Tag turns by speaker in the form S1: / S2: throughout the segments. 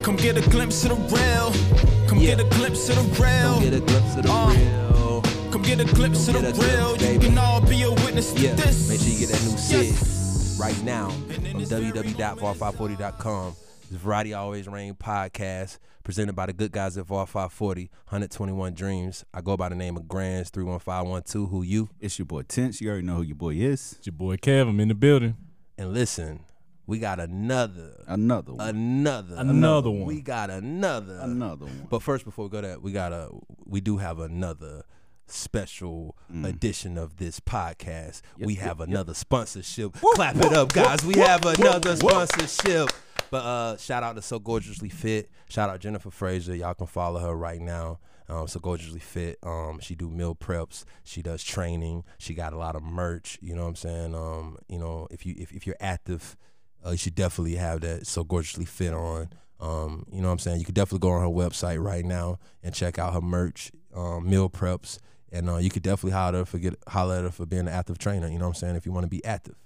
S1: Come get a glimpse of the real. Come
S2: Yeah.
S1: get a glimpse of the real.
S2: Don't get a glimpse of the
S1: Uh,
S2: real.
S1: Come get a glimpse
S2: Come
S1: of the
S2: get a
S1: real.
S2: glimpse,
S1: You
S2: baby.
S1: can all be a witness to
S2: Yeah,
S1: this.
S2: make sure you get that new
S1: Yes.
S2: sis right now on www.var540.com. This Variety Always Rain podcast presented by the good guys at VAR540, 121 Dreams. I go by the name of Grands 31512. Who you?
S3: It's your boy Tench. You already know who your boy is.
S4: It's your boy Kev. I'm in the building.
S2: And listen, we got another,
S3: Another one.
S2: another,
S4: Another one.
S2: We got another,
S3: Another one.
S2: But first, before we go to that, we got a we do have another special edition of this podcast. we have another sponsorship. Clap it up, guys. we have another sponsorship. But uh, shout out to So Gorgeously Fit. Shout out Jennifer Fraser. Y'all can follow her right now. Um, so gorgeously fit. Um, she do meal preps. She does training. She got a lot of merch. You know what I'm saying? Um, you know if you if, if you're active, uh, you should definitely have that so gorgeously fit on. Um, you know what I'm saying? You could definitely go on her website right now and check out her merch, um, meal preps, and uh, you could definitely holler at her for get holler at her for being an active trainer. You know what I'm saying? If you want to be active,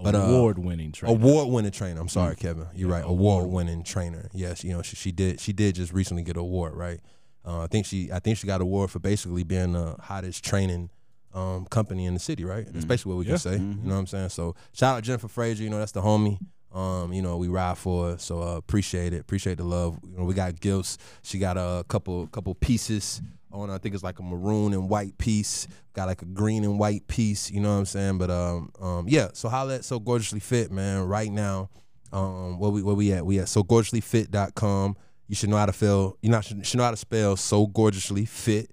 S2: But, uh,
S4: Award-winning trainer. Mm.
S2: award winning trainer. I'm sorry, Kevin. You're right. Award winning trainer. Yes, you know she, she did she did just recently get an award, right? Uh, I think she I think she got an award for basically being the hottest training um, company in the city, right? That's basically what we
S4: Mm. Yeah. Mm-hmm.
S2: can say. You know what I'm saying? So shout out Jennifer Frazier. You know that's the homie. Um, you know we ride for her, so uh, appreciate it. Appreciate the love. You know we got gifts. She got a couple couple pieces on. I think it's like a maroon and white piece. Got like a green and white piece. You know what I'm saying? But um, um, yeah. So holla at so gorgeously fit, man. Right now, um, where we where we at? We at so gorgeouslyfit.com. You should know how to feel. You know should, should know how to spell so gorgeously fit,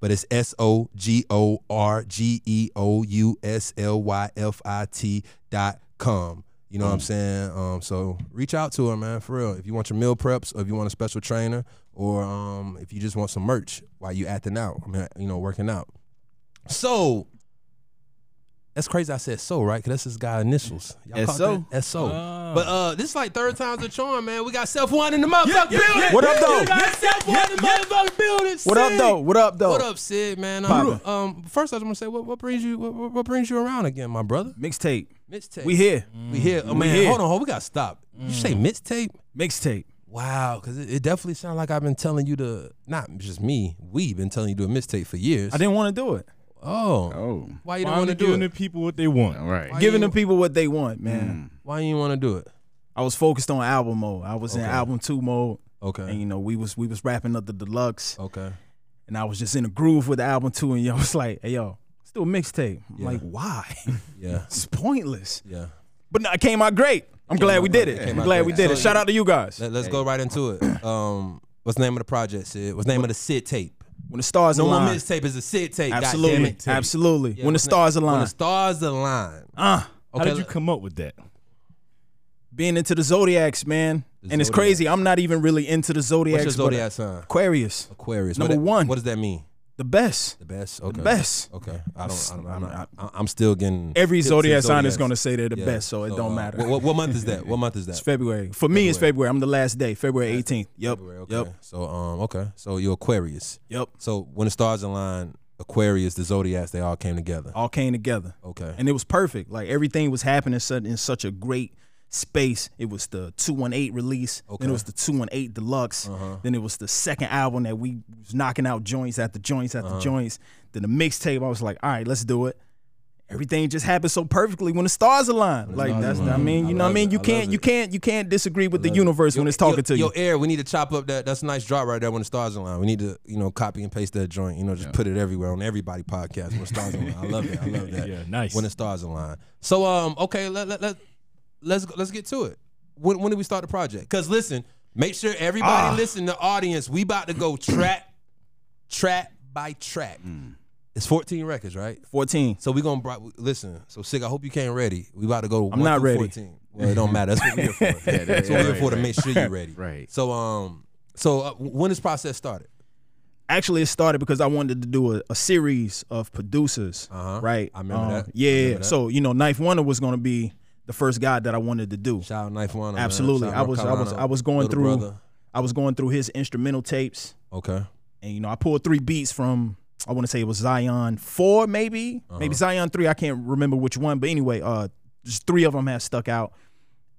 S2: but it's S O G O R G E O U S L Y F I T dot com. You know what I'm
S3: Mm.
S2: saying? Um, so reach out to her, man, for real. If you want your meal preps, or if you want a special trainer, or um, if you just want some merch while you acting out, I mean, you know, working out. So that's crazy. I said so, right? Because that's this guy initials. Y'all caught
S3: SO?
S2: that? SO.
S4: Ah.
S2: But uh, this is like third time's a charm, man. We got self one in the motherfucking
S4: Yeah, yeah,
S2: building.
S4: yeah,
S3: What up,
S2: You
S3: though?
S2: got self one in the motherfucking building.
S3: What up
S2: Sid.
S3: though? What up though?
S2: Oh. What up, Sid? Man, um,
S3: Papa.
S2: um, first I just want to say, what, what brings you, what, what- what brings you around again, my brother?
S3: Mixtape.
S2: Mixtape.
S3: We here.
S2: We here. Mm. Oh
S3: We
S2: man,
S3: here.
S2: hold on, hold. on. We got to stop. You say mixtape?
S3: Mixtape.
S2: Wow, because it, it definitely sounds like I've been telling you to, not just me, we've been telling you to do a mixtape for years.
S3: I didn't want to do it.
S2: Oh.
S3: Oh.
S2: Why you
S4: Why
S2: don't want to
S4: they
S2: do
S4: giving
S2: it?
S4: the people what they want? All right.
S3: Giving
S2: you-
S3: the people what they want, man.
S2: Why you want to do it?
S3: I was focused on album mode. I was in album two mode.
S2: Okay.
S3: And you know, we was we was wrapping up the deluxe
S2: Okay.
S3: and I was just in a groove with the album two and y'all was like, hey yo, let's do a mixtape. I'm like, why?
S2: Yeah.
S3: it's pointless.
S2: Yeah.
S3: But no, it came out great. I'm glad we did it.
S2: came
S3: I'm
S2: out
S3: glad
S2: great.
S3: we did it.
S2: So-
S3: Shout out to you guys.
S2: Let, us go right into it. Um, what's the name of the project, Sid? What's the name of the Sid tape?
S3: When the stars
S2: No more
S3: align.
S2: mixtape. It's a Sid tape.
S3: Absolutely.
S2: goddammit.
S3: Absolutely.
S2: Yeah,
S3: when the
S2: what's
S3: stars
S2: name- When
S3: align.
S2: the stars align.
S3: uh,
S4: How did you
S2: let-
S4: come up with that?
S3: being into the zodiacs, man.
S2: The
S3: and it's crazy. I'm not even really into the
S2: What's
S3: zodiacs.
S2: your
S3: but
S2: zodiac sign?
S3: Aquarius,
S2: Aquarius.
S3: Number
S2: what that-
S3: one.
S2: What does that mean?
S3: the best.
S2: The best. Okay.
S3: best.
S2: Okay. I don't. I don't I'm, not, I, I'm still getting
S3: Every
S2: tips and
S3: zodiac sign is
S2: zodiacs.
S3: going to say they're the
S2: Yeah.
S3: best, so it don't
S2: uh,
S3: matter.
S2: What, what, what month is that? What month is that?
S3: it's February. For me, it's February. I'm the last day, February 18th. Yep.
S2: Okay.
S3: Yep.
S2: So um. Okay. So you're Aquarius.
S3: Yep.
S2: So when the stars align, Aquarius, the zodiacs, they all came together.
S3: All came together.
S2: Okay.
S3: And it was perfect. Like everything was happening sud- in such a great space. It was the 218 release. Then
S2: Okay.
S3: it was the 218 deluxe. Then it was the second album that we was knocking out joints after joints after joints. Then the mixtape. I was like, all right, let's do it. Everything just happened so perfectly when the stars align. like that's I mean, you
S2: I
S3: know what I
S2: love
S3: mean?
S2: it.
S3: You
S2: I
S3: can't
S2: love
S3: you
S2: it.
S3: can't you can't disagree with the universe when it's talking
S2: yo,
S3: to you.
S2: Yo, air, we need to chop up that. That's a nice drop right there when the stars align. We need to, you know, copy and paste that joint. You know, just put it everywhere on everybody podcast when the stars align. I love that. I love that.
S4: Yeah, nice.
S2: When the stars align. So, um, okay, let let let let's let's get to it. When when did we start the project? Because listen, make sure
S3: Ah.
S2: everybody listen. The audience, we about to go track, track by track.
S4: Mm.
S2: It's 14 records, right?
S3: 14.
S2: So we gonna bri- listen. So sick. I hope you came ready. We about to go to. I'm
S3: not ready.
S2: Fourteen. Well, it don't matter. That's what we're here for. That's what we're here for to make sure you're ready.
S5: Right.
S2: So um, so uh, when this process started?
S3: actually it started because I wanted to do a, a series of producers, right?
S2: Uh-huh.
S3: Um,
S2: I remember that. I
S3: Yeah,
S2: remember that.
S3: so you know, Knife Wonder was going to be the first guy that I wanted to do.
S2: Shout out Knife One.
S3: Absolutely, I was, I was, I was going through, I was going through his instrumental tapes,
S2: Okay.
S3: and you know, I pulled three beats from. I want to say it was Zion four, maybe,
S2: Uh-huh.
S3: maybe Zion three. I can't remember which one, but anyway, uh, just three of them have stuck out,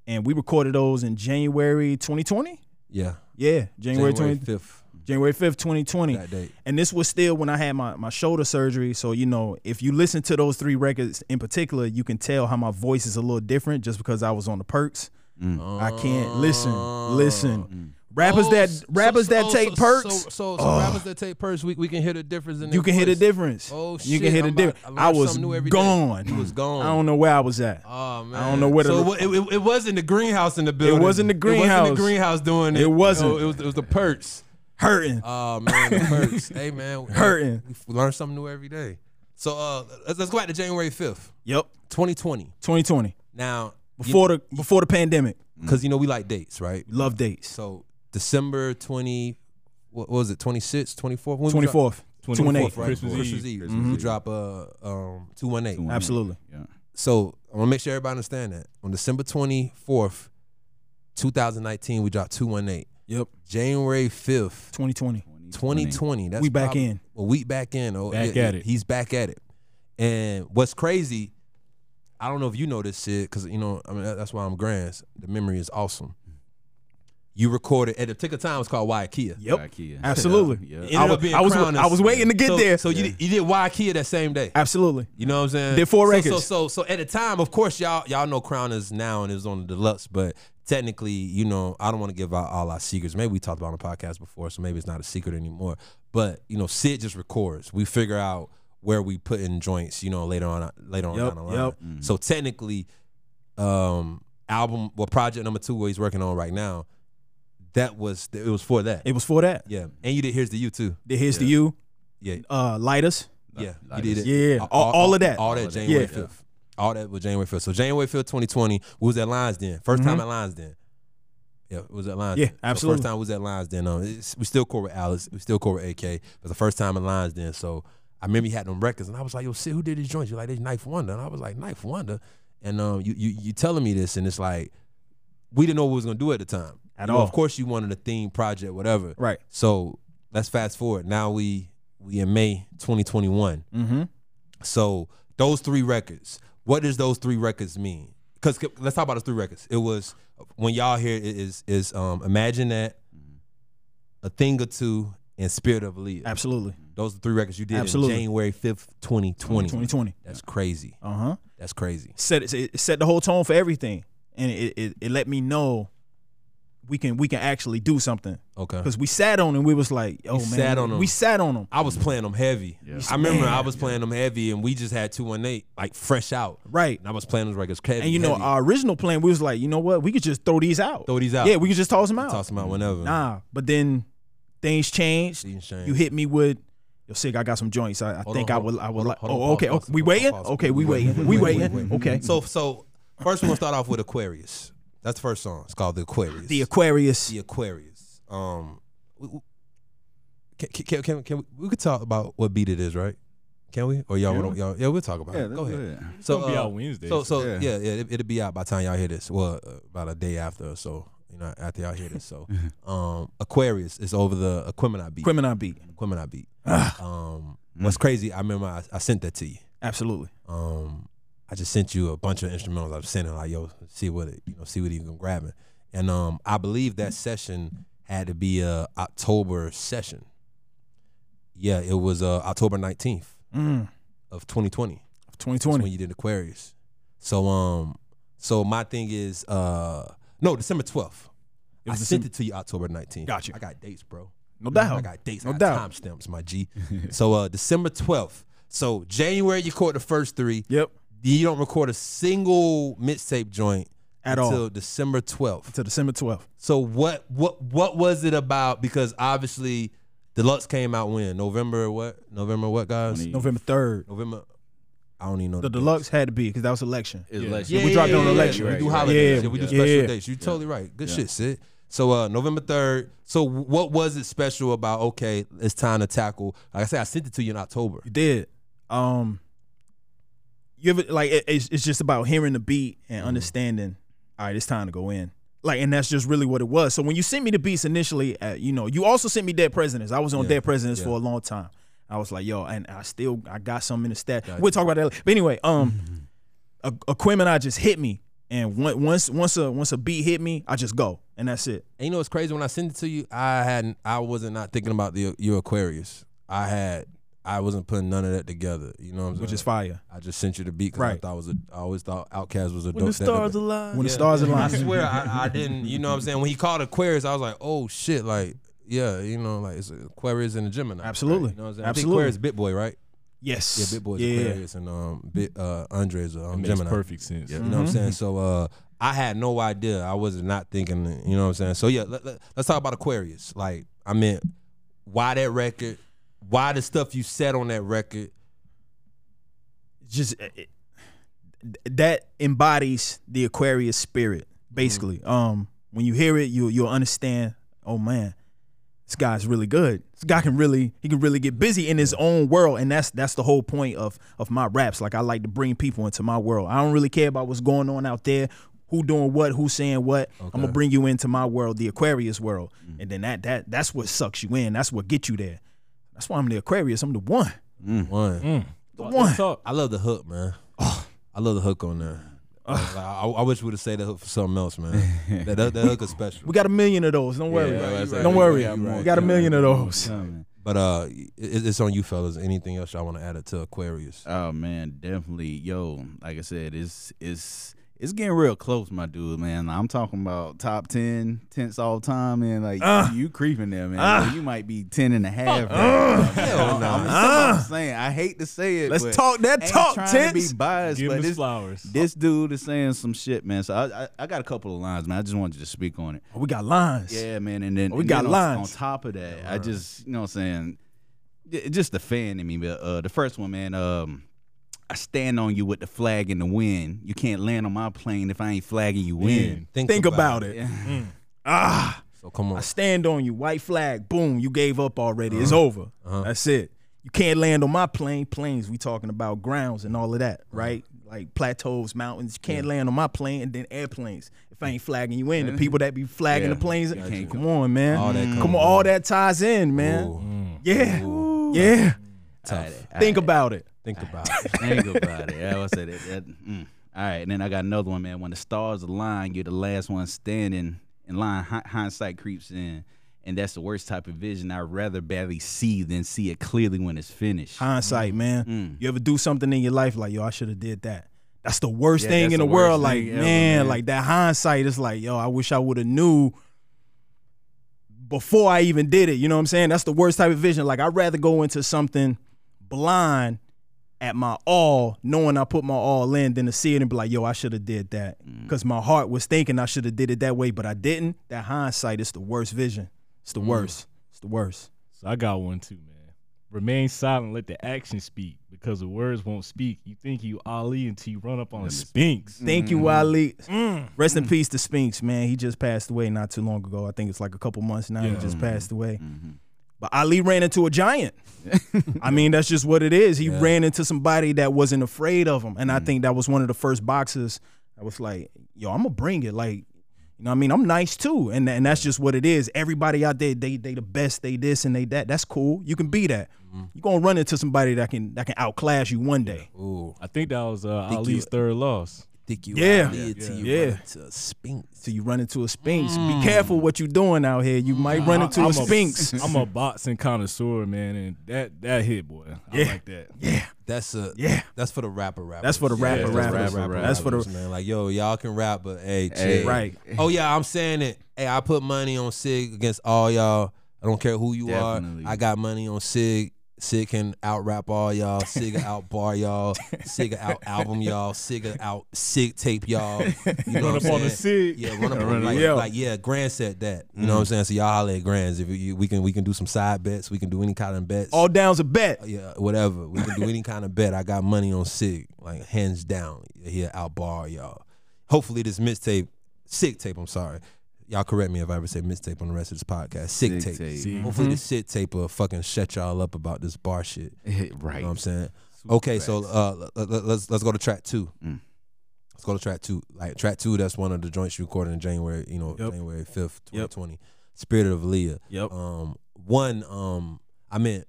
S3: and we recorded those in January 2020.
S2: Yeah.
S3: Yeah, January twenty
S2: fifth.
S3: January fifth, twenty twenty.
S2: That date.
S3: And this was still when I had my, my shoulder surgery. So, you know, if you listen to those three records in particular, you can tell how my voice is a little different just because I was on the perks.
S2: Mm.
S3: I can't listen, listen. Rappers that rappers that take perks,
S2: Oh, So, so, so rappers that take perks, we, we can hear the difference in.
S3: you
S2: their
S3: can hear the
S2: voice.
S3: difference.
S2: Oh shit!
S3: You can hear the
S2: I'm about-
S3: difference.
S2: I learn
S3: I, was
S2: something new every day.
S3: gone.
S2: You was gone.
S3: I don't know where I was at.
S2: Oh man!
S3: don't know where to
S2: So
S3: look.
S2: it, wa- it, it wasn't the greenhouse in the building.
S3: wasn't the
S2: It wasn't
S3: greenhouse.
S2: the greenhouse doing it.
S3: It wasn't.
S2: No, it was it was the perks.
S3: Hurting.
S2: Oh man, the perks. hey man, we-
S3: Hurting.
S2: We learn something new every day. So uh, let's, let's go back to January fifth,
S3: yep.
S2: twenty twenty.
S3: 2020.
S2: Now
S3: Before the before the pandemic.
S2: because you know we like dates, right?
S3: Love dates.
S2: So December twenty, what what was it? 26, 24? When we
S3: Twenty
S2: drop-
S3: fourth. Two and
S4: 24th,
S3: eight.
S2: Right,
S4: Christmas
S2: Christmas,
S4: Eve.
S2: Eve. We drop uh um two one eight.
S3: Absolutely.
S5: Yeah.
S2: So I want to make sure everybody understand that on December twenty fourth, two thousand nineteen, we dropped two one eight.
S3: Yep.
S2: January fifth,
S3: 2020.
S2: twenty twenty. That's
S3: We back
S2: prob-
S3: in.
S2: A week back in. Oh,
S4: Back at it.
S2: He's back at it. And what's crazy, I don't know if you know this shit because you know I mean that- that's why I'm Grants. The memory is awesome. You recorded at the tick of time. It's called Waikia.
S3: Yep.
S5: Ikea.
S3: Absolutely.
S5: Yeah.
S3: It
S5: Yeah.
S3: ended
S2: would
S3: up-
S2: be in
S3: I was
S2: Crown
S3: I was
S2: this-
S3: waiting to get
S2: so,
S3: there.
S2: So you did, you did Waikia that same day.
S3: Absolutely.
S2: You know what I'm saying?
S3: Did four
S2: so, So
S3: records.
S2: so so at the time, of course, y'all y'all know Crown is now and is on the deluxe, but technically, you know, I don't want to give out all our secrets. Maybe we talked about it on the podcast before, so maybe it's not a secret anymore. But you know, Sid just records. We figure out where we put in joints. You know, later on later on
S3: Yep,
S2: down the line.
S3: yep.
S2: So technically, um, album well, project number two, what he's working on right now, that was it was for that.
S3: It was for that.
S2: yeah, and you did. Here's the you too.
S3: The Here's to You,
S2: Yeah,
S3: uh, Lighters.
S2: yeah, you
S5: Like
S2: did
S5: this.
S2: it.
S3: Yeah, all- all of that.
S2: All that
S5: of that.
S2: January
S3: Yeah.
S2: 5th. All that was January 5th. So January 5th, 2020, we was at Lions Den. 1st time at Lions Den. Yeah, it was at Lions
S3: Mm-hmm. Yeah,
S2: Den. So
S3: absolutely.
S2: first time we was at Lions Den. Um, it's- we still core with Alice. We still core with AK. But the first time at Lions Den. So I remember you had them records. And I was like, yo, Sid, who did these joints? You're like, they Knife Wonder. And I was like, Knife Wonder? And um, you, you, you telling me this. And it's like, we didn't know what we was going to do at the time.
S3: At
S2: You know,
S3: all.
S2: Of course you wanted a theme project, whatever.
S3: Right.
S2: So let's fast forward. Now we we in May 2021.
S3: Mm-hmm.
S2: So those three records, what does those three records mean? Because let's talk about those three records. It was when y'all here it is is um imagine that, a thing or two, and spirit of Leah.
S3: Absolutely.
S2: Those are the three records you did
S3: Absolutely.
S2: in January fifth, twenty twenty.
S3: 2020.
S2: That's crazy.
S3: Uh huh.
S2: That's crazy.
S3: Set it, it set the whole tone for everything, and it, it it let me know we can we can actually do something
S2: Okay.
S3: because we sat on him. We was like, oh man,
S2: sat on 'em.
S3: we sat on him.
S2: I was playing them heavy.
S5: Yeah.
S2: I remember I was playing them heavy, and we just had two one eight like fresh out.
S3: Right.
S2: And I was playing those records heavy.
S3: And you know
S2: heavy.
S3: our original plan, we was like, you know what, we could just throw these out.
S2: throw these out.
S3: Yeah, we could just toss them out.
S2: toss them out whenever.
S3: uh, Nah, but then things changed.
S2: Things changed.
S3: You hit me with. Yo, sick. I got some joints. I, I
S2: Hold
S3: think
S2: on,
S3: I
S2: hold
S3: would.
S2: on,
S3: I would
S2: hold on,
S3: like.
S2: hold on,
S3: Oh,
S2: pause,
S3: okay.
S2: pause,
S3: okay. We
S2: hold on,
S3: waiting.
S2: pause.
S3: Okay, we
S2: We waiting,
S3: waiting. We
S2: wait, wait,
S3: waiting.
S2: wait.
S3: Okay.
S2: So so first we're gonna start off with Aquarius. That's the first song. It's called the Aquarius.
S3: the Aquarius.
S2: The Aquarius. Um, we- we- can can can, can we, we could talk about what beat it is, right? Can we? Or y'all wanna, y'all yeah we'll talk about
S5: Yeah,
S2: it. Go ahead.
S5: ahead.
S2: So
S4: It's gonna be
S2: uh,
S4: out Wednesday,
S2: So so
S5: so-
S2: yeah, yeah, it, it'll be out by the time y'all hear this. Well, uh, about a day after or so. You know, after y'all hear this. So um, Aquarius is over the Aquemini beat.
S3: Criminal beat.
S2: Aquemini beat.
S3: Ah.
S2: um, what's crazy? I remember I, I sent that to you.
S3: Absolutely.
S2: um, I just sent you a bunch of instrumentals. I was sending like, yo, see what it, you know, see what you can grab it. And um, I believe that session had to be a October session. Yeah, it was uh, October nineteenth
S3: Mm.
S2: of twenty twenty. That's
S3: 2020.
S2: when you did Aquarius. So um, so my thing is uh, no December twelfth. I
S3: was
S2: sent it to you October nineteenth.
S3: Got you.
S2: I got dates, bro.
S3: No
S2: I
S3: doubt.
S2: got dates.
S3: No
S2: I got
S3: doubt.
S2: timestamps, my G. so uh, December twelfth. So January you caught the first three
S3: Yep.
S2: you don't record a single mixtape joint
S3: At all.
S2: until December 12th.
S3: Till December 12th.
S2: So what what what was it about? Because obviously Deluxe came out when? November what? November what guys?
S5: Twenty-
S3: November 3rd.
S2: November I don't even know
S3: The
S2: dates.
S3: deluxe had to be because that was election.
S5: It's
S4: Yeah.
S5: election.
S2: Yeah,
S3: we dropped it on
S2: yeah,
S3: the
S2: yeah,
S3: election.
S2: We do
S5: Right,
S2: holidays.
S3: yeah,
S2: Yeah, we do
S3: yeah.
S2: special
S3: Yeah.
S2: dates. You're totally right. Good shit, Sid. So uh, November third. So what was it special about? Okay, it's time to tackle. Like I said, I sent it to you in October.
S3: You did. Um, you ever like it, it's, it's just about hearing the beat and
S4: Mm-hmm.
S3: understanding. All right, it's time to go in. Like, and that's just really what it was. So when you sent me the beats initially, uh, you know, you also sent me Dead Presidents. I was on Dead Presidents for a long time. I was like, yo, and I
S4: Mm-hmm.
S3: still I got some in the stat. We'll talk about that. Later. But anyway, um, a, a Quim and I just hit me. And on- once once a once a beat hit me, I just go, and that's it.
S2: And you know what's crazy? When I sent it to you, I hadn't. I wasn't not thinking about the your Aquarius. I had. I wasn't putting none of that together. You know what I'm saying?
S3: Which is fire.
S2: I just sent you the beat because I
S3: Right.
S2: thought it was. A, I always thought Outkast was a
S4: When
S2: dope.
S4: the
S2: that-
S4: stars
S2: that-
S4: align.
S3: When the stars
S2: I
S3: align,
S2: swear I, I didn't. You know what I'm saying? When he called Aquarius, I was like, oh shit, like yeah, you know, like it's Aquarius and a Gemini.
S3: Absolutely.
S2: right? You know what I'm saying? I think
S3: Absolutely.
S2: Aquarius Bit Boy, right?
S3: yes,
S2: Yeah, Bit Boy's Aquarius and um, Bit uh, Andre's um,
S4: Makes
S2: Gemini.
S4: perfect sense.
S2: You know what I'm
S3: Mm-hmm.
S2: saying? So uh, I had no idea. I was not thinking. You know what I'm saying? So yeah, let, let, us talk about Aquarius. Like I mean, why that record? Why the stuff you said on that record?
S3: just it, that embodies the Aquarius spirit, basically.
S4: Mm-hmm.
S3: Um, when you hear it, you you'll understand. Oh man, this guy's really good. This guy can really he can really get busy in his own world, and that's that's the whole point of of my raps. Like I like to bring people into my world. I don't really care about what's going on out there. Who doing what? Who saying what? I'm gonna bring you into my world, the Aquarius world,
S4: Mm.
S3: and then that that that's what sucks you in. That's what gets you there. That's why I'm the Aquarius. I'm the one.
S2: One,
S3: The
S4: Let's
S3: one.
S4: talk.
S2: I love the hook, man. I love the hook on there. Like, I, I wish we would have said the hook for something else, man. that, that, that hook is special.
S3: We got a million of those. Don't worry.
S2: Yeah, that's
S3: Don't
S2: right.
S3: worry.
S2: You right.
S3: We got a
S2: You
S3: million of those.
S2: But uh, it, it's on you, fellas. Anything else y'all want to add it to Aquarius?
S5: Oh man, definitely, yo. Like I said, it's it's it's getting real close, my dude, man. I'm talking about top 10, tenths all time, man. Like
S3: Ah.
S5: you creeping there, man. you might be 10 and a half. right now.
S2: Hell
S5: I'm,
S2: nah.
S5: I'm saying, I hate to say it.
S3: Ah. Let's
S5: but
S3: talk that
S5: ain't
S3: talk,
S5: trying
S3: tenths.
S5: To be biased,
S4: Give
S5: but
S4: him his
S5: this,
S4: flowers.
S5: this dude is saying some shit, man. So I, I I got a couple of lines, man. I just wanted you to speak on it. Oh,
S3: We got lines.
S5: Yeah, man. And then
S3: We
S5: and
S3: got
S5: then on-
S3: lines.
S5: on top of that. I just, you know what I'm saying? j- Just the fan in me. But uh, the first one, man, um, I stand on you with the flag in the wind. You can't land on my plane if I ain't flagging you in.
S3: Think about it. Ah,
S2: So come on.
S3: I stand on you. White flag. Boom. You gave up already. It's over. That's it. You can't land on my plane. Planes. We talking about grounds and all of that, right? Like plateaus, mountains. You can't land on my plane. And then airplanes. If I ain't flagging you in, the people that be flagging
S5: Yeah.
S3: the planes.
S5: Gotcha.
S3: Come on, man.
S2: All that
S3: mm. come
S2: comes
S3: on. All that ties in, man. Yeah. Yeah. Think about it.
S2: Think about it.
S5: Think about it. I was said it. that- mm. All right, and then I got another one, man. When the stars align, you're the last one standing in line. Hi- Hindsight creeps in, and that's the worst type of vision. I'd rather barely see than see it clearly when it's finished. Mm.
S3: hindsight, man. You ever do something in your life like, yo, I should have did that. That's the worst
S5: Yeah,
S3: thing
S5: that's
S3: in the,
S5: the worst
S3: world. Like,
S5: thing
S3: man,
S5: ever, man.
S3: like that hindsight is like, yo, I wish I would have knew before I even did it. You know what I'm saying? That's the worst type of vision. Like, I'd rather go into something blind at my all, knowing I put my all in, than to see it and be like, yo, I should have did that.
S5: Mm.
S3: Because my heart was thinking I should have did it that way, but I didn't. That hindsight is the worst vision. It's the
S5: Mm.
S3: worst. It's the worst.
S4: So I got one too, man. Remain silent, let the action speak, because the words won't speak. You think you Ali until you run up on Spinks.
S3: Thank you, Ali. Rest in peace to Spinks, man. He just passed away not too long ago. I think it's like a couple months now. He just passed away. But Ali ran into a giant. I mean, that's just what it is. He ran into somebody that wasn't afraid of him. And I think that was one of the first boxers I was like, yo, I'm gonna bring it. Like, you know what I mean? I'm nice too. And and that's just what it is. Everybody out there, they they the best, they this and they that. That's cool. You can be that. You're gonna run into somebody that can that can outclass you one day.
S2: Ooh,
S4: I think that was uh,
S2: Think
S4: Ali's
S2: you-
S4: third loss.
S2: think you
S3: Yeah.
S2: out there
S3: Yeah.
S2: till you run into a sphinx.
S3: So you run into a sphinx.
S2: Mm.
S3: Be careful what you doing out here. You might run into
S4: I-
S3: a
S4: I'm
S3: sphinx.
S4: I'm a boxing connoisseur, man, and that that hit, boy. I like that.
S3: yeah,
S2: That's a
S3: Yeah.
S2: That's for the rapper rapper.
S3: that's for the rapper,
S4: that's
S3: rapper,
S4: for the
S5: rapper, rapper.
S3: That's for the
S2: man. Like yo, y'all can rap, but hey, chill.
S5: Hey.
S3: right.
S2: Oh yeah, I'm saying it. Hey, I put money on Sig against all y'all. I don't care who you
S5: Definitely.
S2: are. I got money on Sig. Sig can out rap all y'all. Sig out bar y'all. Sig out album y'all. Sig out Sig tape y'all. You know
S4: Run
S2: what
S4: up
S2: I'm
S4: on the
S2: saying?
S4: Sig.
S2: Yeah, run up
S4: Run
S2: on
S4: up,
S2: like,
S4: yeah.
S2: like yeah, Grand said that. You know what I'm saying? So y'all holler at Grands. If you, we can we can do some side bets. We can do any kind of bets.
S3: All down's a bet.
S2: yeah, whatever. We can do any kind of bet. I got money on Sig, like hands down. Here, out bar y'all. Hopefully, this mixtape, Sig tape. I'm sorry, y'all correct me if I ever say mixtape on the rest of this podcast. Sig
S5: Sig
S2: tape.
S5: tape.
S2: Hopefully, this sit tape will fucking shut y'all up about this bar shit. You
S5: right.
S2: know what I'm saying? okay, so uh, let, let- let's let's go to track two. Let's go to track two. Like track two, that's one of the joints you recorded in January. You know, January fifth, twenty
S3: Yep.
S2: twenty. Spirit of Leah.
S3: Yep.
S2: Um, one. Um, I meant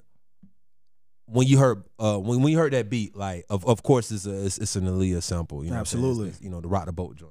S2: when you heard uh when, when you heard that beat, like of of course it's a it's, it's an Aaliyah sample. You know, what I'm saying? It's-
S3: Absolutely.
S2: it's, you know the rock the boat joint.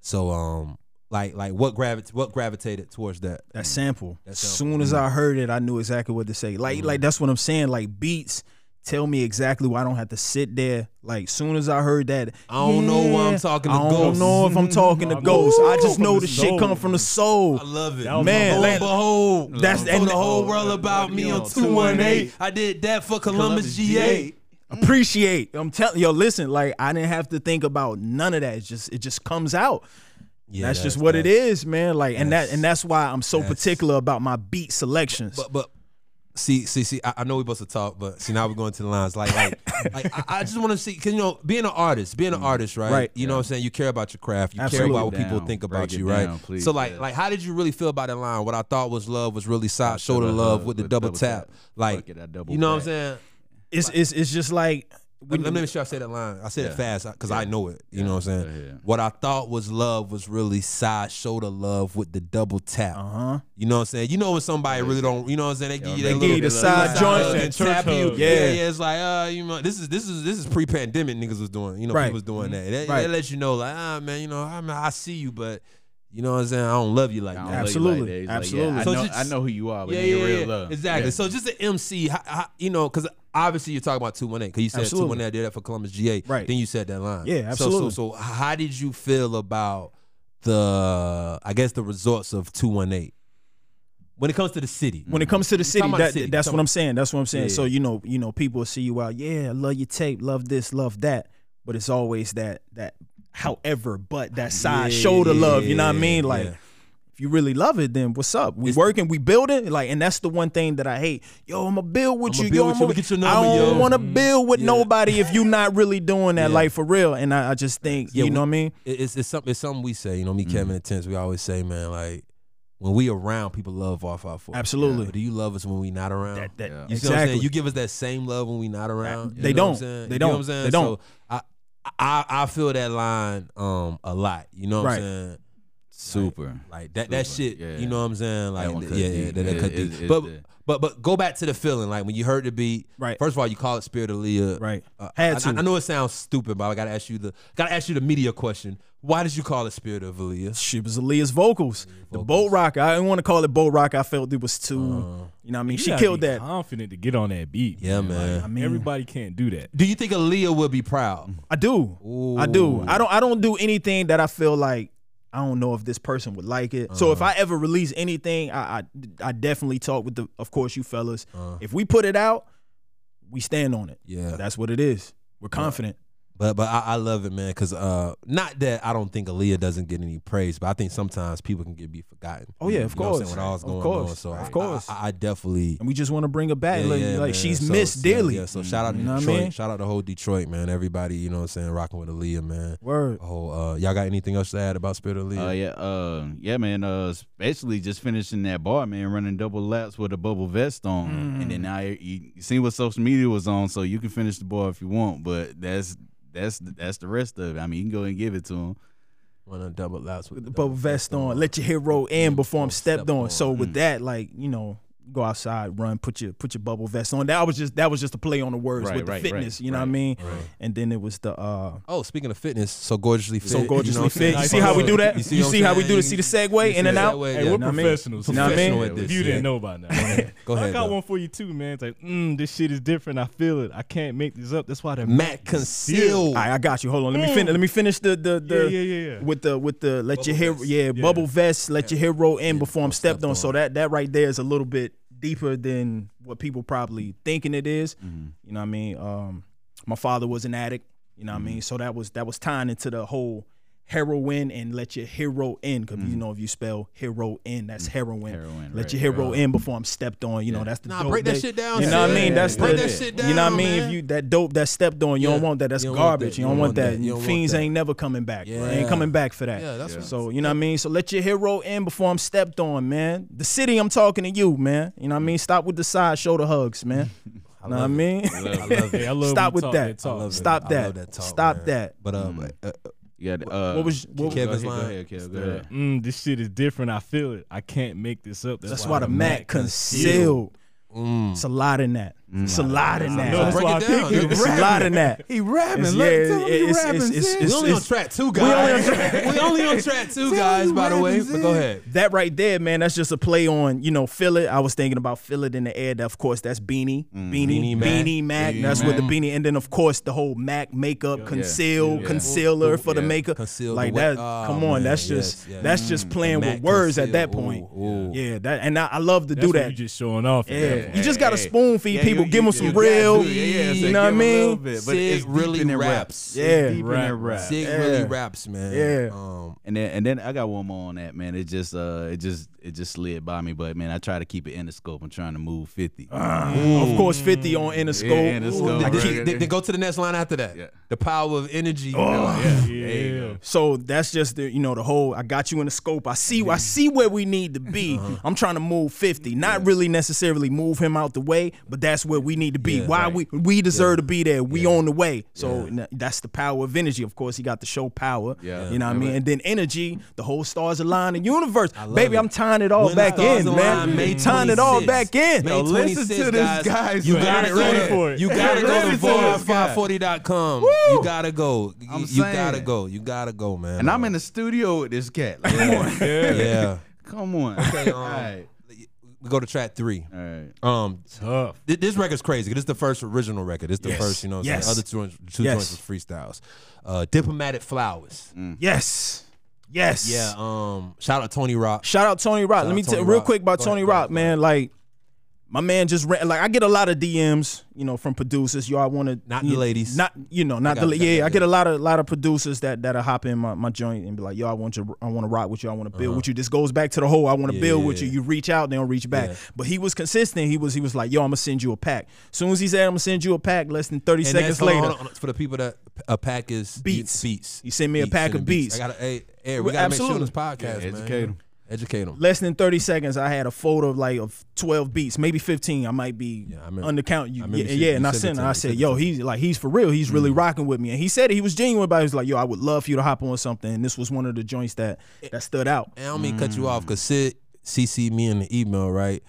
S2: So um, like like what gravit what gravitated towards that?
S3: That sample.
S2: That
S3: As
S2: sample. Mm.
S3: soon as I heard it, I knew exactly what to say. Like, like that's what I'm saying. Like beats tell me exactly why I don't have to sit there. Like, soon as I heard that,
S2: I don't know why I'm talking to
S3: I don't
S2: ghosts. Mm.
S3: know if I'm talking to
S4: I'm
S3: ghosts. I just
S4: talking
S3: know
S4: to
S3: the shit come
S4: soul.
S3: from the soul.
S2: I love it,
S4: That was
S3: Man,
S2: Lo
S3: my
S2: and
S3: boy.
S2: behold,
S3: That's-
S2: that's
S3: and-
S2: told the whole world about me on two one eight. I did that for Columbus GA.
S3: Appreciate. I'm telling yo, listen. Like, I didn't have to think about none of that. It's just it just comes out.
S2: Yeah,
S3: that's, just what it is, man. Like, and that
S2: that's-
S3: and that's why I'm so
S2: that's-
S3: particular about my beat selections.
S2: But but see see see, I, I know we're supposed to talk, but see now we're going to the lines. Like like, like I, I just want to see because you know being an artist, being an artist, right?
S3: Right.
S2: You know what I'm saying. You care about your craft. You
S3: Absolutely.
S2: care about what
S5: Break it
S2: people
S5: down.
S2: think
S5: Break
S2: about
S5: it
S2: you,
S5: down,
S2: right?
S5: please,
S2: so like
S5: yes.
S2: like how did you really feel about that line? What I thought was love was really side shoulder
S5: I
S2: love
S5: love
S2: with the
S5: with
S2: double,
S5: double
S2: tap.
S5: tap.
S2: Like
S5: Fuck it, I double
S2: you know what I'm
S5: tap.
S2: saying.
S3: it's it's it's just like
S2: Let, let me make sure I say that line. I said it fast because I know it. You know what I'm saying.
S5: Yeah.
S2: What I thought was love was really side shoulder love with the double tap.
S3: huh?
S2: You know what I'm saying? You know when somebody really don't, you know what I'm saying? They give you
S5: Uh-huh. they
S2: that
S5: give
S2: little
S5: you the
S3: side joint
S2: hug
S4: and
S2: and
S4: church
S2: tap you.
S4: hug.
S2: Yeah. yeah,
S3: Yeah.
S2: It's like, uh, you know, this is this is this is pre-pandemic niggas was doing. You know,
S3: Right.
S2: people was doing
S5: Mm-hmm.
S2: that. That,
S3: Right.
S2: that lets you know, like, ah, man, you know, I mean, I see you, but you know what I'm saying? I don't love you like
S5: I don't
S2: that.
S5: love you
S3: Absolutely.
S5: that. He's
S3: Absolutely.
S5: Like, yeah,
S2: So
S5: I, know,
S2: just-
S5: I know who you are, but
S2: Yeah,
S5: nigga,
S2: yeah,
S5: real
S2: yeah.
S5: love.
S2: Exactly.
S5: Yeah.
S2: So just an MC, how, how, you know, because obviously you're talking about 218, because you said
S3: Absolutely.
S2: 218 did that for Columbus GA.
S3: Right.
S2: Then you said that line.
S3: Yeah,
S2: So-
S3: absolutely.
S2: So, so, how did you feel about the, I guess, the results of 218? When it comes to the city,
S3: When it comes to the
S2: Talking
S3: city,
S2: about
S3: that,
S2: the city.
S3: that's
S2: Talking
S3: what I'm saying. That's what I'm saying.
S2: Yeah.
S3: So you know, you know, people will see you out. Yeah, I love your tape, love this, love that. But it's always that that however, but that side
S2: Yeah,
S3: shoulder love. You know what I
S2: yeah,
S3: mean? Like.
S2: yeah.
S3: If you really love it, then what's up? We working, we building, like, and that's the one thing that I hate. Yo, I'ma build with
S2: I'ma
S3: you.
S2: build
S3: yo,
S2: with you,
S3: I'ma-
S2: we get your
S3: I
S2: number,
S3: don't
S2: yo. Mm-hmm.
S3: want to build with
S2: Yeah.
S3: nobody if you not really doing that,
S2: Yeah.
S3: like for real. And I, I just think, you
S2: Yeah, we-
S3: know what I mean?
S2: it- it's it's something it's something we say. You know, me,
S5: Mm-hmm.
S2: Kevin, and Tense, we always say, man, like when we around, people love off our foot.
S3: Absolutely.
S2: But do you love us when we not around?
S3: That- that-
S5: Yeah.
S2: you see what I'm saying? You give us that same love when we not around. You
S3: They
S2: know what I'm
S3: don't.
S2: saying?
S3: They
S2: You know what
S3: don't.
S2: I'm saying?
S3: They don't.
S2: So I, I I feel that line um a lot. You know what
S3: Right.
S2: I'm saying?
S5: Super.
S2: Like that that
S5: Super,
S2: shit.
S5: yeah.
S2: You know what I'm saying? Like
S5: one cut
S2: yeah, yeah,
S5: deep.
S2: that, that
S5: It-
S2: cut
S5: it-
S2: deep.
S5: it-
S2: but
S5: it-
S2: but but go back to the feeling. Like when you heard the beat.
S3: Right.
S2: First of all, you call it Spirit of Leah.
S3: Right.
S2: Uh,
S3: Had
S2: I,
S3: to.
S2: I- I know it sounds stupid, but I gotta ask you the gotta ask you the media question. Why did you call it Spirit of Leah?
S3: She was Aaliyah's vocals. The boat rocker. I didn't want to call it boat rocker. I felt it was too.
S2: Uh,
S3: you know what I mean?
S4: You
S3: She
S4: gotta
S3: killed
S4: be
S3: that.
S4: Confident to get on that beat.
S2: Yeah, man.
S4: Like, everybody can't do that.
S2: Do you think Aaliyah would be proud?
S3: I do. I do. I don't. I don't do anything that I feel like I don't know if this person would like it. So
S2: Uh.
S3: if I ever release anything, I I, I definitely talk with the. Of course, you fellas. If we put it out, we stand on it.
S2: Uh, Yeah.
S3: that's what it is. We're confident.
S2: But but I, I love it, man, because uh, not that I don't think Aaliyah doesn't get any praise, but I think sometimes people can get be forgotten.
S3: Oh, yeah, of
S2: You know what I'm
S3: course.
S2: saying, With all that's
S3: Of
S2: going
S3: course.
S2: on, so
S3: Of
S2: I- I-
S3: course.
S2: I, I definitely.
S3: And we just want to bring her back.
S2: Yeah,
S3: like
S2: yeah,
S3: like
S2: man.
S3: she's
S2: So-
S3: missed
S2: so,
S3: dearly.
S2: Yeah, so shout out to
S3: You know what I
S2: Detroit.
S3: mean?
S2: Shout out to whole Detroit, man. Everybody, you know what I'm saying, rocking with Aaliyah, man.
S3: Word.
S2: Oh, uh, y'all got anything else to add about Spirit of
S5: Oh
S2: Aaliyah?
S5: yeah, uh, yeah, man. Uh, especially just finishing that bar, man, running double laps with a bubble vest on, and
S3: Mm.
S5: then I you, you seen what social media was on, so you can finish the bar if you want, but that's that's that's the rest of it. I mean, you can go and give it to him.
S2: Wanna double laps with
S3: the bubble vest on. Let your hair roll in before I'm stepped on. So
S5: Mm.
S3: with that, like you know, go outside, run, put your put your bubble vest on. That was just that was just a play on the words
S5: Right,
S3: with the
S5: right,
S3: fitness.
S5: right,
S3: you know what I
S5: right,
S3: mean? And then it was the uh
S2: Oh, speaking of fitness, so gorgeously fit.
S3: so gorgeously
S2: what I'm
S3: fit.
S2: saying?
S3: You see how we do that? You
S2: You
S3: see,
S2: what I'm
S3: how we
S2: saying?
S3: do to see the segue in and
S2: that
S3: out?
S2: way,
S4: Hey,
S2: yeah.
S4: we're
S3: Know what I mean?
S4: professionals.
S3: Know what I mean?
S4: Professional at
S2: If
S4: this,
S2: you
S4: you
S2: yeah.
S4: didn't know by now.
S2: Go
S4: I
S2: ahead,
S4: got
S2: though.
S4: one for you too, man. It's like, mm, this shit is different. I feel it. I can't make this up. That's why the
S2: Matt
S3: All
S2: Conceal.
S3: right, I got you. Hold on. Let me finish. Let me finish the the, the
S4: Yeah, yeah, yeah, yeah.
S3: with the with the let your
S2: Bubble
S3: hair
S2: vest.
S3: yeah, bubble vest. Let your hair roll in before I'm stepped on.
S2: on.
S3: So that that right there is a little bit deeper than what people probably thinking it is. You know what I mean? Um, my father was an addict. You know what I mean? So that was that was tying into the whole heroin and let your hero in because you know if you spell hero in that's heroin.
S5: Heroin,
S3: let
S5: right,
S3: your hero in before I'm stepped on. You know that's the
S2: Nah,
S3: dope
S2: break that shit down,
S3: You know what I
S2: sis.
S3: mean? That's
S2: Break
S3: the,
S2: that shit
S3: You know what I
S2: down,
S3: mean? If
S2: man.
S3: you that dope that stepped on, you
S2: Yeah.
S3: don't want that. That's
S2: You don't want
S3: garbage.
S2: that.
S3: You don't want that.
S2: You don't
S3: Fiends
S2: want that.
S3: ain't never coming back. They
S2: Yeah.
S3: ain't coming back for that.
S2: Yeah, that's what I'm
S3: so you know what I mean. So let your hero in before I'm stepped on, man. The city, I'm talking to you, man. You know what I mean. Stop with the side shoulder hugs, man. know what I
S2: love it.
S3: mean.
S2: love
S4: Hey, I love
S3: Stop
S4: when you
S3: with
S4: talk
S3: that.
S2: I love it.
S3: Stop
S2: I love
S3: that.
S2: talk,
S3: Stop
S2: man.
S3: that.
S2: But
S5: um,
S2: uh, but, uh,
S5: You got uh,
S3: What was what,
S5: go
S2: Kevin's
S5: ahead, go
S2: line?
S5: ahead, Kev, go ahead.
S4: mm, this shit is different. I feel it. I can't make this up. That's,
S3: That's why the Mac
S4: Mac
S2: Mm.
S3: concealed. It's a lot in that. It's a lot in
S4: No,
S3: that.
S4: that's why I
S2: it down,
S4: think
S2: dude.
S4: you
S3: It's a lot in that.
S5: He rapping.
S3: It's-
S5: Look,
S3: yeah,
S5: tell him he
S3: it's-
S5: rapping.
S3: it's- it's-
S5: sis.
S2: We only on
S3: it's-
S2: track two,
S3: we only on
S2: guys. We only on track two,
S5: Tell
S2: guys.
S5: you
S2: By the
S5: what
S2: way,
S5: it
S2: but go
S5: is.
S2: ahead.
S3: That right there, man, that's just a play on, you know, feel it. I was thinking about feel it in the air. That, of course, that's Beanie, Beanie,
S2: Beanie Mac.
S3: Beanie Mac.
S2: Beanie
S3: that's what the
S2: Mac.
S3: Beanie, and then of course the whole Mac makeup, conceal,
S5: Yeah.
S3: concealer for the
S5: Yeah.
S3: makeup.
S2: Conceal the
S3: like
S2: wa-
S3: that.
S2: oh,
S3: come on,
S2: man,
S3: that's just
S2: yes, yes.
S3: that's just playing with
S2: Mac
S3: words at that
S2: conceal.
S3: point.
S2: Ooh, ooh.
S3: Yeah, that and I, I love to
S4: That's
S3: do
S4: when
S3: that.
S4: You just showing off. at
S3: yeah.
S4: that
S3: you
S4: point.
S3: just gotta
S5: hey,
S3: spoon feed
S5: yeah,
S3: people,
S5: you-
S3: give
S5: you-
S3: them some
S5: you got
S3: real.
S5: to, yeah, yeah, it's
S3: you
S5: like
S3: know what I
S5: give 'em a little
S3: mean?
S5: bit, but
S2: Sig
S5: it's deep
S2: really
S5: in their
S2: raps.
S5: It's
S3: Yeah.
S5: deep in their rap.
S2: Sig
S3: Yeah.
S2: really raps, man.
S3: Yeah.
S2: Um,
S5: And then and then I got one more on that, man. It just uh it just it just slid by me, but man, I try to keep it in the scope. I'm trying to move fifty.
S3: Of course, 50 on Interscope.
S5: Interscope.
S2: they,
S5: Right,
S2: they-
S5: right,
S2: they-
S5: right.
S2: they go to the next line after that.
S5: Yeah.
S2: The power of energy.
S3: Oh,
S4: yeah.
S3: So that's just the you know the whole I got you in the scope. I see I see where we need to be.
S2: Uh-huh.
S3: I'm trying to move 50. Not really necessarily move him out the way, but that's where we need to be. Why we we deserve to be there. We on the way. So n- that's the power of energy. Of course, he got the show power.
S5: Yeah.
S3: You know what I
S5: Yeah.
S3: mean? And then energy, the whole stars align the universe. Baby,
S2: it.
S3: I'm tying it all
S2: When
S3: oh, back
S2: Stars
S3: in,
S2: Align,
S3: man.
S2: May
S3: tying it all
S2: 26th.
S3: back in.
S2: May
S5: Yo, listen
S2: 26th,
S5: to this guy's
S2: You
S5: man.
S2: gotta
S4: Ready
S2: go
S4: for
S2: to
S4: it.
S2: you gotta go to
S5: Ready for it.
S2: 540.com. You gotta go. You-
S5: I'm
S2: You gotta
S5: saying.
S2: go. You gotta go, man.
S5: And I'm in the studio with this cat. Like,
S2: Yeah.
S5: come on. Come on.
S2: Okay, um,
S5: All right.
S2: We go to track three.
S5: All right.
S2: Um,
S4: Tough.
S2: Th- This record's crazy. 'cause This is the first original record. It's the
S3: Yes.
S2: first, you know. what I'm saying?
S3: Yes.
S2: Other two, joints- two
S3: Yes. Mm.
S2: joints was freestyles. Uh, Diplomatic flowers.
S3: Yes. Yes.
S2: Yeah. Um. Shout out Tony Rock.
S3: Shout out Tony Rock. Let me
S2: Tony
S3: tell real
S2: Rock.
S3: quick about
S2: Go
S3: Tony
S2: ahead, go
S3: Rock,
S2: ahead, go
S3: man. Like my man just ran, like I get a lot of DMs, you know, from producers. Y'all want to
S2: Not the ladies.
S3: not you know, not the
S2: got it,
S3: la-
S2: got it,
S3: yeah. I
S2: got
S3: get a lot of lot of producers that that will hop in my, my joint and be like, yo, I want you, I want to rock with you, I want to build with you. This goes back to the whole I want to
S2: Uh-huh. Yeah,
S3: build
S2: yeah,
S3: with you.
S2: yeah.
S3: You reach out, they don't reach back.
S2: Yeah.
S3: But he was consistent. He was he was like, yo, I'm gonna send you a pack. soon as he said I'm gonna send you a pack, less than thirty
S2: And that's-
S3: seconds
S2: hold on,
S3: later,
S2: hold on, hold on. for the people that a pack is
S3: Beats.
S2: Beats.
S3: You send me a
S2: Beats,
S3: pack
S2: send
S3: of
S2: them
S3: beats.
S2: I gotta. Hey, hey we
S3: Well,
S2: gotta
S3: absolutely.
S2: make sure this podcast.
S5: Yeah,
S2: man.
S5: educate 'em.
S2: Educate them.
S3: less than 30 seconds i had a photo of like of 12 beats maybe 15 i might be
S2: I remember-
S3: undercount you yeah,
S2: I remember you said-
S3: yeah
S2: you
S3: and i
S2: said it
S3: sent
S2: to
S3: it.
S2: me,
S3: i
S2: you
S3: said
S2: said it
S3: yo
S2: to me. Mm.
S3: he's like he's for real he's really rocking with me and he said it, he was genuine about it. he was like yo i would love for you to hop on something and this was one of the joints that that stood out
S2: And I don't mean to cut you off because Sid CC me in the email, right?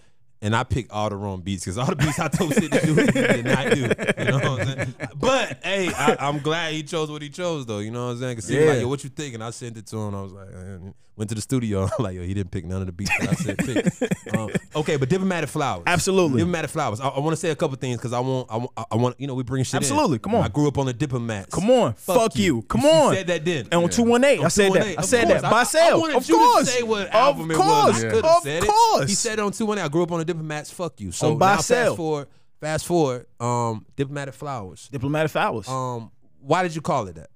S2: And I picked all the wrong beats because all the beats I told Sid to do, he did not do. You know what I'm saying? But hey, I, I'm glad he chose what he chose, though. You know what I'm saying? Because Sid was
S3: Yeah.
S2: like, yo, what you think? And I sent it to him. I was like, eh, went to the studio. I'm like, yo, he didn't pick none of the beats that I said pick. um, okay, but diplomatic flowers.
S3: Absolutely.
S2: diplomatic flowers. I, I want to say a couple things because I want, I want, I want, you know, we bring shit. in.
S3: Absolutely, come on.
S2: I grew up on the diplomats.
S3: come on fuck, you. come on
S2: said that then.
S3: and on 218 i said that
S2: 218.
S3: i
S2: Of
S3: said
S2: course.
S3: that by
S2: I, I
S3: sale
S2: wanted
S3: of
S2: you to
S3: course
S2: say what
S3: of
S2: album it was.
S3: course
S2: I could've said
S3: of
S2: it.
S3: course
S2: He said on 218, I grew up on the Diplomats. Fuck you. So
S3: On by
S2: now
S3: sale.
S2: fast forward, fast forward, um, Diplomatic Flowers.
S3: diplomatic fouls
S2: Um, why did you call it that?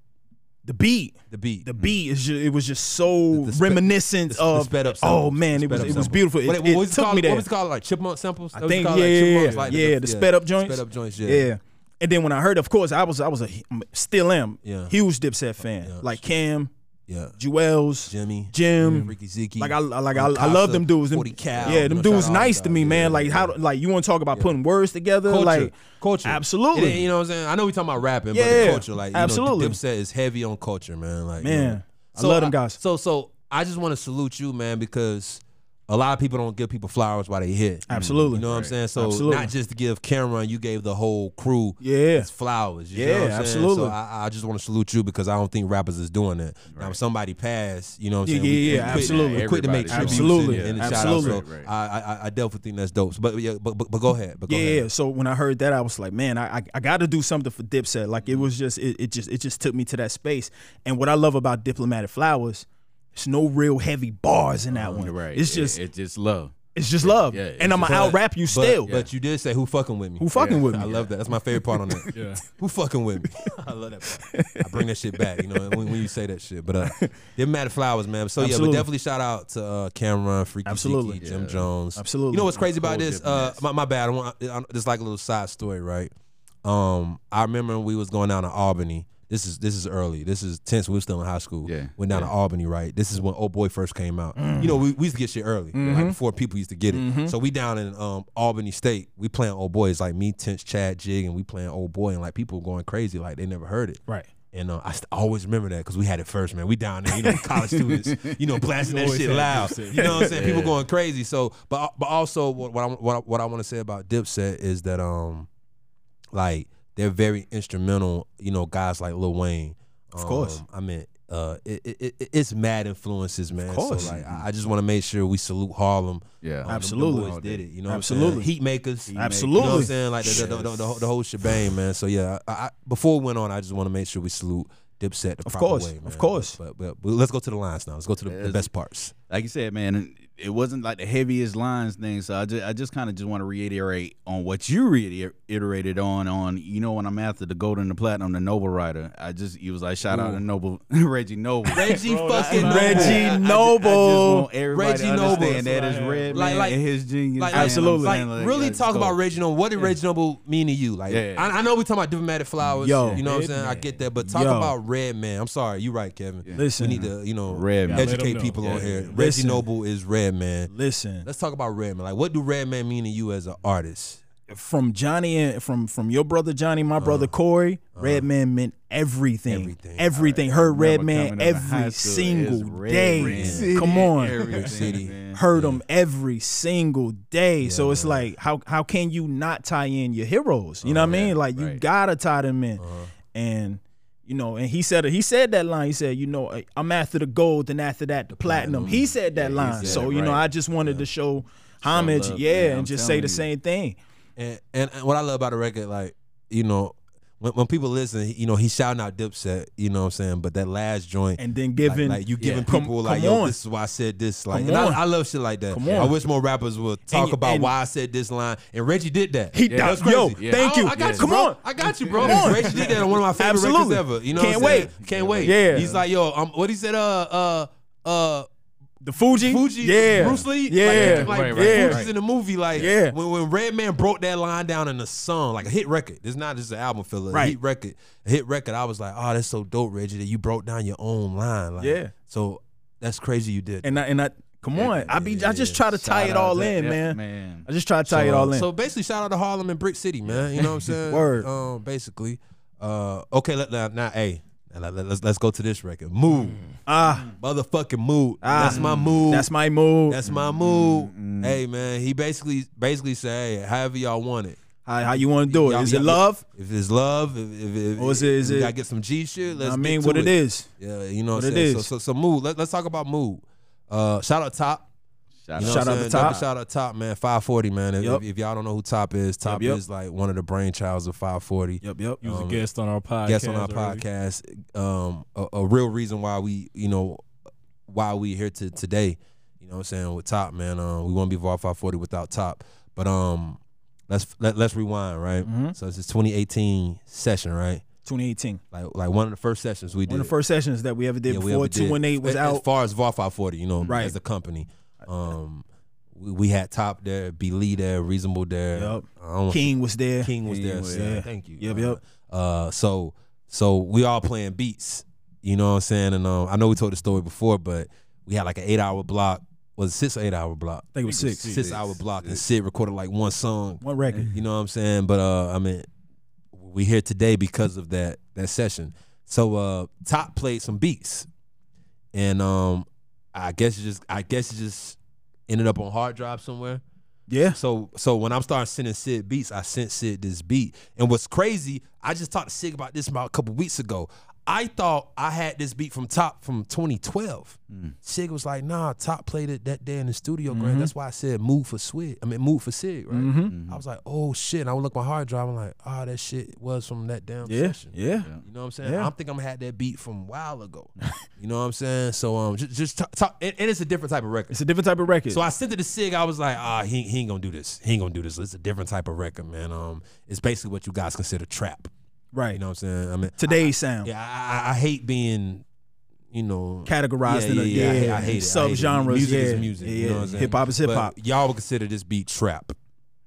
S3: the beat
S2: The beat.
S3: the beat is just, it was just so reminiscent
S2: the
S3: of
S2: sped
S3: oh
S2: up samples.
S3: man
S2: The
S3: it was it
S2: sped up
S3: was
S2: samples.
S3: beautiful it,
S2: What-
S3: it
S2: what was
S3: took
S2: called,
S3: me there
S2: What was it called like chipmunk samples?
S3: I
S2: What was it
S3: think,
S2: called,
S3: yeah,
S2: like,
S3: yeah,
S2: chipmunks,
S3: yeah,
S2: like,
S3: yeah, the sped up joints.
S2: Sped up joints, yeah.
S3: Yeah. And then when I heard, of course, I was I was a I'm still am
S2: Yeah.
S3: huge Dipset fan. Like Cam,
S2: yeah.
S3: Jewels,
S2: Jimmy,
S3: Jim.
S2: Ricky Ziki.
S3: Like I like I, I love them dudes. Them,
S2: 40 cal,
S3: yeah,
S2: you
S3: them
S2: know,
S3: dudes
S2: shout out
S3: nice
S2: all
S3: to me,
S2: them.
S3: man.
S2: Yeah,
S3: like
S2: yeah,
S3: how
S2: yeah.
S3: like you want to talk about putting words together?
S2: culture,
S3: Like
S2: culture,
S3: Absolutely.
S2: It ain't- you know what I'm saying? I know we talking about rapping,
S3: Yeah,
S2: but culture, like,
S3: absolutely.
S2: you know, Dipset is heavy on culture, man. Like, you
S3: Man,
S2: know.
S3: I love them guys.
S2: so, so I just want to salute you, man, because a lot of people don't give people flowers while they hit.
S3: Absolutely.
S2: you know what I'm saying? So
S3: Absolutely.
S2: not just to give Cameron, you gave the whole crew,
S3: Yeah.
S2: his flowers. You know
S3: Yeah,
S2: what I'm saying?
S3: absolutely.
S2: So I, I just want to salute you because I don't think rappers is doing that. Now, if somebody passed, you know what I'm
S3: Yeah,
S2: saying?
S3: yeah,
S2: we,
S3: yeah,
S2: we quit-
S3: absolutely.
S2: We quit to make tributes
S3: Absolutely.
S2: and, and
S3: Absolutely.
S2: shout out. So I, I, I definitely think that's dope. So, but, yeah, but, but but go ahead. But go
S3: yeah,
S2: ahead.
S3: yeah. So when I heard that, I was like, man, I I, I got to do something for Dipset. Like it was just it, it just it just took me to that space. And what I love about Diplomatic Flowers, it's no real heavy bars in that one.
S5: Mm, Right.
S3: It's just
S5: it, it's just love.
S3: it's just love.
S5: yeah, it's
S3: and I'm gonna out rap you
S2: But-
S3: still.
S2: But, you did say who fucking with me.
S3: Who fucking with
S2: I
S3: me?
S2: love that. That's my favorite part on that. Who fucking with me? I love that part. I bring that shit back, you know, when, when you say that shit. But uh didn't matter flowers, man. So yeah,
S3: Absolutely.
S2: but definitely shout out to uh Cameron, Freaky
S3: Absolutely.
S2: Zeke, Jim Jones.
S3: Absolutely.
S2: You know what's crazy about this? Uh my, my bad. I want I, I, this is like a little side story, right? Um I remember when we was going down to Albany. This is this is early. This is tense. We were still in high school.
S5: Yeah. Mm.
S2: Went down to Albany, right? This is when Old Boy first came out. You know, we, we used to get shit early,
S5: Mm-hmm.
S2: like before people used to get it. So we down in um, Albany State. We playing Old Boy. It's like me, Tense, Chad, Jig, and we playing Old Boy, and like people going crazy, like they never heard it.
S3: Right.
S2: And uh, I st- always remember that because we had it first, man. We down there, you know, college students, you know, blasting that
S4: always
S2: shit
S4: had
S2: loud.
S4: Dipset.
S2: You know what I'm saying? uh, People going crazy. So, but but also what, what I what I, what I want to say about Dipset is that um like they're very instrumental. You know, guys like Lil Wayne. Of
S3: course.
S2: I mean, uh, it, it, it, it's mad influences, man.
S3: course.
S2: so, like, I I just want to make sure we salute Harlem.
S6: Yeah.
S2: Um, them- them
S3: Absolutely.
S2: boys did it. You know,
S3: Absolutely.
S2: heat makers.
S3: Absolutely.
S2: You know what I'm saying? Like the, the, the, the, the whole shebang, man. So yeah, I, I, before we went on, I just want to make sure we salute Dipset the of proper
S3: course,
S2: way,
S3: of
S2: man.
S3: course.
S2: But, but, but let's go to the lines now. Let's go to the, the best parts.
S5: like you said, man, it wasn't like the heaviest lines thing. So I just, I just kind of just want to reiterate on what you reiterated on, on you know, when I'm after the gold and the platinum, the Noble Rider. I just, he was like, shout out to Noble Reggie Noble.
S2: Reggie
S3: Reggie
S2: fucking
S5: I- I ju- I, just
S3: Noble.
S5: want everybody
S2: Reggie
S5: to
S2: Noble.
S5: understand that is red
S2: Like-
S5: man
S2: like-
S5: and his genius.
S2: Like,
S5: man.
S3: Absolutely.
S2: Like,
S5: I'm saying,
S2: really
S5: yeah,
S2: talk
S5: go.
S2: about Reggie Noble. What did Reggie Noble mean to you? Like,
S5: Yeah.
S2: I, I know we talking about diplomatic flowers.
S3: Yo.
S2: you know what I'm
S4: Red
S2: saying? I
S4: Man.
S2: get that, but talk
S3: Yo.
S2: about Red Man. I'm sorry, you're right, Kevin.
S3: Listen.
S2: we need to, you know,
S5: Red Man.
S4: Let 'em
S2: educate
S4: know.
S2: people on
S5: Yeah.
S2: here. Reggie
S3: Listen.
S2: Noble is Red Man.
S3: Listen,
S2: Let's talk about Redman. Like, what do Redman mean to you as an artist?
S3: from Johnny and from from your brother Johnny, my brother
S5: Uh-huh.
S3: Corey, Redman meant everything.
S2: Everything.
S3: Everything. Heard Redman
S5: coming out of high
S3: every
S5: school is
S3: single
S5: Red
S3: day.
S5: Man.
S3: Come on.
S5: Everything,
S2: City.
S5: man.
S3: Heard him every single day. so it's like how how can you not tie in your heroes? You know what I mean? Like you
S5: right.
S3: gotta tie them in. And you know, and he said he said that line. He said, you know, I'm after the gold, and after that the platinum. He said that line.
S5: said
S3: so
S5: it,
S3: you know,
S5: right.
S3: I just wanted to show homage,
S5: love,
S3: yeah,
S5: man. I'm
S3: and just say
S5: telling
S3: the
S5: you.
S3: same thing.
S2: And, and and what I love about the record, like you know, when, when people listen, you know, he's shouting out Dipset. You know what I'm saying? But that last joint,
S3: and then
S2: like,
S3: giving
S2: like, you giving
S3: Come-
S2: people
S3: come
S2: like, yo,
S3: on.
S2: this is why I said this. Like,
S3: Come
S2: and
S3: on.
S2: I, I love shit like that.
S3: Come
S2: I
S3: on.
S2: wish more rappers would talk
S3: you-
S2: about
S3: and-
S2: why I said this line. And Reggie did that.
S3: He
S2: yeah,
S3: does. Yo, thank
S2: I-
S3: you.
S2: I got you,
S3: Come
S2: bro.
S3: on.
S2: I got you, bro.
S3: Come on.
S2: Reggie did that on one of my favorite
S3: Absolutely.
S2: records ever. You know,
S3: Can't
S2: what I'm saying?
S3: wait.
S2: Can't wait.
S3: Yeah.
S2: he's like, yo, um, what he said, uh, uh, uh.
S3: the Fuji,
S2: Fuji,
S3: yeah,
S2: Bruce Lee,
S3: yeah,
S2: like, like
S6: Right, right,
S2: Fuji's
S3: right.
S2: in the movie, like
S3: Yeah.
S2: when when Redman broke that line down in the song, like a hit record. It's not just an album filler, a
S3: Right.
S2: hit record, a hit record. I was like, oh, that's so dope, Reggie, that you broke down your own line, like,
S3: Yeah.
S2: So that's crazy, you did.
S3: and I, and I, come on, I be, I just try to tie
S5: Shout
S3: it
S5: out
S3: all
S5: to-
S3: in,
S5: yeah,
S3: man.
S5: man.
S3: I just try to tie it
S2: So,
S3: all in.
S2: So basically, shout out to Harlem and Brick City, man. You know what I'm saying?
S3: Word.
S2: Um, basically, uh, okay. Let, now, now, hey, now let, us let's go to this record. Move,
S3: ah,
S2: motherfucking move. that's my move.
S3: that's my move.
S2: That's my move.
S3: Mm-hmm.
S2: Hey man, he basically basically say, hey, however y'all want it.
S3: how, how you want to do it?
S2: Y'all-
S3: Is
S2: y'all-
S3: it love?
S2: If it's love, if, if, if
S3: Or Oh, is it- is
S2: if we
S3: it-
S2: gotta get some G shit. Let's
S3: I mean,
S2: get to
S3: what it is?
S2: Yeah, you know what,
S3: what
S2: I'm
S3: it
S2: saying. So,
S3: is.
S2: so so mood. Let, let's talk about mood. Uh, shout out top.
S5: Shout
S2: You know
S5: out.
S2: what
S3: Shout
S2: I'm
S3: out to
S2: saying? Double
S3: Top.
S2: Shout out top man. 540 man. If,
S3: Yup.
S2: if, if y'all don't know who top is, top
S3: yup.
S2: is like one of the brainchilds of 540.
S3: Yep, yep.
S4: He was a guest on our podcast.
S2: Oh, guest on our
S4: already.
S2: podcast. Um, a, a real reason why we, you know, why we here to today. You know, what I'm saying with Top man, um, we wouldn't be Vol 540 without Top. But um, let's let, let's rewind, right?
S3: Mm-hmm.
S2: So it's this 2018 session, right?
S3: 2018,
S2: Like like one of the first sessions we did.
S3: one of the first sessions that we ever did
S2: Yeah, we
S3: before
S2: ever did.
S3: 218 was
S2: as, As
S3: out.
S2: far as Vol 540, you know,
S3: Right.
S2: as a company, um, we, we had Top there, B Lee there, Reasonable there.
S3: Yup.
S2: I don't-
S3: King was there.
S2: King was there.
S3: was
S2: yeah.
S3: there.
S2: Thank you.
S3: Yep,
S2: Uh,
S3: yep.
S2: Uh, so so we all playing beats. You know what I'm saying? And um, I know we told the story before, but we had like an eight hour block. Was it six or eight hour block?
S3: I think it was six.
S2: Six, hour block, and Sid recorded like one song.
S3: One record.
S2: You know what I'm saying? But uh, I mean, we here today because of that that session. So uh, Top played some beats, and um, I guess it just I guess it just ended up on hard drive somewhere.
S3: Yeah.
S2: So so when I'm starting sending Sid beats, I sent Sid this beat. And what's crazy, I just talked to Sig about this about a couple weeks ago. I thought I had this beat from Top from 2012. Sig was like, "Nah, Top played it that day in the studio,
S3: Mm-hmm.
S2: Grant. That's why I said move for Swig. I mean move for Sig, right? I was like, "Oh shit!" And I would look at my hard drive. I'm like, "Ah, that shit was from that damn
S3: Yeah.
S2: session."
S3: Yeah.
S2: You know what I'm saying?
S3: Yeah.
S2: I'm thinking I'm had that beat from a while ago. you know what I'm saying? So um, just, just top, top and, and it's a different type of record.
S3: It's a different type of record.
S2: So I sent it to Sig. I was like, ah, he, he ain't gonna do this. He ain't gonna do this. It's a different type of record, man. Um, it's basically what you guys consider trap.
S3: right.
S2: You know what I'm saying? I mean,
S3: Today's sound.
S2: yeah, I, I, I hate being, you know,
S3: Categorized in a-
S2: I hate-
S3: yeah,
S2: I hate it.
S3: subgenres,
S2: I hate it. Music
S3: yeah,
S2: is music. you
S3: yeah,
S2: know what I'm saying?
S3: hip-hop is
S2: But
S3: hip-hop.
S2: Y'all would consider this beat trap.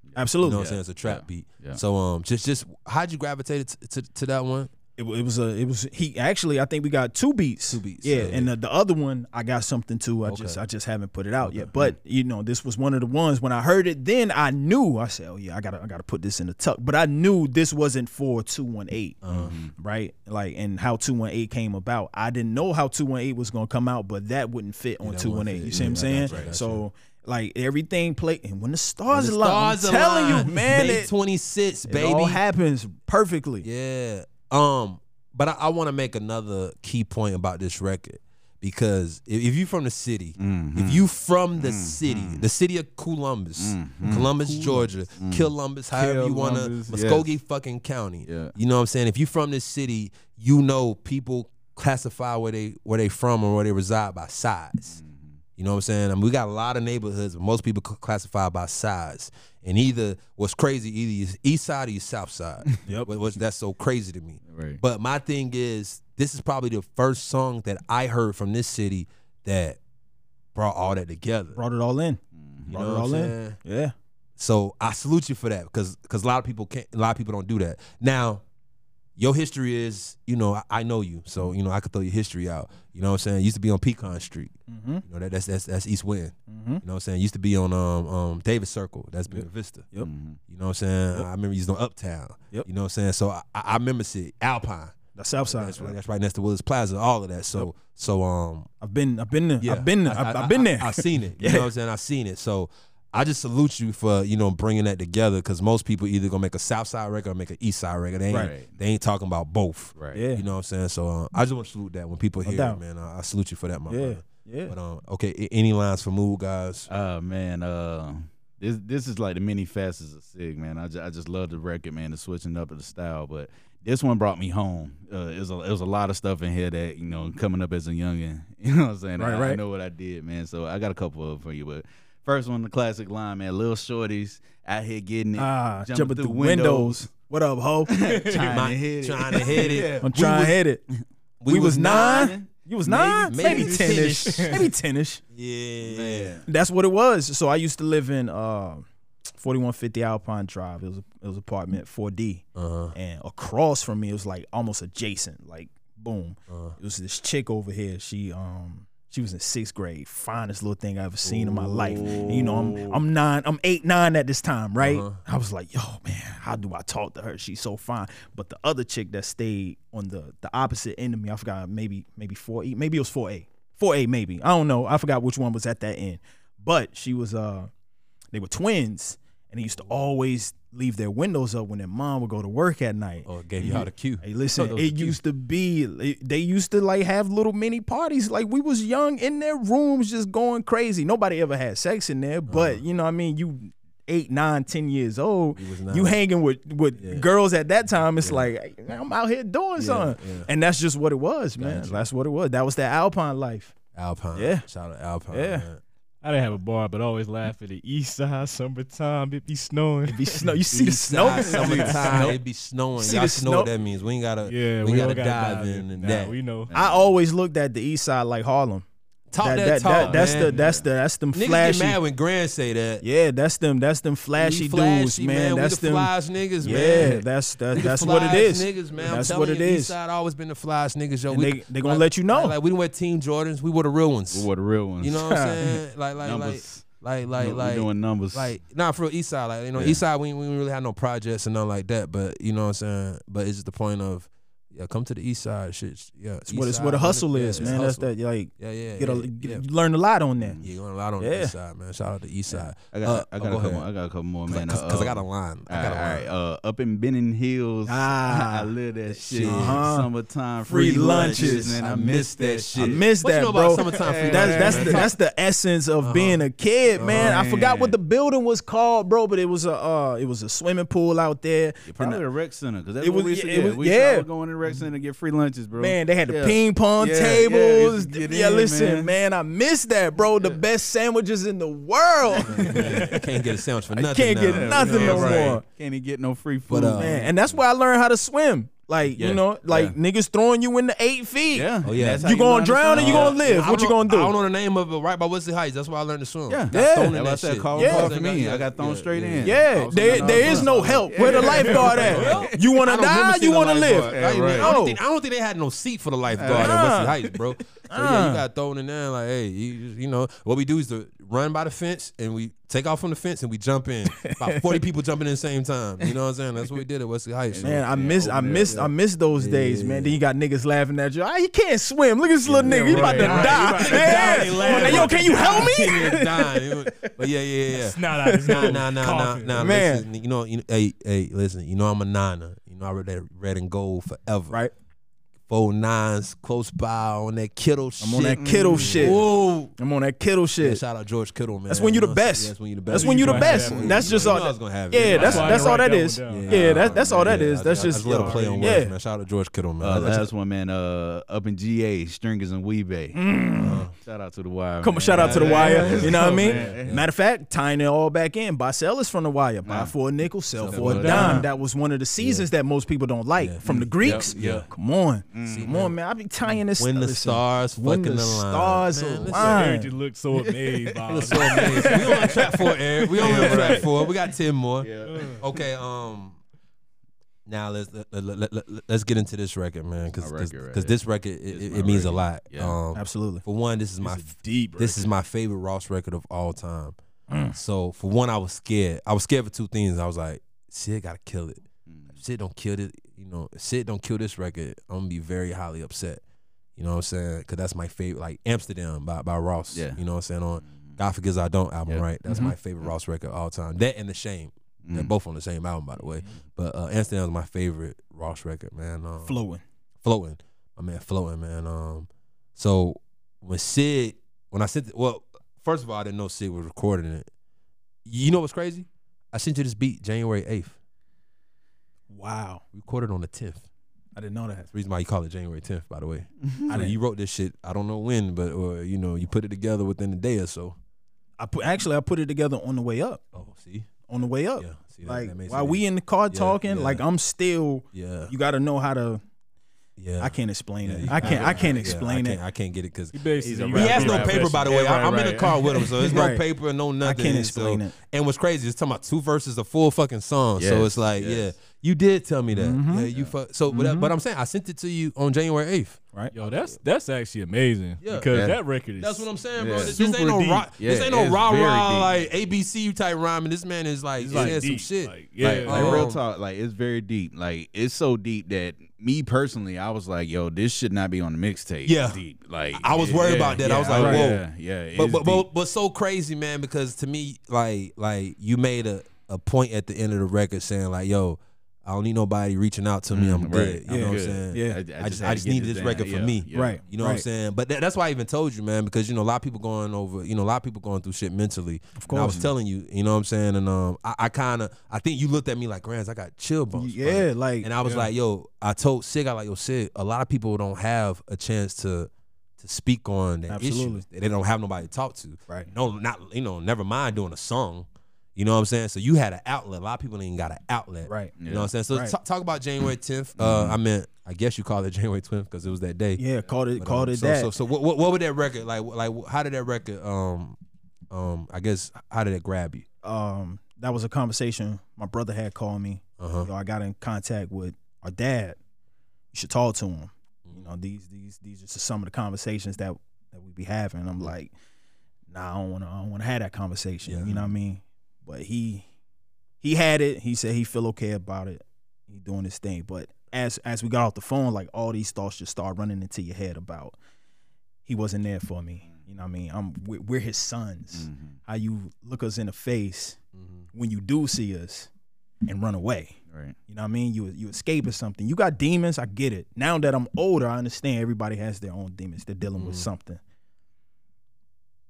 S2: You
S3: Absolutely.
S2: know what I'm saying? It's a trap beat. So um, just just how'd you gravitate to, to, to that one?
S3: It, wa- it was a it was he actually I think we got two beats. Two
S2: beats,
S3: Yeah,
S2: yeah.
S3: and the, the other one I got something too. I just I just haven't put it out yet. But you know, this was one of the ones when I heard it then I knew. I said, "Oh yeah, I got to I got to put this in the tuck." But I knew this wasn't for 218.
S2: Uh-huh.
S3: Right? Like and how 218 came about. I didn't know how 218 was going to come out, but that wouldn't fit on
S2: that
S3: 218. You
S2: wouldn't fit.
S3: see what I'm
S2: Yeah,
S3: saying?
S2: that's right, that's
S3: so Like everything played, and when the stars
S2: The
S3: align,
S2: stars
S3: I'm telling
S2: aligned.
S3: you, man,
S2: May
S3: it,
S2: 26,
S3: it
S2: baby.
S3: all happens perfectly.
S2: Yeah. Um, but I, I want to make another key point about this record because if, if you from the city, if you from the city, the city of Columbus, Columbus, Georgia, Columbus, however you want to,
S4: Columbus,
S2: Muskogee fucking County.
S5: Yeah.
S2: You know what I'm saying? If you from this city, you know people classify where they where they from or where they reside by size.
S3: Mm-hmm.
S2: You know what I'm saying? I mean, we got a lot of neighborhoods, but most people c- classify by size. And either what's crazy, either is east side or you south side. yep. that's so crazy to me.
S5: Right.
S2: But my thing is, this is probably the first song that I heard from this city that brought all that together.
S3: Brought it all in.
S5: Mm-hmm.
S3: Brought
S2: know
S3: it
S2: what
S3: all in.
S2: I'm saying?
S3: Yeah.
S2: So I salute you for that because because a lot of people can't a lot of people don't do that. Now, your history is you know I, I know you so you know I could throw your history out. You know what I'm saying? Used to be on Pecan Street.
S3: Mhm.
S2: You know that that's that's, that's East Wind.
S3: Mm-hmm.
S2: You know what I'm saying? Used to be on um um Davis Circle. That's Buena Vista.
S3: Yep.
S5: Mm-hmm.
S2: You know what I'm saying? I remember you was on Uptown.
S3: Yep.
S2: You know what I'm saying? So I, I I remember shit Alpine.
S3: That's Southside.
S2: That's right, that's right next to Willis Plaza. All of that. So so um
S3: I've been, I've been there.
S2: yeah,
S3: I've been there. I've, I've been there.
S2: I, have seen it. You know what I'm saying? I've seen it. So I just salute you for you know bringing that together because most people either gonna make a South Side record or make an East Side record. They ain't,
S5: Right.
S2: they ain't talking about both.
S5: Right.
S3: Yeah.
S2: You know what I'm saying? So uh, I just want to salute that when people hear it,
S3: doubt.
S2: man. I, I salute you for that, my
S3: yeah.
S2: brother.
S3: Yeah.
S2: But um, okay, a- any lines for Move guys?
S5: Oh man, uh, this this is like the many facets of Sig, man. I just, I just love the record, man. The switching up of the style, but this one brought me home. Uh, it was a, it was a lot of stuff in here that you know coming up as a youngin. You know what I'm saying?
S3: Right,
S5: I, I
S3: right.
S5: know what I did, man. So I got a couple of them for you, but first one, the classic line, man. Little shorties out here getting it,
S3: Ah,
S5: jumping,
S3: jumping through windows. What up, ho?
S5: trying
S2: My-
S5: to hit it.
S2: trying to hit it.
S5: Yeah.
S3: I'm trying to hit it. We, was, nine. You was nine?
S2: maybe
S3: Maybe, 10-ish. maybe 10-ish.
S2: Yeah.
S5: Man.
S3: That's what it was. So I used to live in uh, 4150 Alpine Drive. It was it was apartment 4D.
S2: Uh-huh.
S3: And across from me it was like almost adjacent, like boom. It was this chick over here. She um she was in sixth grade, finest little thing I ever seen in my life. And you know, I'm I'm nine, I'm eight, nine at this time, right? I was like, yo, man, how do I talk to her? She's so fine. But the other chick that stayed on the the opposite end of me, I forgot maybe maybe four E, maybe it was four A. Four A maybe. I don't know. I forgot which one was at that end. But she was uh they were twins and they used to always leave their windows up when their mom would go to work at night.
S2: Oh, gave you all the cue.
S3: Hey, listen,
S2: those
S3: it used to be it- they used to like have little mini parties. Like we was young in their rooms, just going crazy. Nobody ever had sex in there, but
S2: Uh-huh.
S3: you know, what I mean, you eight, nine, ten years old,
S2: nine.
S3: you hanging with with girls at that time. It's like "Hey, man, I'm out here doing something, and that's just what it was, man. That's what it was. That was that Alpine life.
S2: Alpine.
S3: Yeah.
S2: Shout out Alpine.
S3: Yeah.
S2: man.
S4: I didn't have a bar, but I always laugh at the east side. Summertime, it be snowing.
S3: Be snow. You see the
S2: East
S3: snow.
S2: side, summertime, it be snowing.
S3: See
S2: Y'all
S3: the
S2: know
S3: snow?
S2: what that means. We ain't gotta,
S4: Yeah,
S2: we, ain't
S4: all
S2: gotta,
S4: gotta
S2: dive in and
S4: Nah,
S2: that.
S4: We know.
S3: I always looked at the east side like Harlem.
S2: Talk that, talk,
S3: that's
S2: man.
S3: the that's the that's them
S2: Niggas
S3: flashy.
S2: get mad when Grand say that.
S3: Yeah, that's them. That's them
S2: We
S3: flashy, dudes,
S2: flashy,
S3: man.
S2: We
S3: That's
S2: the
S3: them.
S2: flies niggas,
S3: yeah,
S2: man.
S3: that's
S2: We
S3: that,
S2: the
S3: that's what it
S2: flies
S3: is.
S2: Niggas, man. I'm
S3: That's
S2: telling
S3: what it
S2: you,
S3: is.
S2: Eastside always been the flies niggas, yo.
S3: And
S2: We-
S3: they- they gonna let you know.
S2: Like, like, we done wear Team Jordans. We were the real ones.
S5: We were the real ones.
S2: You know what I'm saying? Like, like, like,
S5: numbers.
S2: like, like,
S5: we
S2: like,
S5: doing numbers.
S2: like, nah, for real, East Side, like, you know,
S5: Yeah.
S2: East Side, we, we really had no projects and nothing like that, but you know what I'm saying? But it's just the point of, yeah, come to the East Side, shit, yeah.
S3: It's what it's what a hustle is, man. That's that like
S2: Yeah, yeah,
S3: get
S2: yeah,
S3: a
S2: yeah.
S3: get, you learn a lot on that.
S2: Yeah, you learn a lot on the
S3: Yeah.
S2: east side, man. Shout out to east side.
S5: I got,
S2: Uh,
S5: I got
S2: oh,
S5: a
S2: go
S5: couple. I
S2: ahead.
S5: got a couple more, man.
S2: Cause, I- 'cause I got a
S5: Uh,
S2: line. I
S5: All
S2: got a
S5: right,
S2: line.
S5: uh, up in Benning Hills.
S3: Ah,
S5: I live that shit.
S2: shit.
S3: Uh-huh.
S5: Summertime
S3: Free
S5: free lunches,
S3: lunches.
S5: man. I miss that shit.
S3: I miss
S2: What you
S3: that,
S2: know
S3: bro.
S2: about summertime free
S3: that's
S2: lunch,
S3: that's
S2: man?
S3: the that's the essence of
S2: Uh-huh.
S3: being a kid, man. I forgot what
S5: Man.
S3: the building was called, bro, but it was a uh, it was a swimming pool out there. And,
S5: Probably the rec center because that's
S3: It
S5: what we
S3: was-
S5: used to
S3: yeah,
S5: do.
S3: it was-
S5: we used to
S3: yeah.
S5: always go in the rec center and get free lunches, bro.
S3: Man, they had the
S5: Yeah.
S3: ping pong
S5: Yeah, yeah,
S3: tables.
S5: it's
S3: Yeah,
S5: get in,
S3: listen, man. I miss that, bro. The best sandwiches in the world.
S2: can't get a sandwich for
S3: I
S2: nothing.
S3: can't get
S2: now.
S3: nothing no
S5: Right.
S3: more.
S5: Can't even get no free food,
S2: But, uh,
S3: Man, and that's where I learned how to swim. Like,
S5: Yeah.
S3: you know, like
S5: Yeah.
S3: niggas throwing you in the eight feet.
S5: Yeah,
S2: Oh, yeah.
S5: That's how
S3: You gonna
S5: learn to
S3: drown or
S5: swim.
S3: you gonna live?
S2: I
S3: What you
S2: don't-
S3: gonna do?
S2: I don't know the name of it, right by Wesley Heights. That's where I learned to swim.
S5: Yeah.
S2: Got
S3: Yeah.
S2: thrown in
S5: That's
S2: that
S5: what I
S2: shit.
S5: said, call
S2: Yeah.
S5: call for me. I got thrown straight in. I
S3: Yeah,
S5: was
S3: there,
S5: coming out
S3: there
S5: of
S3: is
S5: the
S3: no
S5: hospital.
S3: help. Where the lifeguard at? You want to
S2: I don't remember
S3: die?
S2: seeing
S3: You
S2: a
S3: want to
S2: lifeguard.
S3: live? Oh,
S2: I, don't even- I
S3: No.
S2: don't think, I don't think they had no seat for the lifeguard at Wesley Heights, bro. So yeah, you got thrown in there like, hey, you, you know what we do is the run by the fence and we take off from the fence and we jump in. About 40 people jumping in the same time. You know what I'm saying? That's what we did at Wesley Heights.
S3: Man, I miss, I
S5: open it up,
S3: miss, I miss those days, man. Then you got niggas laughing at you. Ah, he can't swim. Look at this little nigga. He about to
S4: right.
S3: die.
S4: He about to
S3: Yeah.
S4: die. They laughing.
S3: Hey, yo, can you help me?
S2: Yeah, dying. But yeah, yeah, yeah.
S4: Not out of
S2: Nah, nah, nah, nah, nah.
S3: Man.
S2: Listen, you know, you know, hey, hey, listen. You know, I'm a niner. You know, I read that red and gold forever.
S3: Right.
S2: Four nines close by on that Kittle shit. Mm.
S3: I'm on that Kittle shit.
S2: Ooh.
S3: I'm on that Kittle
S2: Yeah,
S3: shit.
S2: shout out George Kittle, man.
S3: That's when you the
S2: know what I'm saying?
S3: best.
S2: That's when you the best.
S3: That's when you the
S4: gonna have
S3: best.
S4: that one.
S3: That's
S2: You
S3: just
S2: know
S3: all.
S2: I was gonna have it.
S3: Yeah, that's
S4: why I
S3: that's
S4: didn't
S3: all
S4: write
S3: that
S4: that
S3: is.
S4: one down.
S3: Yeah, that's that's all that
S2: Yeah,
S3: is.
S2: I-
S3: That's
S2: I
S3: just
S2: just let him play on words,
S3: yeah.
S2: man. Shout out to George Kittle, man.
S5: Uh,
S2: That's-
S5: last one, man. Uh, up in GA, Stringers and Weebay.
S2: Mm.
S5: Shout out to the Wire.
S3: Come on,
S5: man.
S3: shout out to the
S4: Yeah,
S3: wire.
S4: yeah,
S3: you know what I
S4: yeah,
S3: mean?
S4: man.
S3: Matter of fact, tying it all back in. Buy sellers from the wire. Buy for a nickel, sell for a dime. That was one of the seasons that most people don't like from the Greeks.
S2: yeah.
S3: Come on,
S2: Mm.
S3: come on, man. I be tying this.
S2: when the
S3: listen,
S2: stars
S3: when
S2: fucking
S3: the
S2: align.
S3: stars
S2: Man, listen,
S3: align.
S4: Eric just looked so amazed by all
S2: That's
S4: this.
S2: so amazing. we only track four, Eric. We only track four. We got ten more. Okay. Um. Now let's let, let, us get into this record, man, because
S5: My record right here.
S2: this record it, it, it means a lot.
S5: Yeah.
S2: Um,
S3: Absolutely.
S2: For one, this is my f-
S4: deep
S2: this is my favorite Ross record of all time. So for one, I was scared. I was scared for two things. I was like, Sid gotta kill it. If Sid don't kill it, you know. If Sid don't kill this record, I'm gonna be very highly upset. You know what I'm saying? Cause that's my favorite, like Amsterdam by, by Ross.
S5: Yeah.
S2: You know what I'm saying? On
S5: Mm.
S2: God Forgives I Don't album,
S5: Yeah.
S2: right? That's my favorite Ross record of all time. That and The Shame.
S5: Mm.
S2: They're both on the same album, by the way.
S3: Mm-hmm.
S2: But uh, Amsterdam is my favorite Ross record, man. Um,
S3: Flowing.
S2: floating. My man floating, man. Um, so when Sid, when I sent, th- well, first of all, I didn't know Sid was recording it. You know what's crazy? I sent you this beat January eighth.
S3: Wow.
S2: We recorded on the tenth.
S3: I didn't know that.
S2: The reason why you call it January tenth, by the way. I
S3: didn't-
S2: you wrote this shit. I don't know when, but or you know, you put it together within a day or so.
S3: I put actually I put it together on the way up.
S2: Oh, see,
S3: On the way up.
S2: yeah, see, that,
S3: Like
S2: that makes
S3: while
S2: sense.
S3: we in the car
S2: Yeah,
S3: talking,
S2: yeah.
S3: like I'm still.
S2: yeah,
S3: You got to know how to.
S2: yeah.
S3: I can't explain it.
S2: you-
S3: I can't. I can't
S2: yeah,
S3: explain
S2: I
S3: it.
S2: can't, I can't get it because
S4: Basically,
S2: He has no paper, by the way. I- I'm in the car with him, so it's no
S3: Right.
S2: paper and no nothing.
S3: can't
S2: and
S3: explain
S2: so,
S3: it.
S2: And what's crazy is talking about two verses, a full fucking song. so
S5: Yes,
S2: it's like, yeah,
S5: yes.
S2: you did tell me that. Yeah, you fuck. So, but, but I'm saying I sent it to you on January 8th.
S4: Yo, that's that's actually amazing
S2: Yeah.
S4: because
S5: Yeah.
S4: that record is.
S2: That's what I'm saying, bro.
S5: Yeah.
S2: This, this ain't
S4: Super
S2: no
S4: deep.
S2: rah, this
S5: Yeah,
S2: ain't no
S5: it's
S2: rah
S5: very
S2: rah
S5: deep.
S2: like ABC type rhyming. This man is like,
S4: It's
S2: saying
S4: like
S2: some
S4: deep.
S2: shit.
S4: Like, yeah,
S5: Like, like
S2: Um,
S5: real talk, like it's very deep. Like it's so deep that me personally, I was like, "Yo, this should not be on the mixtape."
S2: Yeah.
S5: deep. Like
S2: I was worried
S5: yeah,
S2: about that. I
S5: yeah,
S2: was like, whoa.
S5: yeah, yeah. it
S2: but
S5: is
S2: but,
S5: deep.
S2: but but so crazy, man, because to me, like like you made a, a point at the end of the record saying like, yo, I don't need nobody reaching out to me. I'm
S5: Mm,
S2: good.
S5: right.
S2: You know
S5: I'm
S2: what I'm
S5: good.
S2: saying?
S3: Yeah.
S2: I just- I
S5: had to
S2: just
S5: get
S2: needed this
S5: down.
S2: record for
S5: Yeah,
S2: me.
S5: yeah.
S3: Right.
S2: You know what I'm saying? But tha- that's why I even told you, man, because you know a lot of people going over, you know, a lot of people going through shit mentally. Of I was
S3: course.
S2: telling you, you know what I'm saying? And um, I, I kind of, I think you looked at me like, Grants, I got chill bumps. bro."
S3: Yeah, like
S2: And I was like, yo, I told Sig, I like, yo, Sig, a lot of people don't have a chance to to speak on their
S3: Absolutely.
S2: issues. They don't have nobody to talk to.
S3: Right.
S2: No, not you know, never mind doing a song. You know what I'm saying? So you had an outlet. A lot of people ain't got an outlet.
S3: Right.
S2: You know what I'm saying? So
S3: Right.
S2: ta- talk about January 10th. Uh, I meant, I guess you call it January 10th because it was that day.
S3: yeah, called it
S2: But,
S3: called
S2: um,
S3: it
S2: so,
S3: that.
S2: So, so what, what, what would that record like? Like, how did that record? Um, um, I guess how did it grab you?
S3: um, that was a conversation my brother had called me.
S2: Uh-huh.
S3: Yo, I got in contact with our dad. You should talk to him. You know, these these these are just some of the conversations that that we be having. I'm like, nah, I don't want to. I don't want to have that conversation.
S2: Yeah.
S3: You know what I mean? But he he had it. He said he feel okay about it. He doing his thing. But as as we got off the phone, like all these thoughts just start running into your head about he wasn't there for me. You know what I mean? I'm we're, we're his sons.
S5: Mm. Mm-hmm.
S3: How you look us in the face
S2: Mm-hmm.
S3: when you do see us and run away.
S5: Right.
S3: You know what I mean? You you escape or something. You got demons. I get it. Now that I'm older, I understand everybody has their own demons. They're dealing with something.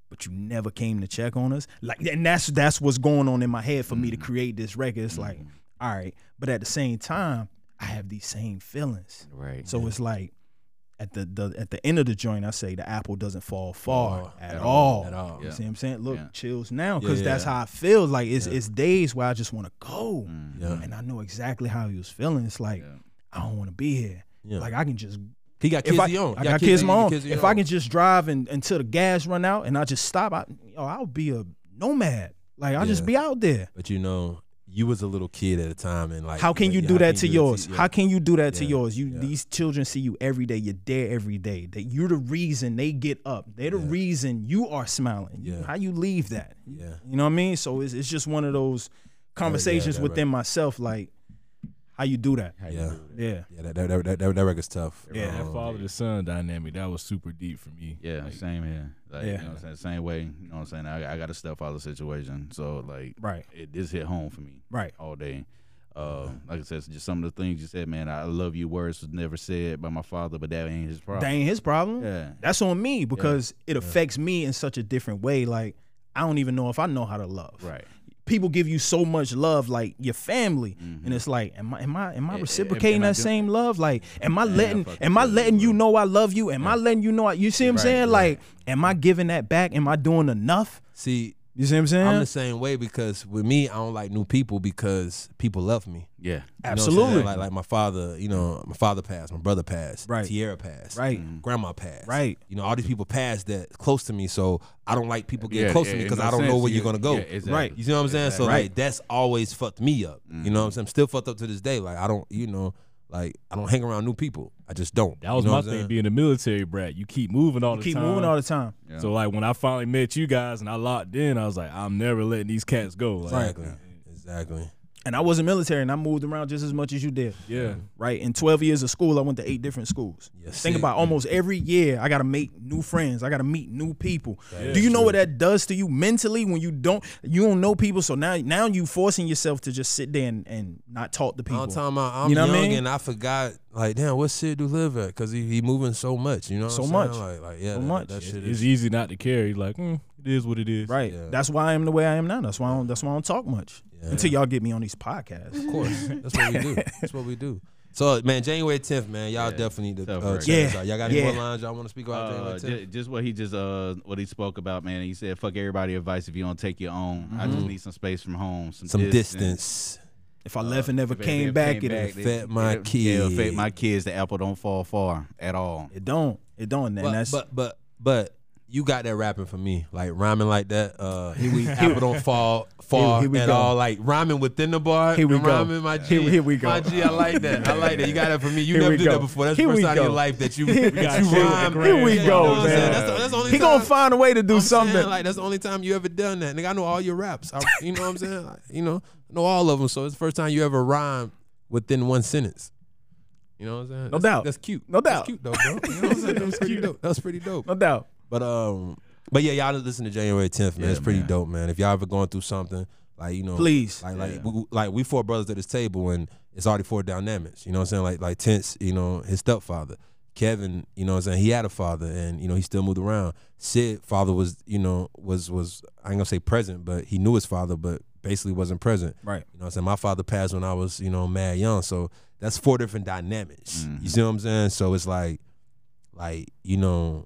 S3: But you never came to check on us. Like and that's that's what's going on in my head for me to create this record. It's like, all right. But at the same time, I have these same feelings.
S5: Right.
S3: So it's like at the, the at the end of the joint, I say the apple doesn't fall far
S2: Oh,
S3: at,
S2: at all,
S3: all.
S2: at all.
S3: You
S5: Yeah.
S3: see what I'm saying? Look,
S5: Yeah.
S3: chills now because
S2: Yeah,
S3: that's
S2: yeah.
S3: how I feel. Like it's it's days where I just want to
S5: Mm-hmm.
S3: go,
S2: Yeah.
S3: and I know exactly how he was feeling. It's like I don't want to be here.
S2: Yeah.
S3: Like I can just
S2: He got
S3: if
S2: kids
S3: I,
S2: of your own.
S3: I
S2: You
S3: got kids
S2: of
S3: my
S2: your
S3: own.
S2: kids of your
S3: If I
S2: own.
S3: can just drive and, until the gas run out and I just stop, I yo, I'll be a nomad. Like I'll just
S2: Yeah.
S3: be out there.
S2: but you know, you was a little kid at the time, and like
S3: How can you
S2: yeah,
S3: do
S2: how
S3: that to yours?
S2: yeah.
S3: How can you do that to
S2: Yeah,
S3: yours? You
S2: yeah.
S3: these children see you every day. You're there every day. That you're the reason they get up. They're the
S2: Yeah.
S3: reason you are smiling.
S2: Yeah.
S3: How you leave that?
S2: yeah,
S3: You know what I mean? So it's, it's just one of those conversations
S2: that
S3: within myself, like how you do that.
S2: yeah,
S3: Yeah.
S2: yeah. That that that, that, that record's tough.
S3: Yeah.
S4: That
S2: Um,
S4: father to son dynamic, that was super deep for me.
S5: Yeah,
S4: Like,
S5: same here. Like, You
S3: Yeah.
S5: know what I'm saying? Same way. You know what I'm saying? I, I got a stepfather situation. So, like,
S3: Right.
S5: it, this hit home for me
S3: Right.
S5: all day. Uh, like I said, just some of the things you said, man. I love you. Words was never said by my father, but that ain't his problem.
S3: That ain't his problem.
S5: Yeah.
S3: That's on me because it affects me in such a different way. Like I don't even know if I know how to love.
S5: Right.
S3: People give you so much love, like your family, and it's like, am I am I am I
S5: am-
S3: reciprocating
S5: Mm-hmm. am I
S3: that
S5: doing-
S3: same love? Like, am I letting
S5: fucking
S3: am I
S5: feeling you,
S3: letting you
S5: bro.
S3: know I love you? Am I letting you know? I, you see what I'm saying? Like, am I giving that back? Am I doing enough?
S2: See,
S3: You see what I'm saying?
S2: I'm the same way because with me, I don't like new people because people love me.
S5: Yeah.
S2: You know what I'm saying?
S3: Absolutely.
S2: Like like my father, you know, my father passed, my brother passed,
S3: Right.
S2: Tierra passed,
S3: Right.
S2: Grandma passed,
S3: Right.
S2: You know, all these people passed that close to me, so I don't like people getting
S5: Yeah,
S2: close
S5: yeah,
S2: to me
S5: it
S2: because
S5: makes
S2: I don't know
S5: sense.
S2: where you're
S5: Yeah,
S2: gonna go.
S5: yeah, exactly.
S3: Right.
S2: You know what I'm saying? So
S3: Right.
S2: like that's always fucked me up. You know what I'm saying? I'm still fucked up to this day. Like I don't, you know, like I don't hang around new people. I just don't.
S4: That was
S2: you know
S4: my
S2: what I'm
S4: thing
S2: saying?
S4: being a military brat. You keep moving all the
S3: Keep
S4: time.
S3: moving all the time.
S5: Yeah.
S4: So like when I finally met you guys and I locked in, I was like, I'm never letting these cats go. Like,
S2: Exactly. Exactly.
S3: And I wasn't military, and I moved around just as much as you did.
S4: Yeah.
S3: right? In 12 years of school, I went to eight different schools.
S2: Yes,
S3: Think
S2: it-
S3: about almost every year, I got to make new friends. I got to meet new people. do you know what that does to you mentally when you don't you don't know people? So now now you forcing yourself to just sit there and, and not talk to people.
S2: I'm talking about I'm
S3: You know what
S2: young
S3: I mean?
S2: and I forgot like damn what city do live at because he, he moving so much you know what
S3: So
S2: I'm
S3: much.
S2: saying? like like yeah
S3: So
S2: that,
S3: much.
S2: that shit
S4: It's
S2: is
S4: easy not to care. You're like, mm, it is what it is.
S3: Right.
S2: Yeah.
S3: That's why I am the way I am now. That's why I don't, that's why I don't talk much until y'all get me on these podcasts.
S2: Of course. That's what we do. That's what we do. So man, January 10th, man, y'all definitely need to
S5: Tough
S2: uh,
S5: record.
S2: check this
S3: Yeah.
S2: out. Y'all got any more
S3: Yeah.
S2: lines y'all want to speak about
S5: Uh, ju-
S2: January 10th?
S5: just, what he just uh what he spoke about, man. He said, "Fuck everybody advice if you don't take your own. I just need some space from home, some,
S2: Mm-hmm. Some distance.
S3: If
S2: Uh,
S3: I left and never
S5: If it-
S3: came
S5: if it
S3: back, it,
S5: back,
S3: it,
S5: they-
S2: affect my
S5: it- Yeah, it affect
S2: kid.
S5: my kids. The apple don't fall far at all.
S3: don't. It don't. And
S2: But,
S3: that's
S2: but but but you got that rapping for me, like rhyming like that. Uh, here we apple don't fall fall
S3: here we
S2: at
S3: go.
S2: all, like rhyming within the bar.
S3: Here we
S2: and
S3: go.
S2: Rhyming my G,
S3: Here we- here we go.
S2: My G, I like that. I like that. You got that for me. You
S3: Here
S2: never
S3: we
S2: did
S3: go.
S2: that before. That's
S3: Here
S2: the first
S3: we
S2: time in
S3: go.
S2: your life that you
S4: gotta
S2: that
S4: chill with
S2: you
S4: the
S2: rhyme.
S4: grand. Here we
S2: Yeah, you
S3: go,
S2: know what I'm saying?
S3: man.
S2: That's the, that's the only
S3: he
S2: time.
S3: gonna find a way to do
S2: I'm
S3: something.
S2: Saying, like that's the only time you ever done that. Nigga, I know all your raps. I, you know what I'm saying? Like, you know, I know all of them. So it's the first time you ever rhymed within one sentence. You know what I'm saying? No that's,
S3: doubt.
S2: That's cute.
S3: No
S2: That's
S3: doubt.
S2: cute though, bro. You know what I'm saying? That was pretty dope. That was pretty dope.
S3: no doubt.
S2: But um, but yeah, y'all listen to January 10th, man. it's pretty dope, man. If y'all ever going through something, like you know,
S3: Please.
S2: like like we, like we four brothers at this table, and it's already four dynamics. You know what I'm saying? Like like Tense, you know, his stepfather. Kevin, you know what I'm saying? He had a father and you know he still moved around. Sid father was, you know, was was I ain't gonna say present, but he knew his father, but basically wasn't present.
S3: Right.
S2: You know what I'm saying? My father passed when I was, you know, mad young. So that's four different dynamics.
S3: Mm-hmm.
S2: You see what I'm saying? So it's like like, you know,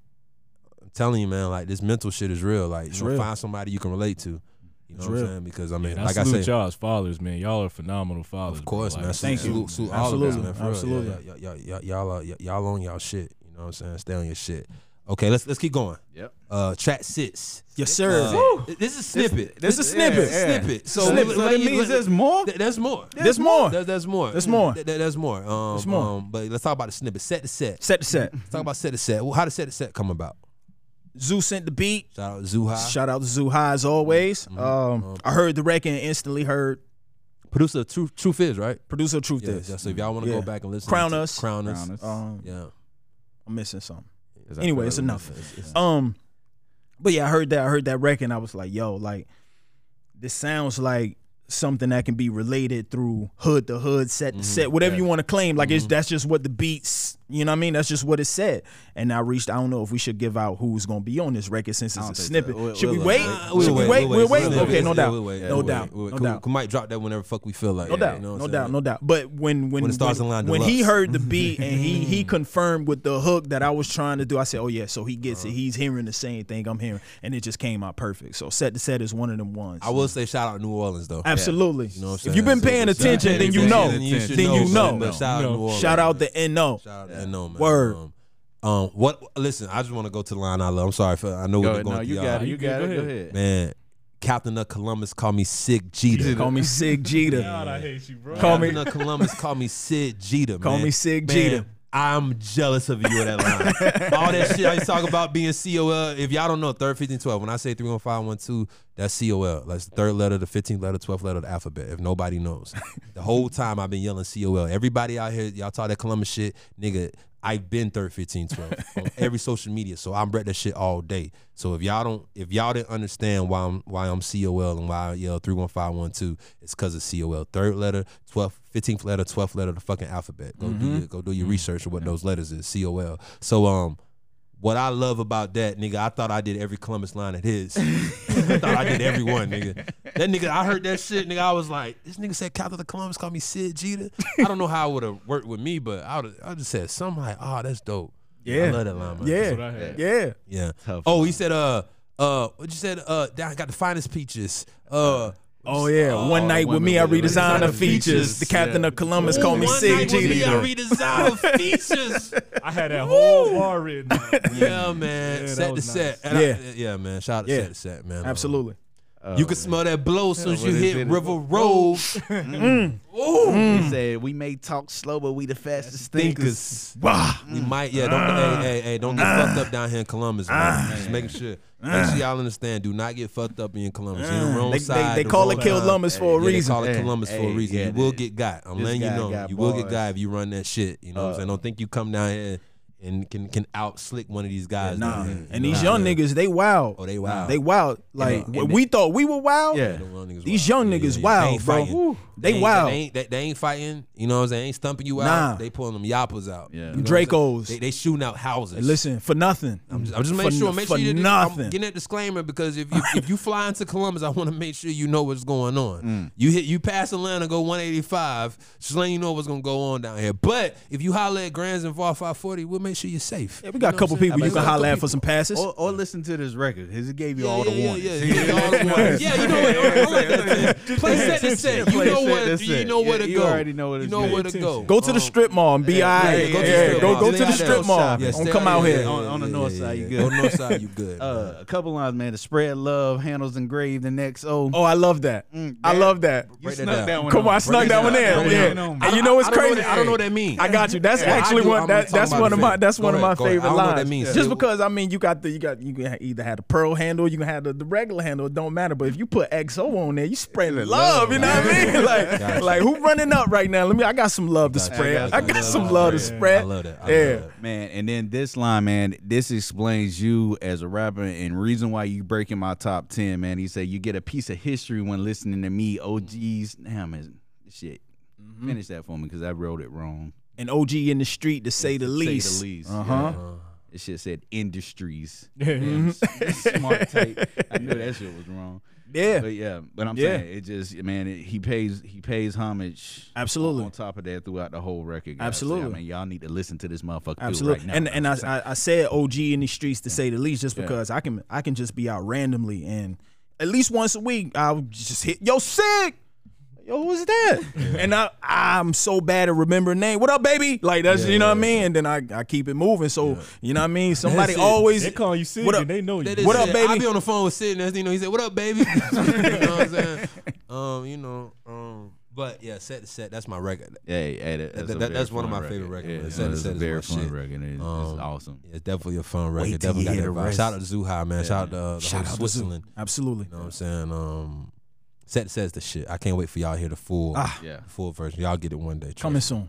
S2: I'm telling you, man, like this mental shit is real. Like you know,
S3: real.
S2: find somebody you can relate to. You know what I'm
S3: real.
S2: saying? Because I mean,
S4: And I
S2: like I
S4: salute
S2: said,
S4: y'all as fathers, man. Y'all are phenomenal fathers.
S2: of course,
S4: bro.
S2: man.
S4: Like,
S2: Salute,
S3: Thank you.
S2: salute, salute all of us,
S3: Absolutely.
S2: man. For Absolutely.
S3: Absolutely.
S2: Real. Yeah, yeah, yeah, yeah, y'all, are, y- y'all on y'all shit. You know what I'm saying? Stay on your shit. Okay, let's let's keep going.
S5: Yep.
S2: Uh, chat sits.
S3: Yes, sir.
S2: This is snippet.
S3: This is snippet.
S2: Snippet. So
S3: Snippet.
S2: let-
S5: So
S2: let
S5: that
S2: me-
S5: means
S2: let-
S5: there's more?
S2: Th- There's more.
S3: There's more.
S2: There's, there's more.
S3: There's more.
S2: Th- th- there's more. Um,
S3: There's more.
S2: um, but let's talk about the snippet. Set to set.
S3: Set to set.
S2: Let's talk about set to set. Well, how did set to set come about?
S3: Zoo sent the beat.
S2: Shout out Zuha,
S3: Shout out to Zoo High as always.
S2: Mm-hmm.
S3: Um, I heard the record and instantly heard
S2: producer of Truth, Truth Is, right?
S3: producer of Truth
S2: Yeah,
S3: is.
S2: yeah, so if y'all want to
S3: Yeah.
S2: go back and listen,
S3: Crown
S2: to
S3: Us.
S2: Crown Us.
S5: Around us.
S3: Um,
S2: Yeah.
S3: I'm missing something.
S5: 'Cause I feel
S3: Anyway,
S5: like
S3: it's
S5: we
S3: enough.
S5: missed it.
S3: Um, but yeah, I heard that. I heard that record. And I was like, yo, like this sounds like something that can be related through hood to hood,
S2: Mm-hmm.
S3: set to set, whatever you want to claim. Like it's that's just what the beats. You know what I mean? That's just what it said. And I reached. I don't know if we should give out who's gonna be on this record since it's a snippet.
S5: We'll-
S3: should we
S5: we'll-
S3: wait?
S5: uh,
S3: should we wait? We'll wait.
S2: We'll
S3: Okay, no
S2: Yeah,
S3: doubt.
S2: we'll wait. Yeah,
S3: No
S2: we'll
S3: doubt.
S2: wait. We'll-
S3: No
S2: we-
S3: doubt.
S2: We might drop that whenever fuck we feel like.
S3: No
S2: it,
S3: doubt,
S2: you know what
S3: no
S2: I'm
S3: doubt,
S2: saying?
S3: no doubt. But when when
S2: When the stars
S3: when,
S2: align,
S3: when he
S2: deluxe.
S3: heard the beat and he he confirmed with the hook that I was trying to do, I said, "Oh yeah." So he gets
S2: Uh-huh.
S3: it. He's hearing the same thing I'm hearing, and it just came out perfect. So set to set is one of them ones.
S2: I will say shout out New Orleans though.
S3: absolutely.
S2: You know what I'm
S3: if you've
S2: saying?
S3: been paying
S2: So- so-
S3: attention, then you
S2: Yeah,
S3: know.
S2: Then you should
S3: Then you
S2: but-
S3: know.
S2: But shout out
S4: No.
S2: New Orleans.
S3: Shout out the no.
S2: Shout out to NO man.
S3: Word.
S2: Um, um, what? Listen, I just want to go to the line I love. I'm sorry for I know
S5: Go
S2: we're
S5: ahead.
S2: going
S5: No,
S2: to
S5: you
S2: y'all.
S5: got it. You
S4: You good?
S5: got it.
S4: Go
S5: Go
S4: ahead.
S5: ahead.
S2: Man, Captain of Columbus called me Sig Jeter.
S3: Call me Sig
S4: God,
S3: Jeter.
S4: I hate you, bro.
S3: Call me-
S2: Captain of Columbus called me Sid Jeter.
S3: Call
S2: man.
S3: me Sig
S2: Man,
S3: Jeter.
S2: I'm jealous of you with that line. All that shit I used to talk about being COL. If y'all don't know, third, 15, 12. When I say 31512, that's COL. That's the third letter, the 15th letter, 12th letter of the alphabet, if nobody knows. the whole time I've been yelling COL. Everybody out here, y'all talk that Columbus shit, nigga. I've been third, 15, 12 on every social media. So I'm read that shit all day. So if y'all don't, if y'all didn't understand why I'm why I'm COL and why I yell 31512, it's cause of COL. Third letter, 12th, 15th letter, 12th letter of the fucking alphabet. Go do your, go do your research of what those letters is, COL. So um what I love about that, nigga, I thought I did every Columbus line at his. I thought I did every one, nigga. That nigga, I heard that shit, nigga. I was like, this nigga said Captain the Columbus called me Sid Jeter. I don't know how it would have worked with me, but I would I just said something like, oh, that's dope.
S3: Yeah.
S2: I love that line, man.
S4: That's what
S3: Yeah.
S4: I had.
S3: Yeah.
S2: Yeah.
S5: Tough
S2: oh, he said, uh, uh, what you said, uh, down I got the finest peaches. Uh
S3: Oh yeah. One night with
S5: women
S3: me, I
S5: with
S3: redesigned
S5: the
S2: design
S3: the
S2: of features.
S3: features. The captain of Columbus called me
S2: one
S3: Sig
S2: night with me, I
S3: Jeter.
S2: redesigned features.
S4: I had that whole bar written. out, man.
S2: Yeah, man.
S4: Yeah, that
S2: set to
S4: was
S2: set.
S4: nice.
S2: And I-
S3: Yeah.
S2: yeah, man. Shout out to
S3: Yeah.
S2: set to set, man. Um,
S3: Absolutely.
S2: You can smell that blow soon as you
S5: what is
S2: hit
S5: it?
S2: River Road.
S3: Mm.
S5: He said, "We may talk slow, but we the fastest thinkers."
S2: Thinkers. We might, yeah. Don't,
S3: Ah.
S2: hey, hey, hey, don't get fucked up down here in Columbus, man. Just making sure. Make sure y'all understand. Do not get fucked up in Columbus. You in the wrong
S3: Ah. They, they,
S2: side.
S3: they
S2: the
S3: call it
S2: wrong
S3: Kill
S2: time.
S3: Lumbus for a
S2: Yeah, they
S3: reason.
S2: call it
S5: Hey,
S2: Columbus for a
S5: hey,
S2: reason.
S5: yeah,
S2: you will
S5: that-
S2: get got. I'm
S5: this
S2: letting you
S5: guy
S2: know.
S5: got
S2: You will get
S5: bars.
S2: got if you run that shit. You know what I'm
S3: Uh.
S2: saying? Don't think you come down here and can can out slick one of these guys.
S3: Nah.
S2: down here.
S3: And
S2: You
S3: these
S2: know what
S3: young
S2: I'm saying?
S3: niggas, they wild.
S2: Oh, they wild. uh,
S3: They wild. Like
S5: and
S3: what
S5: they-
S3: we thought we were wild.
S5: Yeah.
S2: The young niggas
S3: These
S2: wild.
S3: young niggas
S2: They
S3: wild,
S2: ain't
S3: bro.
S2: fighting.
S3: Woo. They
S2: ain't-
S3: wild.
S2: They ain't, they, they ain't fighting. You know what I'm saying? They ain't stumping you out.
S3: Nah.
S2: They pulling them yappers out. You know
S5: Yeah. Them
S2: what I'm saying?
S3: Dracos.
S2: They, they shooting out houses.
S3: Listen, for nothing.
S2: I'm just, I'm just making
S3: for,
S2: sure. Make
S3: for
S2: sure you
S3: nothing.
S2: I'm getting that disclaimer because if you if you fly into Columbus, I want to make sure you know what's going on. You hit you pass Atlanta, go 185, just letting you know what's gonna go on down here. But if you holler at Grands and Var 540, we'll make sure you're safe.
S3: yeah, we got a couple people you can holler at for some passes.
S2: Oh.
S5: Or, or listen to this record. 'cause It gave you
S2: Yeah,
S5: all the
S2: yeah,
S5: warnings.
S2: yeah, yeah, yeah, all the warnings. Yeah, you know what? I like that thing. Play set to set. You
S5: Play
S2: know
S5: set
S2: what?
S5: to
S2: You
S5: set.
S2: know where
S5: Yeah,
S2: to
S5: you
S2: go.
S5: already know what
S2: You
S5: it's
S2: know
S5: gonna
S2: where
S5: be.
S2: to go.
S3: Go to the
S2: Um,
S3: strip mall and be all right.
S2: go to the
S3: Yeah,
S2: strip
S3: go
S2: mall.
S3: go
S2: Stay
S3: to the
S2: out there.
S3: strip mall.
S2: Yeah,
S3: Don't
S2: stay
S3: come out
S2: there.
S3: here.
S5: On- on the north side, you good.
S2: On the north side, you good. man.
S5: Uh, a couple lines, man. To spread love, handles engraved, and next O.
S3: Oh, I love that. I love that.
S2: Mm. Break that down.
S3: Come on, I snuck that one in.
S5: Break it down.
S3: Yeah. And you know it's
S2: I don't
S3: crazy.
S2: that- I don't know what that means.
S3: I got you. That's
S2: Yeah, I
S3: actually
S2: do.
S3: one.
S2: I'm
S3: That,
S2: talking
S3: that's
S2: about
S3: one of
S2: it.
S3: my. That's
S2: Go
S3: one
S2: ahead,
S3: of
S2: go
S3: my
S2: ahead.
S3: favorite
S2: I don't know what
S3: lines.
S2: that means.
S3: Just
S2: Yeah.
S3: because I mean, you got the you got you can either have the pearl handle, you can have the, the regular handle. It don't matter. But if you put XO on there, you spreading love. You know what I mean? Like
S2: Gotcha.
S3: like who running up right now? Let me. I got some love to
S2: Gotcha.
S5: I
S3: spread.
S5: got
S3: I
S5: some
S3: got
S5: love
S3: some
S5: to
S3: love to
S5: spread.
S3: spread.
S2: I love that. I love
S3: Yeah.
S2: that.
S5: Man, and then this line, man, this explains you as a rapper and reason why you breaking my top ten, man. He said you get a piece of history when listening to me. OGs, damn man, shit. Finish that for me because I wrote it wrong.
S3: An OG in the street to say the
S5: To
S3: least.
S5: Say the least.
S3: Uh huh.
S5: It shit said industries.
S4: Yeah.
S5: Damn, smart type. I knew that shit was wrong.
S3: Yeah.
S5: But yeah, but I'm
S3: Yeah.
S5: saying it just man, it, he pays he pays homage
S3: Absolutely.
S5: on top of that throughout the whole record. guys. So,
S3: Absolutely.
S5: I mean, y'all need to listen to this motherfucker through
S3: Absolutely.
S5: right
S3: and
S5: now.
S3: and I, I I said OG in the streets to say the least, just because I can I can just be out randomly and at least once a week I'll just hit yo sick. Yo, who's that? And I I'm so bad at remembering name. What up, baby? Like that's you know what I mean. And then I, I keep it moving. So you know what I mean. Somebody
S2: it.
S4: They
S3: always
S4: call you Sid
S3: What up?
S4: and they know you.
S2: They
S3: What
S2: just
S3: up,
S2: said- I
S3: baby?
S2: be on the phone with Sid, and you know, he said, "What up, baby?" you know what I'm saying? Um, you know, um, but yeah, set to set. That's my record.
S5: Hey, hey, that- that's,
S2: that-
S5: a
S2: that-
S5: very
S2: that's one of
S5: fun
S2: my favorite records,
S5: record.
S2: man.
S5: Yeah,
S2: Set
S5: no,
S2: It
S5: that's a
S2: Set is
S5: very
S2: my
S5: fun
S2: shit.
S5: record. It's, it's
S2: Um,
S5: awesome.
S2: Yeah, it's definitely a fun record.
S5: till
S2: Definitely
S5: you
S2: got
S5: hear
S2: that
S5: the
S2: vibe.
S5: rest.
S2: Shout out to Zuhai, man. Shout out to uh, the
S3: Shout
S2: whole
S3: out to Zoo.
S2: Switzerland.
S3: absolutely.
S2: You know what I'm saying? Um, set says the shit. I can't wait for y'all to hear the full,
S3: Ah.
S5: Yeah.
S2: full version. Y'all get it one day.
S3: Coming
S2: Trust.
S3: soon.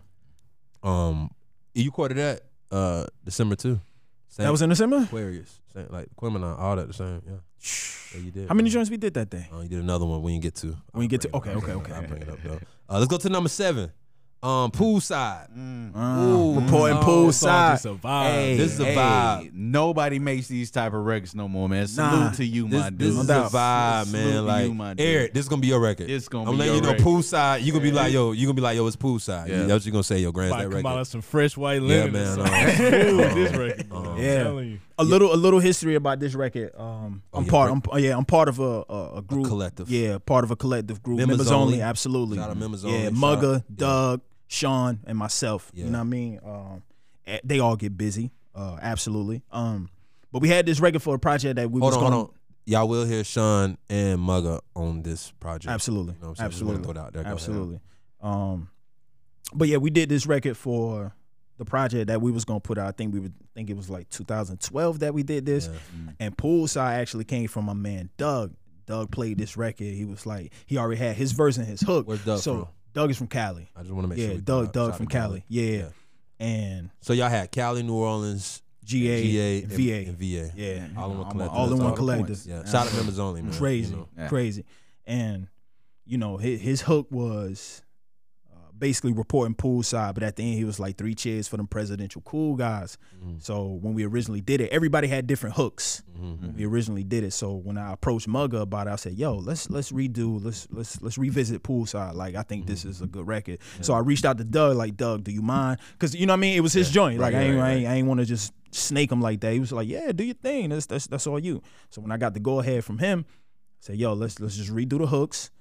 S2: Um, you quoted that uh December too. Same
S3: That was in the summer.
S2: Aquarius, same, like Gemini, all that the same. Yeah, yeah you did.
S3: How many
S2: man.
S3: joints we did that day?
S2: Uh, you did another one when you get to. I'll
S3: you get
S2: bring
S3: to-
S2: it up.
S3: okay,
S2: I'll
S3: okay,
S2: bring it up. I'll bring it up though. Uh, let's go to number seven. Um, poolside.
S3: Uh, reporting
S2: no.
S3: poolside.
S4: Mm, It's a vibe.
S2: This is a vibe.
S5: Nobody makes these type of records no more, man. Salute
S3: Nah.
S5: to you,
S2: This,
S5: my dude.
S2: this is a
S3: doubt.
S2: vibe,
S5: Salute to
S2: man. Like
S5: you, my dude.
S2: Eric, this is gonna be your record.
S5: This gonna
S2: I'm
S5: be
S2: letting
S5: your
S2: you know
S5: record.
S2: poolside. You gonna be like, yo, you gonna be like, yo, it's poolside.
S5: Yeah.
S2: That's what you gonna say, yo, Grand's
S4: Probably
S2: that
S4: come out
S2: record.
S4: with some fresh white
S2: Yeah,
S4: linen. or
S2: man.
S4: something.
S2: um,
S4: Ooh, this record. bro. I'm
S3: Yeah.
S4: telling you.
S3: a little a little history about this record. Um, I'm
S2: yeah,
S3: part.
S2: right.
S3: I'm oh, yeah. I'm part of a, a, a group.
S2: collective.
S3: Yeah, part of a collective group.
S2: Members
S3: Members, only.
S2: only.
S3: Absolutely.
S2: Shout out members
S3: yeah,
S2: only. Shout
S3: Mugga,
S2: out- yeah.
S3: Doug, Sean, and myself.
S2: Yeah.
S3: You know what I mean? Um, eh, they all get busy. Uh, absolutely. Um, but we had this record for a project that we
S2: hold
S3: was
S2: on,
S3: going.
S2: hold on. y'all will hear Sean and Mugga on this project.
S3: Absolutely.
S2: You know what I'm saying? Just wanna
S3: Absolutely.
S2: throw it out there. Go ahead.
S3: Absolutely. Um, but yeah, we did this record for the project that we was gonna put out. I think we would think it was like 2012 that we did this.
S2: Mm.
S3: And Poolside actually came from my man Doug. Doug played this record. He was like, he already had his verse and his hook.
S2: Where's Doug
S3: so
S2: from?
S3: Doug is from Cali.
S2: I just want to make
S3: yeah,
S2: sure. we
S3: Doug.
S2: shout-
S3: Doug
S2: shout
S3: from
S2: out
S3: Cali. Yeah. And
S2: So y'all had Cali, New Orleans,
S3: GA,
S2: GA,
S3: and
S2: and-
S3: VA.
S2: and VA.
S3: Yeah.
S2: All
S3: All
S2: in one
S3: in
S2: collective.
S3: one
S2: That's
S3: collective.
S2: points. Yeah. Shout out members only, man.
S3: crazy,
S2: You know.
S5: Yeah.
S3: crazy. And you know, his, his hook was uh, basically reporting poolside, but at the end he was like three cheers for them presidential cool guys.
S2: Mm-hmm.
S3: So when we originally did it, everybody had different hooks.
S2: Mm-hmm.
S3: When we originally did it. So when I approached Mugga about it, I said, "Yo, let's let's redo, let's let's let's revisit poolside. Like I think this
S2: Mm-hmm.
S3: is a good record." So I reached out to Doug, like Doug, do you mind? Because you know what I mean. It was his joint. Like I ain't, I ain't, I ain't want to just snake him like that. He was like, "Yeah, do your thing. That's that's that's all you." So when I got the go ahead from him say, yo, let's let's just redo the hooks,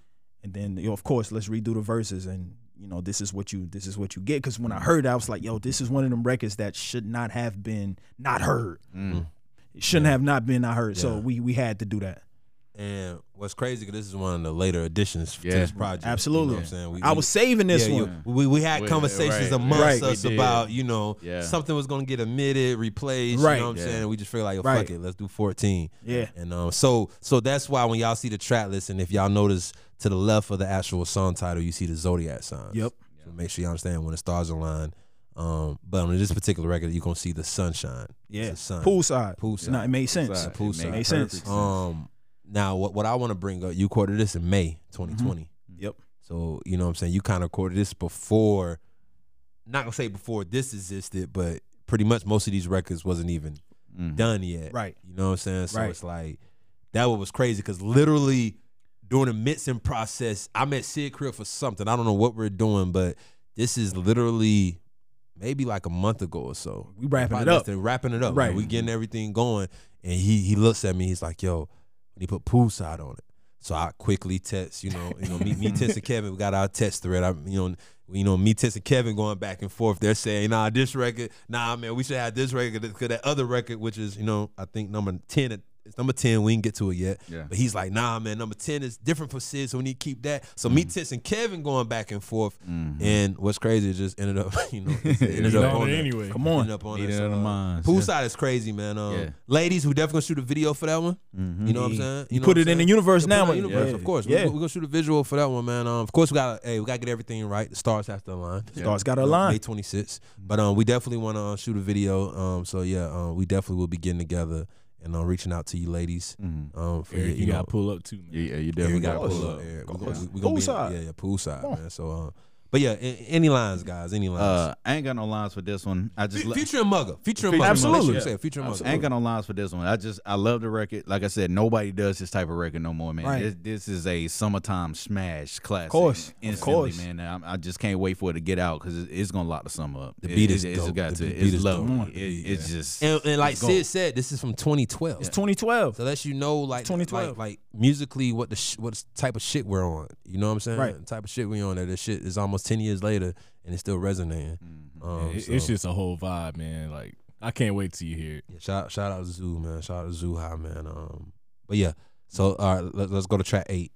S3: and then you know, of course, let's redo the verses, and you know, this is what you this is what you get. Because when I heard, it, I was like, yo, this is one of them records that should not have been not heard.
S2: Mm.
S3: It shouldn't have not been not heard. So we we had to do that.
S2: And what's crazy, because this is one of the later additions to
S5: Yeah.
S2: this project.
S3: Absolutely.
S2: You know what I'm saying? We-
S3: I
S2: we-
S3: was saving this
S2: yeah, you-
S3: one.
S2: we, we had
S5: We-
S2: conversations
S5: right,
S2: amongst
S3: right.
S2: us
S5: We did.
S2: about, you know,
S5: Yeah.
S2: something was going to get omitted, replaced.
S3: Right.
S2: You know what I'm
S5: Yeah.
S2: saying? We just feel like, yo,
S3: Right.
S2: fuck it, let's do 14.
S3: Yeah.
S2: And um, so so that's why when y'all see the track list, and if y'all notice to the left of the actual song title, you see the zodiac signs.
S3: Yep.
S2: So make sure you understand when the stars align. Um, but on this particular record, you're gonna see the sunshine.
S3: Yeah.
S2: It's the sun.
S3: Poolside.
S2: Poolside.
S3: No, it made sense.
S2: It's
S5: Poolside.
S2: a poolside.
S5: It
S3: Makes
S5: perfect
S3: sense.
S2: Um, now what what I want to bring up, you recorded this in May 2020.
S3: Yep.
S2: So you know what I'm saying you kind of recorded this before, not gonna say before this existed, but pretty much most of these records wasn't even
S5: Mm.
S2: done yet.
S3: Right.
S2: You know what I'm saying? So
S3: Right.
S2: it's like that what was crazy because literally during the mixing process, I'm at Sid Crib for something. I don't know what we're doing, but this is literally maybe like a month ago or so.
S3: We wrapping it
S2: Probably
S3: up.
S2: less than wrapping it up.
S3: Right.
S2: Like, we getting everything going. And he he looks at me, he's like, yo, and he put poolside on it. So I quickly text, you know, you know, me, me Tess and Kevin, we got our text thread. I you know, you know, me Tess and Kevin going back and forth. They're saying, nah, this record, nah, man, we should have this record because that other record, which is, you know, I think number ten at- it's number 10. We didn't get to it yet.
S5: Yeah.
S2: But he's like, nah, man, number 10 is different for Sid, so we need to keep that. So me,
S3: Mm.
S2: Tess, and Kevin going back and forth.
S3: Mm-hmm.
S2: And what's crazy, it just ended up, you know, it ended
S4: You
S2: up
S4: know
S2: on
S4: it
S2: there.
S4: anyway.
S3: Come on.
S2: Ended up on
S5: Need
S2: there.
S5: it
S2: So,
S5: in the
S2: uh,
S5: minds,
S2: Poolside
S5: yeah.
S2: is crazy, man. Um,
S5: Yeah.
S2: Ladies, we definitely gonna shoot a video for that one. You know what I'm saying? You know
S3: Mm-hmm. put
S2: what
S3: it
S2: I'm
S3: in the
S2: saying?
S3: universe
S2: Yeah, put it
S3: now,
S2: in the
S3: man.
S2: universe,
S3: Yeah.
S2: of course.
S3: Yeah.
S2: We're, we're gonna shoot a visual for that one, man. Um, of course, we got to hey, we gotta get everything right. The stars have to align.
S3: Stars got a
S2: You know,
S3: line.
S2: May 26th. But um, we definitely want to uh, shoot a video. Um, so yeah, uh, we definitely will be getting together and uh, reaching out to you ladies. Um, for your,
S4: Eric, you,
S2: you know,
S4: gotta pull up too, man.
S5: Yeah, you
S2: yeah,
S5: definitely
S2: we got to
S3: course.
S2: pull up. Yeah, we gonna, we, we gonna
S3: Poolside.
S2: Be in, yeah, yeah, poolside, man. So um, but yeah, a- any lines, guys, any lines.
S5: Uh, I ain't got no lines for this one. I just
S2: Fe-
S5: lo-
S2: Future and Mugga. Future and Mugga.
S5: Future and Mugga,
S2: Absolutely.
S5: yeah.
S2: Say, Future and Mugga.
S5: I ain't got no lines for this one. I just I love the record. Like I said, nobody does this type of record no more, man.
S3: Right.
S5: This, this is a summertime smash classic. Of
S3: course, of
S5: instantly,
S3: course.
S5: man. And I'm- I just can't wait for it to get out because it's gonna lock the summer up. The
S2: beat
S5: it,
S2: is
S5: it, it's
S2: dope.
S5: got
S2: The
S5: to.
S2: beat
S5: It's
S2: is
S5: love.
S2: dope.
S5: It, It's just
S2: And, and like
S5: it's gold.
S2: Sid said, this is from 2012.
S3: It's 2012.
S2: so that you know, like,
S3: 2012.
S2: like, like musically, what the sh- what type of shit we're on. You know what I'm saying?
S3: Right.
S2: The type of shit we on. That this shit is almost 10 years later and it's still resonating.
S5: Mm-hmm.
S2: Um,
S4: It-
S2: so,
S4: It's just a whole vibe, man. Like I can't wait till you hear it.
S2: yeah, shout shout out to Zoo man. Shout out to Zoo High man. Um, but yeah. So all right, let, let's go to track eight.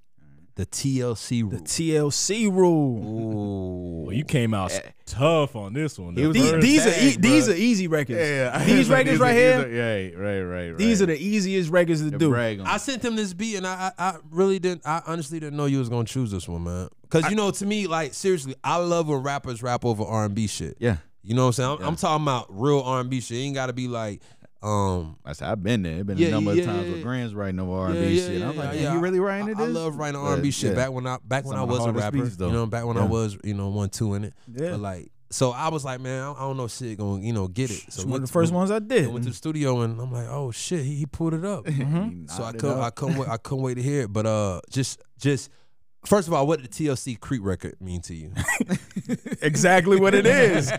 S2: The TLC
S3: The
S2: rule.
S3: TLC rule.
S2: Ooh.
S4: Well, you came out s- tough on this one. though.
S5: Eh. was
S3: These,
S5: First
S3: these are e-
S5: bag,
S3: these
S5: bruh.
S3: are easy records.
S5: I-
S3: these records right
S5: these
S3: here.
S5: Are, yeah, right, right, right.
S3: These are the easiest records to
S5: They
S3: do.
S5: brag on
S2: I
S5: it.
S2: sent him this beat, and I, I I really didn't. I honestly didn't know you was gonna choose this one, man. Cause you know, to me, like seriously, I love when rappers rap over R and B shit.
S5: yeah.
S2: You know what I'm saying? I'm, I'm talking about real R and B shit. It ain't gotta be like, um,
S5: I said I've been there. It's been
S2: Yeah,
S5: a number
S2: yeah,
S5: of times
S2: yeah,
S5: with
S2: yeah.
S5: Grand's writing over
S2: yeah,
S5: R&B
S2: yeah,
S5: shit. I'm
S2: yeah,
S5: like,
S2: yeah,
S5: yeah,
S2: yeah.
S5: you really writing
S2: I,
S5: to this?
S2: I love writing
S5: But,
S2: R and B shit.
S5: yeah.
S2: Back when I back when
S5: Some
S2: I
S5: of the
S2: was a
S5: hardest
S2: rapper,
S5: beats, though.
S2: you know, back when I
S5: Yeah.
S2: was you know one two in it.
S3: Yeah.
S2: But like, so I was like, man, I, I don't know if shit gonna you know get it. So
S3: It's
S2: we
S3: one of
S2: went
S3: the first
S2: to-
S3: ones Mm-hmm. I
S2: I went to
S3: did.
S2: the studio and I'm like, oh shit, he, he pulled it up. So I
S5: Knocked it
S2: couldn't,
S5: out.
S2: I couldn't, wait, I couldn't wait to hear it. But uh, just, just first of all, what did the TLC Creep record mean to you?
S3: exactly what it is.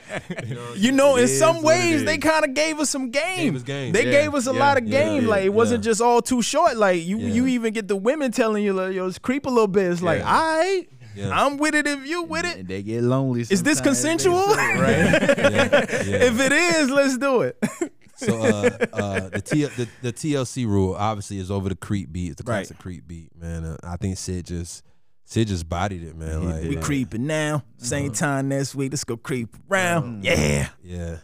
S3: you know, in
S5: It is
S3: some
S5: what it
S3: ways, they
S5: is.
S3: kind of gave us some game.
S2: Gave us game.
S3: They
S5: Yeah,
S3: gave us a
S5: yeah,
S3: lot of
S5: yeah,
S3: game.
S5: yeah,
S3: like it wasn't
S2: yeah.
S3: just all too short. Like you,
S2: Yeah.
S3: you even get the women telling you, like, "Yo, it's creep a little bit." It's like,
S5: Yeah.
S3: "All right,
S2: Yeah.
S3: I'm with it if you with it."
S5: And they get lonely.
S3: Is this
S5: sometimes, they
S3: consensual?
S5: say, right?
S2: Yeah, yeah.
S3: If it is, let's do it.
S2: So uh, uh, the, T- the the TLC rule obviously is over the creep beat. It's the
S3: Right.
S2: classic creep beat, man. Uh, I think Sid just Sid just bodied it, man. like, Uh-huh.
S3: We creeping now. Same time next week. Let's go creep around. Yeah.
S2: Yeah,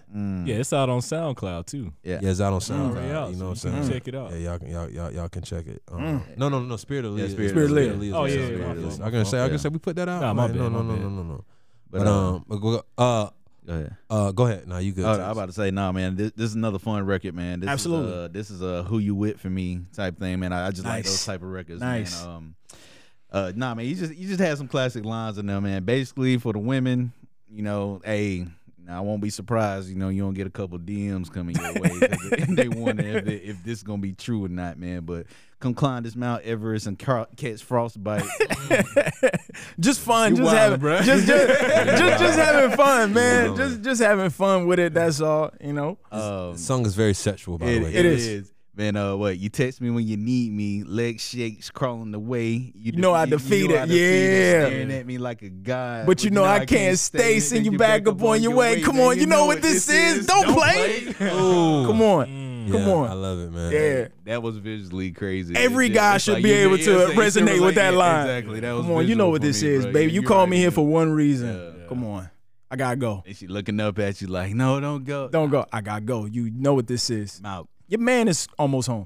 S4: Yeah, it's out on SoundCloud too.
S5: Yeah.
S2: yeah. It's out on SoundCloud.
S4: already out,
S2: you
S4: so
S2: know what
S4: you
S2: I'm
S4: can
S2: saying?
S4: check it out.
S2: Yeah, y'all can y'all y'all, y'all can check it. Um, No, no, no, no. Spirit of Leah.
S5: Mm. Spirit of
S3: Leah.
S2: is
S4: Oh,
S2: what
S4: yeah,
S2: it's
S4: yeah,
S2: called.
S4: my fault,
S2: I can say I
S5: Yeah.
S2: can say we put that out.
S4: Nah, my
S2: Like,
S4: bad,
S2: no, no,
S4: my
S2: no,
S4: bad.
S2: no, no, no.
S5: But,
S2: But
S5: uh,
S2: um, uh, uh,
S5: go ahead.
S2: uh, go ahead. Now you good.
S5: Oh,
S2: Chase.
S5: I'm about to say, no, man. This, this is another fun record, man. This
S3: Absolutely.
S5: Is, uh, this is a who you with for me type thing, man. I, I just like
S3: Nice.
S5: those type of records,
S3: Nice.
S5: man. Um, uh, nah, man. You just you just had some classic lines in there, man. Basically, for the women, you know, hey, now, I won't be surprised. You know, you don't get a couple DMs coming your way. 'cause they- they wonder if, it, if this gonna be true or not, man. But come climb this Mount Everest and car- catch frostbite.
S3: just fun,
S5: You
S3: just
S5: wild,
S3: having,
S5: bruh.
S3: just just, just just having fun, man. Just just having fun with it. That's all, you know.
S5: um,
S2: The song is very sexual, by
S5: It-
S2: the way.
S3: It
S5: it is.
S3: is.
S5: Man, uh, what you text me when you need me, leg shakes crawling away. You, de-
S3: know I defeat it. Yeah.
S5: staring at me like a god.
S3: But you know I can't stay, send you back up on your way. Come on, you know what this is. Don't play.
S2: Ooh.
S3: Come on, come
S2: Uh-huh. Mm. Yeah,
S3: on.
S2: I love it, man.
S3: yeah,
S5: That was visually crazy.
S3: Every
S5: It's
S3: guy
S5: it's
S3: should be
S5: you-
S3: able
S5: it's
S3: to
S5: like- it's
S3: resonate
S5: like-
S3: with that line.
S5: Exactly. That was
S3: come on. You know
S5: visual
S3: what
S5: for
S3: this
S5: me,
S3: is,
S5: bro.
S3: baby. You called me
S5: right,
S3: here
S5: yeah.
S3: for one reason.
S5: Yeah.
S3: Come on, I gotta go.
S5: And she looking up at you like, no, don't go.
S3: Don't go. I gotta go. You know what this is.
S5: I'm out.
S3: Your man is almost home.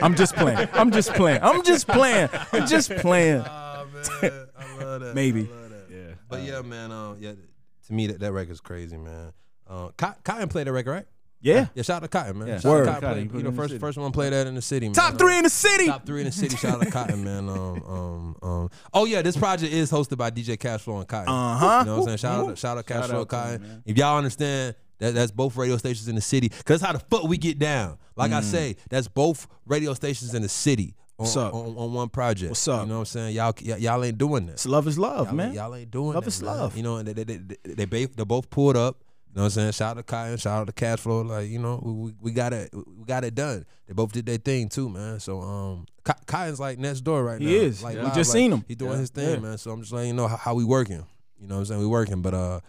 S3: I'm just playing. I'm just playing. I'm just playing. I'm just playing.
S2: Ah, I love that.
S3: Maybe.
S4: Yeah.
S2: But
S5: Uh,
S2: yeah, man. Um, yeah. To me, that that record's crazy, man. Um, Co- Cotton played that record, right?
S3: Yeah.
S2: Yeah. Shout out to Cotton, man.
S5: Yeah.
S2: Shout
S3: Word.
S2: out to Cotton.
S5: Cotton,
S2: played-
S5: put
S2: you
S5: it
S2: know,
S5: in the
S2: first
S5: city.
S2: first one played that in the city. Man.
S3: Top three in the city.
S2: Top three in the city. Shout out to Cotton, man. Um, um, um. Oh yeah, this project is hosted by DJ Cashflow and Cotton.
S3: Uh-huh.
S2: You know what I'm saying? Shout out, shout out Cashflow
S5: out
S2: and
S5: to him,
S2: Cotton.
S5: man.
S2: if y'all understand. That, that's both radio stations in the city. Cause that's how the fuck we get down. Like I say, that's both radio stations in the city
S3: Mm.
S2: on,
S3: What's up?
S2: on, on one project.
S3: What's up?
S2: You know what I'm saying? Y'all y- y'all ain't doing that.
S3: It's love is love,
S2: Y'all,
S3: man.
S2: ain't- y'all ain't doing
S3: Love
S2: that,
S3: is
S2: man.
S3: love.
S2: You know, and they they, they, they, they, ba- they both pulled up. You know what I'm saying? Shout out to Kai and shout out to Cash Flow. Like you know, we, we- we got it, we got it done. They both did their thing too, man. So um, Ka- Kai's like next door right
S3: He
S2: now.
S3: is.
S2: Like,
S3: We just seen him.
S2: He doing
S3: Yeah.
S2: his thing,
S3: Yeah.
S2: man. So I'm just letting you know how, how we working. You know what I'm saying? We working, but uh,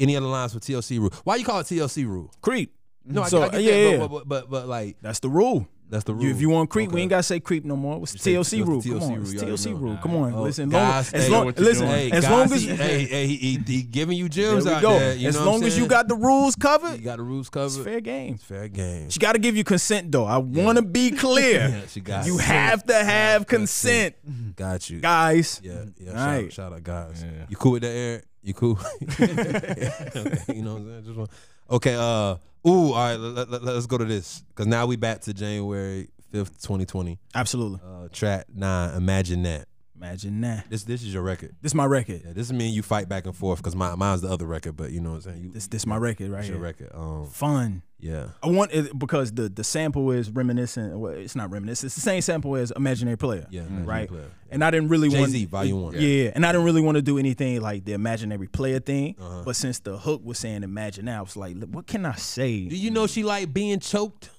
S2: any other lines for TLC rule? Why you call it TLC rule?
S3: Creep.
S2: No, I,
S3: So,
S2: I get
S3: yeah,
S2: that,
S3: yeah.
S2: But, but, but but like
S3: That's the rule.
S2: that's the rule.
S3: You, if you want creep,
S2: Okay.
S3: we ain't gotta say creep no more. What's
S2: say-
S3: the TLC
S2: what's
S3: rule?
S2: the
S3: Come
S2: TLC
S3: on, it's
S2: rule? Y'all
S3: TLC
S2: know.
S3: rule. Come on,
S2: Oh,
S3: listen. long,
S2: guys,
S3: as
S2: they know
S3: long,
S4: what you're
S3: listen.
S4: doing.
S2: Hey,
S3: as
S2: guys,
S3: long as
S2: he, hey, hey, he, he, he giving you gems
S3: there we
S2: out
S3: go.
S2: there. You
S3: as
S2: know what I'm
S3: long as you
S2: saying?
S3: got the rules covered,
S2: you got the
S3: it's
S2: rules covered.
S3: fair game.
S2: Fair game.
S3: She got to give you consent though. I want to be
S2: Yeah,
S3: clear.
S2: she got
S3: you
S2: it.
S3: have to have consent,
S2: Got you.
S3: guys.
S2: yeah, yeah. Shout,
S3: Right.
S2: out, shout out, guys.
S4: Yeah.
S2: You cool with that, Eric? You cool? okay, you know what I'm saying? Just want, okay. Uh. Ooh. All right. Let, let, us go to this because now we back to January fifth, 2020.
S3: Absolutely.
S2: Uh, track nine. Imagine that.
S3: Imagine that.
S2: This this is your record.
S3: This is my record.
S2: Yeah, this is me and you fight back and forth because my mine's the other record, but you know what I'm saying. You,
S3: This this my record right
S2: it's your
S3: here.
S2: record. Um.
S3: Fun.
S2: Yeah.
S3: I want it because the the sample is reminiscent. Well, it's not reminiscent. It's the same sample as Imaginary Player.
S2: Yeah. Imagine
S3: right.
S2: Player.
S3: And I didn't really want
S2: Jay-Z, Volume One.
S3: Yeah. and I didn't really want to do anything like the Imaginary Player thing.
S2: Uh-huh.
S3: But since the hook was saying Imagine now, I was like, "Look, what can I
S2: Do
S3: say?
S2: you know she like being choked?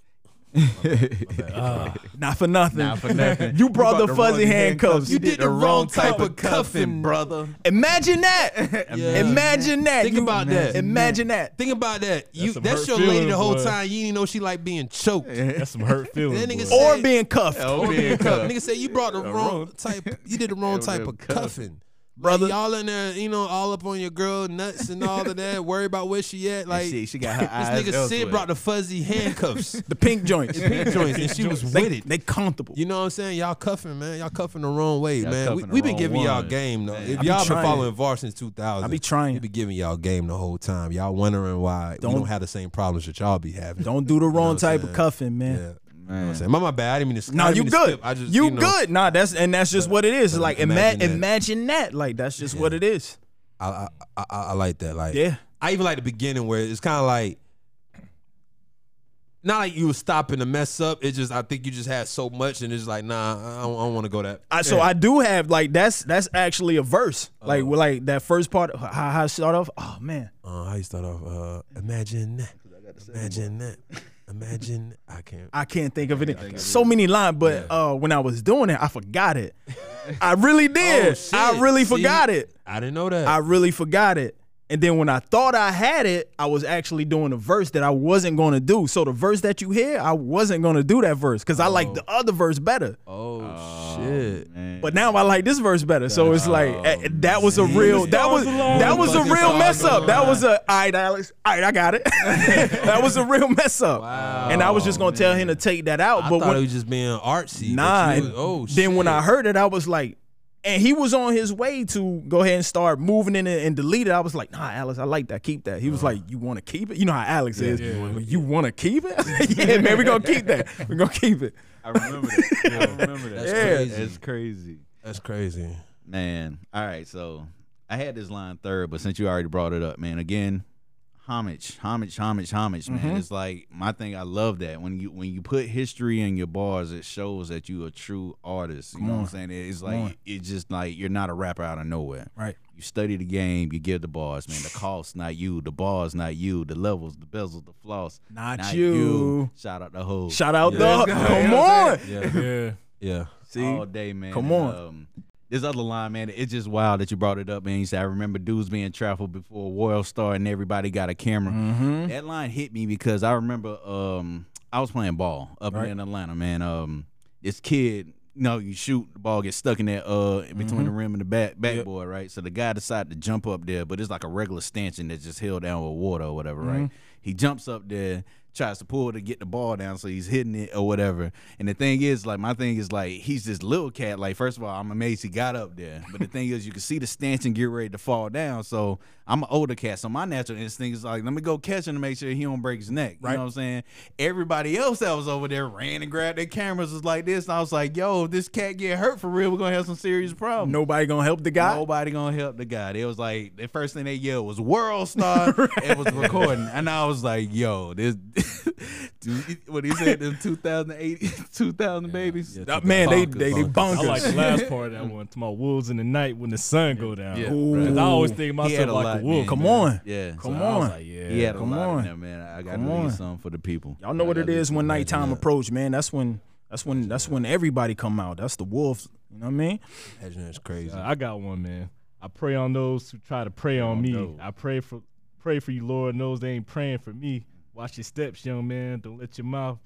S3: Uh, Not for nothing.
S5: Not for nothing.
S3: you brought the fuzzy handcuffs.
S2: You did the wrong type of cuffing.
S5: brother.
S3: Imagine that. Imagine that.
S2: Think
S3: You-
S2: about that.
S3: Imagine that.
S2: Think about that. you
S4: some
S2: that's
S4: hurt
S2: your lady
S4: feelings,
S2: the whole
S4: boy.
S2: time. You didn't know she like being choked.
S4: That's some hurt feelings.
S2: That Oh. nigga
S4: boy.
S2: said-
S3: Or being cuffed.
S5: Oh,
S2: Nigga said you brought the wrong, type. You did the wrong type of cuffing. Brother, y'all in there, you know, all up on your girl nuts and all of that. Worry about where she at. Like
S5: she- she got her
S2: this
S5: eyes
S2: nigga
S5: elsewhere.
S2: Sid brought the fuzzy handcuffs,
S3: The pink joints.
S2: pink joints, and she was
S3: They,
S2: with it.
S3: they comfortable.
S2: You know what I'm saying? Y'all cuffing, man. Y'all cuffing the wrong way, man. We,
S5: cuffing the
S2: we been
S5: wrong
S2: giving y'all
S5: one.
S2: game though. If
S3: be
S2: y'all been
S3: trying.
S2: following VAR since 2000,
S3: I be trying.
S2: We be giving y'all game the whole time. Y'all wondering why we don't have the same problems that y'all be having.
S3: Don't do the wrong
S2: what I'm
S3: type of
S2: saying?
S3: cuffing, man.
S2: Yeah. You know what I'm saying? My, my bad. I didn't mean to. I
S3: No,
S2: didn't
S3: you
S2: mean to
S3: good.
S2: skip. I just
S3: you,
S2: know,
S3: good. Nah, that's and that's just what it is.
S2: but
S3: Like imagine,
S2: imagine that.
S3: imagine that. Like that's just what it is.
S2: I, I, I I like that. Like
S3: Yeah.
S2: I even like the beginning where it's kind of like. Not like you was stopping to mess up. It's just I think you just had so much, and it's like, nah, I don't, I don't want to go that.
S3: I, so I do have like that's that's actually a verse. Like
S2: Oh.
S3: with like that first part. How how I start off. Oh man.
S2: Uh, how you start off? Uh, imagine that. Imagine that. Imagine I can't.
S3: I can't think of it. so many lines, but uh, when I was doing it, I forgot it. I really did.
S2: Oh, shit.
S3: I really
S2: See?
S3: forgot it.
S2: I didn't know that.
S3: I really forgot it. And then when I thought I had it, I was actually doing a verse that I wasn't going to do. So the verse that you hear, I wasn't going to do that verse because I like the other verse better.
S2: Oh,
S3: Um,
S2: shit.
S5: Man.
S3: But now I like this verse better. So it's like eh, eh, that was a real that was that was a
S5: Fucking
S3: real
S5: stars
S3: mess up. That
S5: aligned.
S3: was a all right, Alex. All right, I got it. that was a real mess up. And I was just gonna tell him to take that out.
S2: I
S3: but
S2: thought
S3: when
S2: it was just being artsy. but
S3: Nah.
S2: you-
S3: and
S2: oh, shit.
S3: then when I heard it, I was like, and he was on his way to go ahead and start moving in it and delete it. I was like, nah, Alex, I like that. Keep that. He was like, you want to keep it? You know how Alex is. "Well, You want to keep it? I said, yeah, man, we're going to keep that. We're going to keep it.
S5: I remember that. I remember that.
S2: That's
S3: Yeah.
S2: crazy.
S5: That's crazy.
S2: That's crazy.
S5: Man. All right. So I had this line third, but since you already brought it up, man, again, homage, homage, homage, homage,
S3: Mm-hmm.
S5: man. It's like my thing. I love that when you when you put history in your bars, it shows that you're a true artist. You know what I'm saying? It's like it's just like you're not a rapper out of nowhere.
S3: Right.
S5: You study the game. You give the bars, man. The cost not you. The bars not you. The levels, the bezels, the floss
S3: Not you.
S5: Shout out the whole.
S3: Shout out the.
S5: Yeah.
S3: Come
S5: You know what I'm
S3: on.
S2: Yeah.
S4: Yeah.
S2: Yeah.
S3: See?
S5: all day, man.
S3: Come
S5: And,
S3: on.
S5: Um, this other line, man, it's just wild that you brought it up, man. You said, I remember dudes being traveled before Royal Star and everybody got a camera.
S3: Mm-hmm.
S5: That line hit me because I remember um, I was playing ball up in Atlanta, man. Um, this kid, you know, you shoot, the ball gets stuck in that uh in
S3: Mm-hmm.
S5: between the rim and the back backboard, right? So the guy decided to jump up there, but it's like a regular stanchion that's just held down with water or whatever, right?
S3: Mm-hmm.
S5: He jumps up there, tries to pull to get the ball down, so he's hitting it or whatever. And the thing is, like my thing is like he's this little cat. Like, first of all, I'm amazed he got up there. But the thing is you can see the stanchion get ready to fall down. So I'm an older cat. So my natural instinct is like, let me go catch him to make sure he don't break his neck. You know what I'm saying? Everybody else that was over there ran and grabbed their cameras was like this. And I was like, yo, if this cat get hurt for real, we're gonna have some serious problems.
S3: Nobody going to help the guy?
S5: Nobody gonna help the guy. It was like the first thing they yelled was "World Star." It was recording, and I was like, "Yo, this dude, what he said, the 2008, 2000 babies."
S3: Uh, man, they,
S5: Bonkers,
S3: they, they
S2: bonkers.
S4: I
S3: bonkers.
S4: like the last part of that one. It's my wolves in the night when the sun go down.
S5: Yeah,
S4: Ooh. 'Cause I always think of
S5: He had
S4: myself
S5: a
S4: like
S5: lot,
S4: a wolf.
S5: man.
S3: Come on.
S5: yeah.
S3: Come
S5: so
S4: I
S3: on.
S4: was like, yeah.
S5: he had a
S3: Come
S5: lot
S3: on.
S5: in there, man. I got to
S3: Come on.
S5: leave some for the people.
S3: Y'all know
S5: I
S3: what it
S5: gotta leave
S3: is when
S5: some.
S3: nighttime approach, man. That's when that's when that's when everybody come out. That's the wolves. You know what I mean?
S2: Imagine that's crazy.
S4: Uh, I got one, man. I pray on those who try to prey on me. I pray for pray for you, Lord. Knows they ain't praying for me. Watch your steps, young man. Don't let your mouth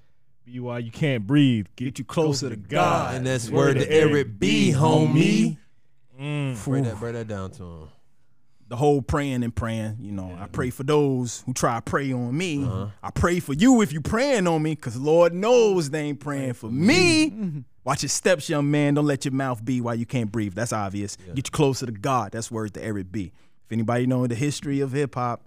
S4: be why you can't breathe. Get, you
S3: closer to God.
S2: and that's word to Eric B, homie.
S3: Mm.
S2: Break that, break that down to him.
S3: The whole praying and praying. You know, I pray for those who try to prey on me.
S2: Uh-huh.
S3: I pray for you if you praying on me, cause Lord knows they ain't praying for
S4: Mm-hmm.
S3: me. Watch your steps, young man. Don't let your mouth be while you can't breathe. That's obvious. Get you closer to God. That's word to Eric B. If anybody know the history of hip hop,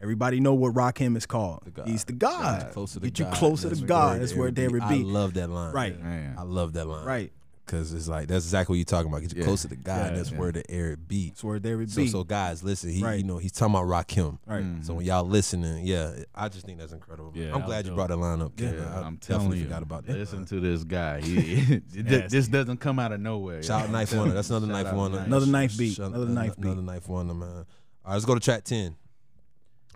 S3: everybody know what Rock Him is called. He's the God.
S2: Closer to
S3: Get
S2: God.
S3: you closer
S2: That's
S3: to
S2: word
S3: God. That's word
S2: Eric
S3: to Eric
S2: B. I
S3: B.
S2: love that line.
S3: Right.
S5: Man.
S2: I love that line.
S3: Right.
S2: Because it's like, that's exactly what you're talking about. Get you closer to God.
S4: Yeah,
S2: that's
S4: yeah.
S2: word to Eric B.
S3: That's word to Eric
S2: So,
S3: B.
S2: so guys, listen. He,
S3: Right.
S2: you know, he's talking about Rakim.
S3: Right.
S5: Mm-hmm.
S2: So when y'all listening, yeah, I just think that's incredible. man.
S4: Yeah,
S2: I'm
S4: that
S2: glad
S4: was
S2: you
S4: dope.
S2: brought that line up. Yeah,
S5: Yeah,
S2: I
S5: I'm
S2: definitely
S5: telling you.
S2: forgot about that.
S5: Listen to this guy. He, this, this doesn't come out of nowhere.
S2: Shout out Knife Warner. That's another
S5: Shout
S2: Knife
S5: out
S2: Warner.
S5: Knife.
S3: Another knife beat.
S2: Shout-
S3: Another knife beat.
S2: Another Knife Warner, man. All right, let's go to track 10.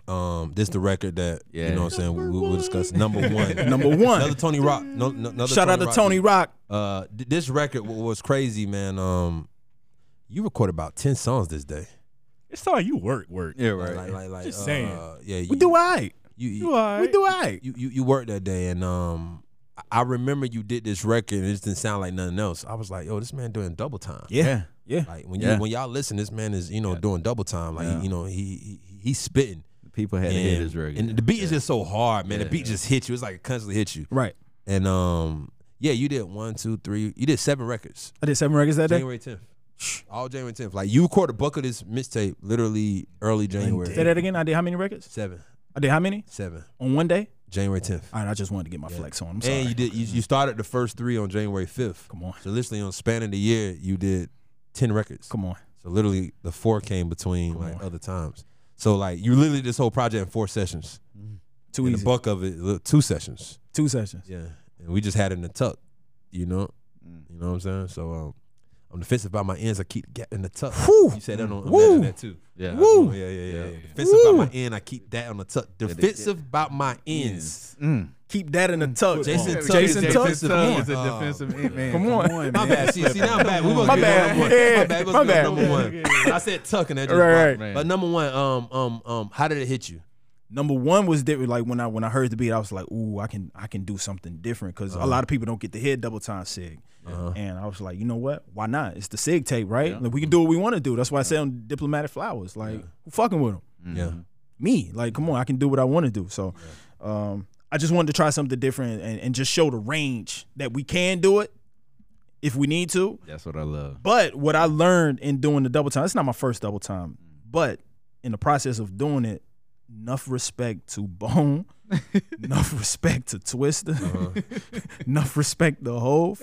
S2: Um, this the record that, you
S5: Yeah.
S2: know what I'm saying, we, we- we'll discuss. Number one.
S3: Number one.
S2: Another Tony Rock. No, no, another
S3: Shout out to Tony Rock.
S2: Uh, th- this record w- was crazy, man. Um, you recorded about 10 songs this day.
S4: It's time you work, work.
S5: Yeah,
S2: Like,
S5: right.
S2: like, like, like,
S4: Just
S2: uh,
S4: saying.
S2: Yeah, you,
S3: We do all right.
S2: You, you,
S4: You all
S3: We
S4: right?
S3: do all right.
S2: you, you, you worked that day, and um, I- I remember you did this record, and it just didn't sound like nothing else. I was like, yo, this man doing double time.
S5: yeah.
S3: Yeah.
S2: Like when
S5: Yeah.
S2: you when y'all listen, this man is you know doing double time. Like you know he, he he's spitting.
S5: People had to hear
S2: And,
S5: this record.
S2: and the beat is just so hard, man. The beat just hits you. It's like it constantly hits you.
S3: Right.
S2: And um, yeah, you did one, two, three. You did seven records.
S3: I did seven records that day.
S2: January tenth, all January tenth. Like you recorded bulk of this mixtape literally early January.
S3: Say that again. I did how many records?
S2: Seven,
S3: I did how many
S2: seven.
S3: on one day?
S2: January tenth.
S3: All right. I just wanted to get my flex on. I'm sorry.
S2: And you did you, you started the first three on January fifth.
S3: Come on.
S2: So literally on span of the year, you did ten records.
S3: Come on.
S2: So literally the four came between like other times. So like you literally did this whole project in four sessions.
S3: Too
S2: And
S3: easy.
S2: the bulk of it li- two sessions.
S3: Two sessions.
S2: Yeah. And we just had it in the tuck, you know? You know what I'm saying? So um I'm defensive by my ends, I keep getting in the tuck.
S3: Whew.
S2: You said that on
S3: Woo.
S2: Imagine that too.
S5: yeah.
S2: Woo. Yeah, yeah, yeah. Defensive by my end, I keep that on the tuck. Defensive by my ends.
S5: Mm.
S3: Keep that in the tuck.
S2: Jason
S5: Jason
S2: Tuck is
S3: Jason
S2: a
S3: Tuck.
S2: defensive
S5: Tuck
S2: end.
S5: is a
S2: Oh,
S5: defensive end, man.
S3: Come on.
S2: My bad. See, see, now I'm back. We was
S3: My
S2: gonna
S3: bad.
S2: Number one.
S3: Yeah,
S2: my bad. We
S3: my
S2: was
S3: bad.
S2: number one. I said tuck and that just
S3: Right,
S2: right,
S3: right.
S2: But number one, um, um, um, how did it hit you?
S3: Number one was different. Like when I when I heard the beat, I was like, "Ooh, I can I can do something different." Because a lot of people don't get to hear double time sig, and I was like, "You know what? Why not? It's the sig tape, right? Like we can do what we want to do. That's why I say on diplomatic flowers, like who fucking with them?
S5: Mm-hmm.
S2: Yeah.
S3: me. Like, come on, I can do what I want to do. So, um, I just wanted to try something different and, and just show the range that we can do it if we need to.
S5: That's what I love.
S3: But what I learned in doing the double time, it's not my first double time, but in the process of doing it, enough respect to Bone, enough respect to Twister, enough respect to Hove.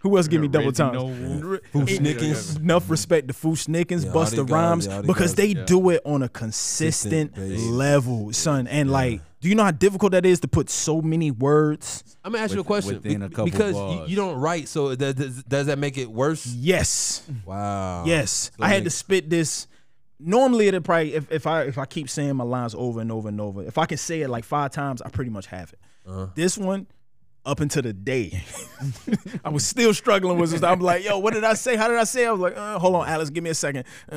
S3: Who else give me double times?
S2: Snickers.
S3: enough respect to Foosh Nickens,
S2: Yeah, all these
S3: Busta
S2: guys,
S3: Rhymes,
S2: yeah, all these
S3: because
S2: guys,
S3: they do it on a consistent
S2: Consistent basis.
S3: level, son. And like, do you know how difficult that is to put so many words?
S2: I'm gonna ask you a
S5: With-
S2: question
S5: within a
S2: Be-
S5: couple
S2: because you,
S5: bars.
S2: you don't write, so does, does, does that make it worse?
S3: Yes,
S2: Uh-huh. Wow.
S3: yes. I had to spit this. Normally, it'd probably if, if I if I keep saying my lines over and over and over, if I can say it like five times, I pretty much have it.
S2: Uh-huh.
S3: This one. Up until the day, I was still struggling with. it. I'm like, yo, what did I say? How did I say? it?" I was like, uh, hold on, Alex, give me a second. Uh,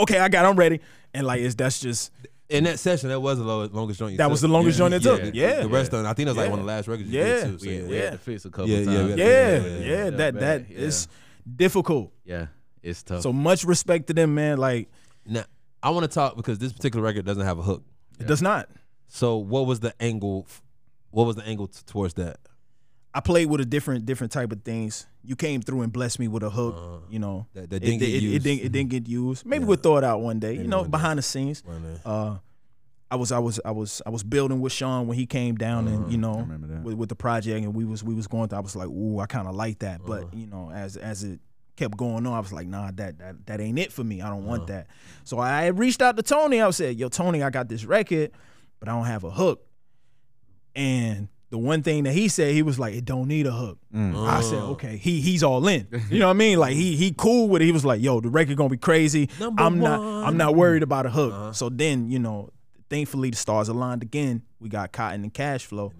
S3: okay, I got. it. I'm ready. And like, it's that's just
S2: In that session, that was the lo- longest joint. You
S3: That
S2: took.
S3: was the longest joint that took.
S2: the-
S3: Yeah.
S2: The rest of it, I think that was like
S3: Yeah.
S2: one of the last records. You
S3: Yeah.
S2: Did too, so
S5: Yeah,
S2: yeah.
S5: we had to fix a couple
S2: Yeah, yeah, we
S5: times.
S2: had to-
S3: yeah,
S2: yeah,
S3: yeah,
S2: yeah,
S3: that that
S5: yeah.
S3: is difficult.
S5: Yeah, it's tough.
S3: So much respect to them, man. Like
S2: Now I want to talk because this particular record doesn't have a hook.
S3: it does not.
S2: So what was the angle? f- What was the angle t- towards that?
S3: I played with a different different type of things. You came through and blessed me with a hook. you know
S2: Uh, that- that
S3: It-
S2: didn't
S3: it,
S2: get
S3: it,
S2: used.
S3: didn't, it didn't get used. Maybe we'll throw it out one day. you know,
S2: one day.
S3: behind the scenes. Uh, I was I was I was I was building with Sean when he came down and you know with, with the project and we was we was going through. I was like, ooh, I kind of like that, but you know, as as it kept going on, I was like, nah, that that that ain't it for me. I don't want that. So I had reached out to Tony. I said, yo, Tony, I got this record, but I don't have a hook. And the one thing that he said, he was like, it don't need a hook.
S5: Mm.
S3: I said, okay, he he's all in. You know what I mean? Like he he cool with it. He was like, yo, the record gonna be crazy.
S2: Number
S3: I'm not
S2: one.
S3: I'm not worried about a hook. So then, you know, thankfully the stars aligned again. We got Cotton and Cash Flow.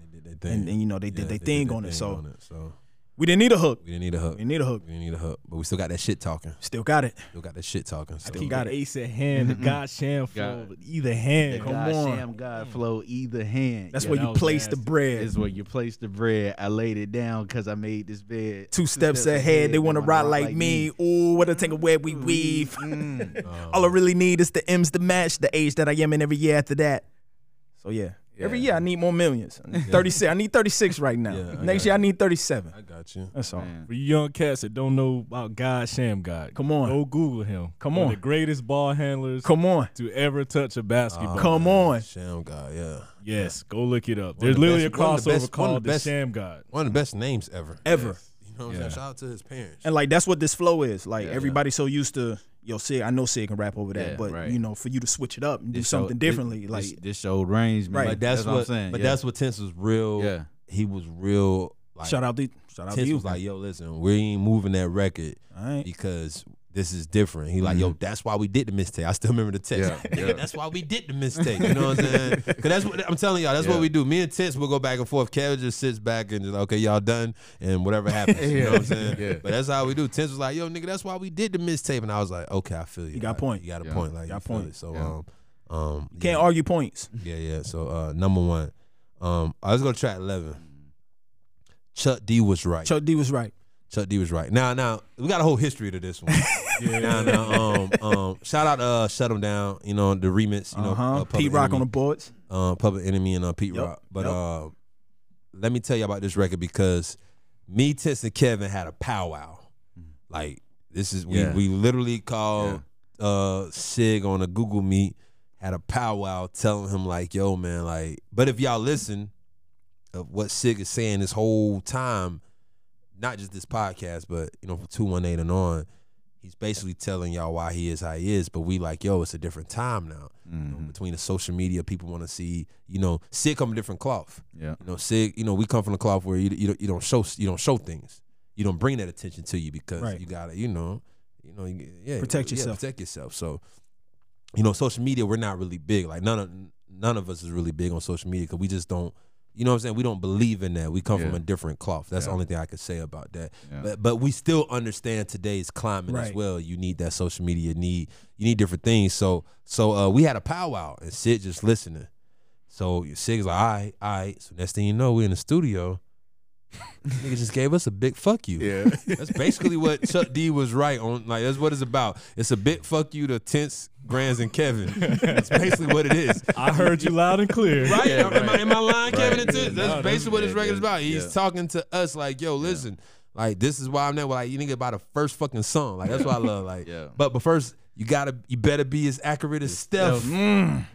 S3: And, and you know, they did their thing on it. So
S2: so
S3: we didn't need a hook.
S2: we didn't need a hook.
S3: We didn't need a hook.
S2: We didn't need a hook, but we still got that shit talking.
S3: Still got it.
S2: Still got that shit talking. Still.
S3: Keep got it.
S4: Ace at hand,
S3: Mm-hmm.
S4: the God Sham flow,
S5: God.
S4: with either hand.
S3: Come
S5: God,
S3: on.
S5: Sham God flow either hand.
S3: That's
S5: Yeah,
S3: where
S5: that
S3: you
S5: was
S3: place the
S5: nasty.
S3: bread.
S5: Is where you place the bread. I laid it down because I made this bed.
S3: Two steps ahead, they want to
S5: wanna
S3: ride like me. Ooh, what a tangle web we weave. All I really need is the M's to match the age that I am in every year after that. So yeah, every year I need more millions. I need 36. I need 36 right now.
S2: Yeah, I
S3: Next
S2: got
S3: year I need 37.
S2: I got you.
S3: That's all.
S4: For you young cats that don't know about God Sham God,
S3: Come on.
S4: go Google him.
S3: Come
S4: One
S3: on.
S4: of the greatest ball handlers
S3: Come on,
S4: to ever touch a basketball.
S3: come on.
S2: Sham God, yeah.
S4: yes, go look it up.
S2: One of
S4: There's
S2: the
S4: literally
S2: best-
S4: a
S2: one of the
S4: crossover
S2: best- one of
S4: called
S2: the
S4: the,
S2: best-
S4: Sham God.
S2: One of the best names ever.
S3: Ever.
S2: You know what I'm saying? Shout out to his parents.
S3: And like that's what this flow is. Like everybody's so used to yo Sig. I know Sig can rap over that,
S5: Yeah,
S3: but
S5: right.
S3: you know for you to switch it up and do
S5: This show-
S3: something differently,
S5: this,
S3: like
S5: this, this old range, man.
S3: Right.
S2: But that's, what,
S5: I'm saying.
S2: But
S5: yeah.
S2: that's what Tense was real.
S5: Yeah.
S2: He was real. Like,
S3: shout out to shout out to
S2: Tense
S3: you.
S2: was like, yo, listen, we ain't moving that record
S3: all right.
S2: because this is different. He like, yo, that's why we did the mistake. I still remember the text. Nigga, That's why we did the mistake. You know what I'm saying? Because that's what I'm telling y'all. That's what we do. Me and Tense will go back and forth. Kevin just sits back and just okay, y'all done, and whatever happens. You know what I'm saying? But that's how we do. Tense was like, yo, nigga, that's why we did the mistake, and I was like, okay, I feel you. You
S3: got a point.
S2: You got a point. Like,
S3: Got
S2: you
S3: a
S2: feel
S3: point.
S2: it. So, um, um,
S3: Can't
S2: yeah,
S3: argue points.
S2: yeah, yeah. So, uh, number one, um, I was gonna track eleven. Chuck D was right.
S3: Chuck D was right.
S2: Chuck D was right. Now, now we got a whole history to this one. yeah. Now, now, um, um, shout out to uh, Shut 'Em Down. You know the remix. You know,
S3: Uh huh.
S2: Public
S3: P Rock on the
S2: Enemy,
S3: boards.
S2: uh, Public Enemy and uh, Pete
S3: Yep,
S2: Rock. But
S3: yep.
S2: uh, let me tell you about this record because me, Tess, and Kevin had a powwow. Like this is we
S5: Yeah.
S2: we literally called uh Sig on a Google Meet, had a powwow telling him like, yo, man, like, but if y'all listen of what Sig is saying this whole time, not just this podcast, but you know, from two one eight and on, he's basically telling y'all why he is how he is. But we like, yo, it's a different time now. You know,
S5: Mm-hmm.
S3: Mm-hmm.
S2: between the social media, people want to see, you know, Sig come a different cloth.
S5: Yeah.
S2: You know, Sig, you know, we come from a cloth where you you don't, you don't show you don't show things. You don't bring that attention to you because
S3: Right.
S2: you gotta, you know, you know, you, yeah,
S3: Protect
S2: yeah,
S3: yourself.
S2: protect yourself. So, you know, social media, we're not really big. Like none of none of us is really big on social media because we just don't You know what I'm saying? We don't believe in that. We come from
S5: Yeah.
S2: a different cloth. That's the only thing I could say about that.
S5: Yeah.
S2: But but we still understand today's climate as
S3: Right.
S2: well. You need that social media. you Need you need different things. So so uh, we had a powwow and Sid just listening. So Sid's like, all right, all right. So next thing you know, we in the studio. Nigga just gave us a big fuck you.
S5: Yeah.
S2: That's basically what Chuck D was right on. Like that's what it's about. It's a big fuck you to Tense, Grands, and Kevin. That's basically what it is.
S4: I heard you loud and clear.
S2: Right? am, I, am I lying, Kevin and Tense?
S5: No,
S2: That's
S5: that's-
S2: basically what his
S5: yeah,
S2: record's
S5: yeah,
S2: about. He's
S5: yeah.
S2: talking to us like, yo, listen, like this is why I'm there. Like you nigga about the first fucking song. Like that's what I love. Like,
S5: Yeah.
S2: but but first you gotta you better be as accurate as Steph.
S5: Mm.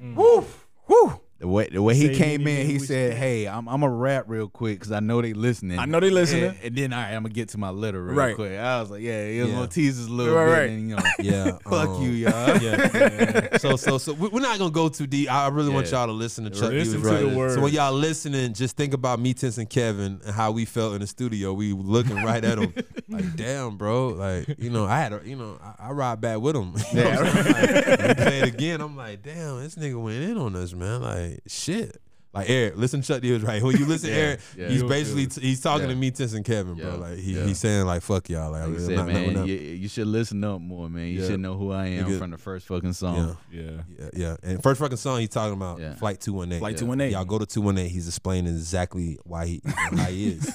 S5: The way the way
S4: Say
S5: he
S4: he
S5: came
S4: needed
S5: in, he
S4: whiskey.
S5: said, "Hey, I'm I'm a rap real quick because I know they listening.
S3: I know they listening.
S5: And, and then all right, I'm gonna get to my letter real
S3: Right.
S5: quick. I was like, yeah, it was
S2: Yeah.
S5: gonna tease us a little
S3: Right,
S5: bit.
S3: right.
S5: And, you know,
S2: Yeah,
S5: fuck
S2: um,
S5: you, y'all.
S2: yeah. So so so we- we're not gonna go too deep. I I really want
S5: Yeah.
S2: y'all to listen to Chuck. D
S4: Listen
S2: was
S4: to
S2: right.
S4: the words.
S2: So when y'all listening, just think about me, Tense, and Kevin and how we felt in the studio. We looking right at them, like damn, bro. Like you know, I had a, you know, I, I ride back with them. You know what I'm saying? Like, we play it again. I'm like, damn, this nigga went in on us, man. Like shit. Like Eric, listen, to Chuck D was right. When you listen, to Eric,
S5: yeah.
S2: he's
S4: You'll
S2: basically
S4: feel
S2: t- he's talking
S5: Yeah.
S2: to me, Tense, and Kevin, bro.
S5: Yeah.
S2: Like he,
S5: Yeah.
S2: he's saying like fuck y'all. Like,
S5: Like I
S2: I'm
S5: said,
S2: not- not-
S5: man,
S2: not-
S5: you, you should listen up more, man. You
S2: Yeah.
S5: should know who I am
S2: Nigga.
S5: from the first fucking
S2: yeah.
S5: song.
S4: Yeah.
S2: Yeah, yeah. And first fucking song he's talking about
S5: Yeah.
S2: Flight 218.
S3: Flight
S2: Yeah.
S3: 218.
S2: Y'all go to 218, he's explaining exactly why he how he is.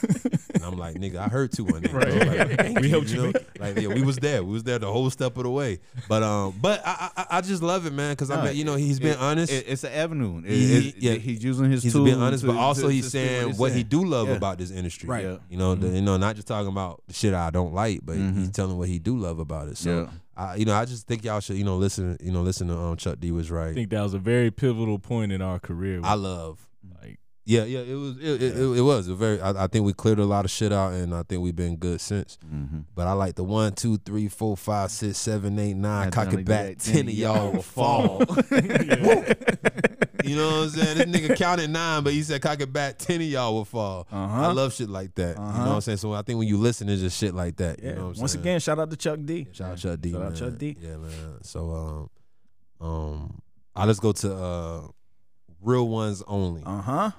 S2: and I'm like, nigga, I heard 218. Bro.
S4: Right.
S2: Like, thank
S4: We helped you
S2: know?
S4: make
S2: Like, yeah, we was there. We was there the whole step of the way. But um, but I I, I- I just love it, man, because I
S5: No,
S2: mean, you know, he's been
S5: It-
S2: honest.
S5: it- it's an avenue. It-
S2: He-
S5: it's-
S2: yeah.
S5: he's using his
S2: He's
S5: tools.
S2: being honest,
S5: to-
S2: but also
S5: to-
S2: he's
S5: to speak
S2: saying
S5: he's
S2: what he
S5: saying.
S2: do love
S5: Yeah.
S2: about this industry.
S3: Right.
S5: Yeah.
S2: You know, the, you know, not just talking about the shit I don't like, but he's telling what he do love about it. So,
S5: Yeah.
S2: I, you know, I just think y'all should, you know, listen, you know, listen to um, Chuck D was right.
S4: I think that was a very pivotal point in our career.
S2: I love
S4: like,
S2: Yeah, yeah, it was. It, it, it, it was a very. I, I think we cleared a lot of shit out, and I think we've been good since. But I like the one, two, three, four, five, six, seven, eight, nine.
S5: Not
S2: Cock
S5: tryna
S2: it back,
S5: get
S2: ten of y'all will fall. Woo. you know what I'm saying? This nigga counted nine, but he said cock it back, ten of y'all will fall.
S3: Uh-huh.
S2: I love shit like that. You know
S3: Uh-huh.
S2: what I'm saying? So I think when you listen, it's just shit like that. You
S3: Yeah.
S2: know what I'm
S3: Once
S2: saying?
S3: again, shout out to Chuck D.
S2: Shout out Chuck D.
S3: Shout out
S2: man.
S3: Chuck D.
S2: Yeah, man. So um, um, I let's go to uh, real ones only.
S3: Uh huh.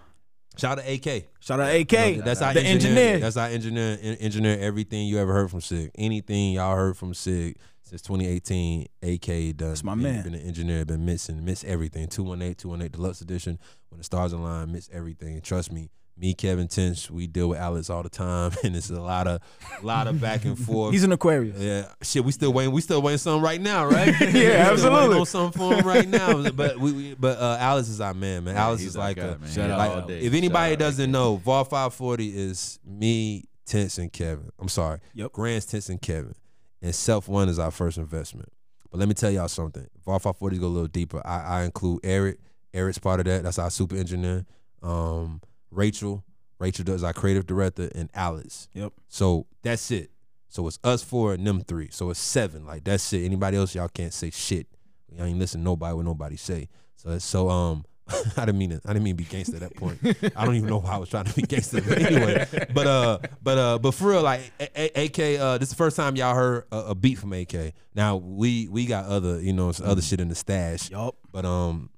S2: Shout out to AK.
S3: Shout out AK.
S2: You know, that's our
S3: the
S2: engineer.
S3: engineer.
S2: That's our engineer. en- Engineer everything you ever heard from Sig. Anything y'all heard from Sig since 2018, AK done.
S3: That's my
S2: been,
S3: man.
S2: Been an engineer, been missing, miss everything. 218, 218 Deluxe Edition. When the stars align, miss everything. Trust me. Me, Kevin Tench, we deal with Alex all the time, and it's a lot of, lot of back and forth.
S3: He's an Aquarius.
S2: Yeah, shit. We still waiting. We still waiting something right now, right? yeah,
S3: absolutely.
S2: On something for him right now, but we, we but uh, Alice is our man, man. Alice
S5: he's
S2: is
S5: our
S2: like
S5: guy,
S2: a
S5: man.
S2: like,
S5: Shout out all day.
S2: if
S5: Shout
S2: anybody
S5: out
S2: doesn't know, Vol Five Forty is me, Tense, and Kevin. I'm sorry,
S3: Yep.
S2: Grants, Tense, and Kevin, and Self One is our first investment. But let me tell y'all something. Vol Five Forty go a little deeper. I, I include Eric. Eric's part of that. That's our super engineer. Um, Rachel. Rachel does our creative director, and Alice.
S3: Yep.
S2: So that's it. So it's us four and them three. So it's seven. Like that's it. Anybody else, y'all can't say shit. Y'all ain't listen to nobody what nobody say. So it's- so um I didn't mean to, I didn't mean to be gangster at that point. I don't even know why I was trying to be gangster but anyway. But uh but uh but for real like A- A- AK uh this is the first time y'all heard a, a beat from AK. Now we we got other you know some other shit in the stash.
S3: Yup.
S2: But um,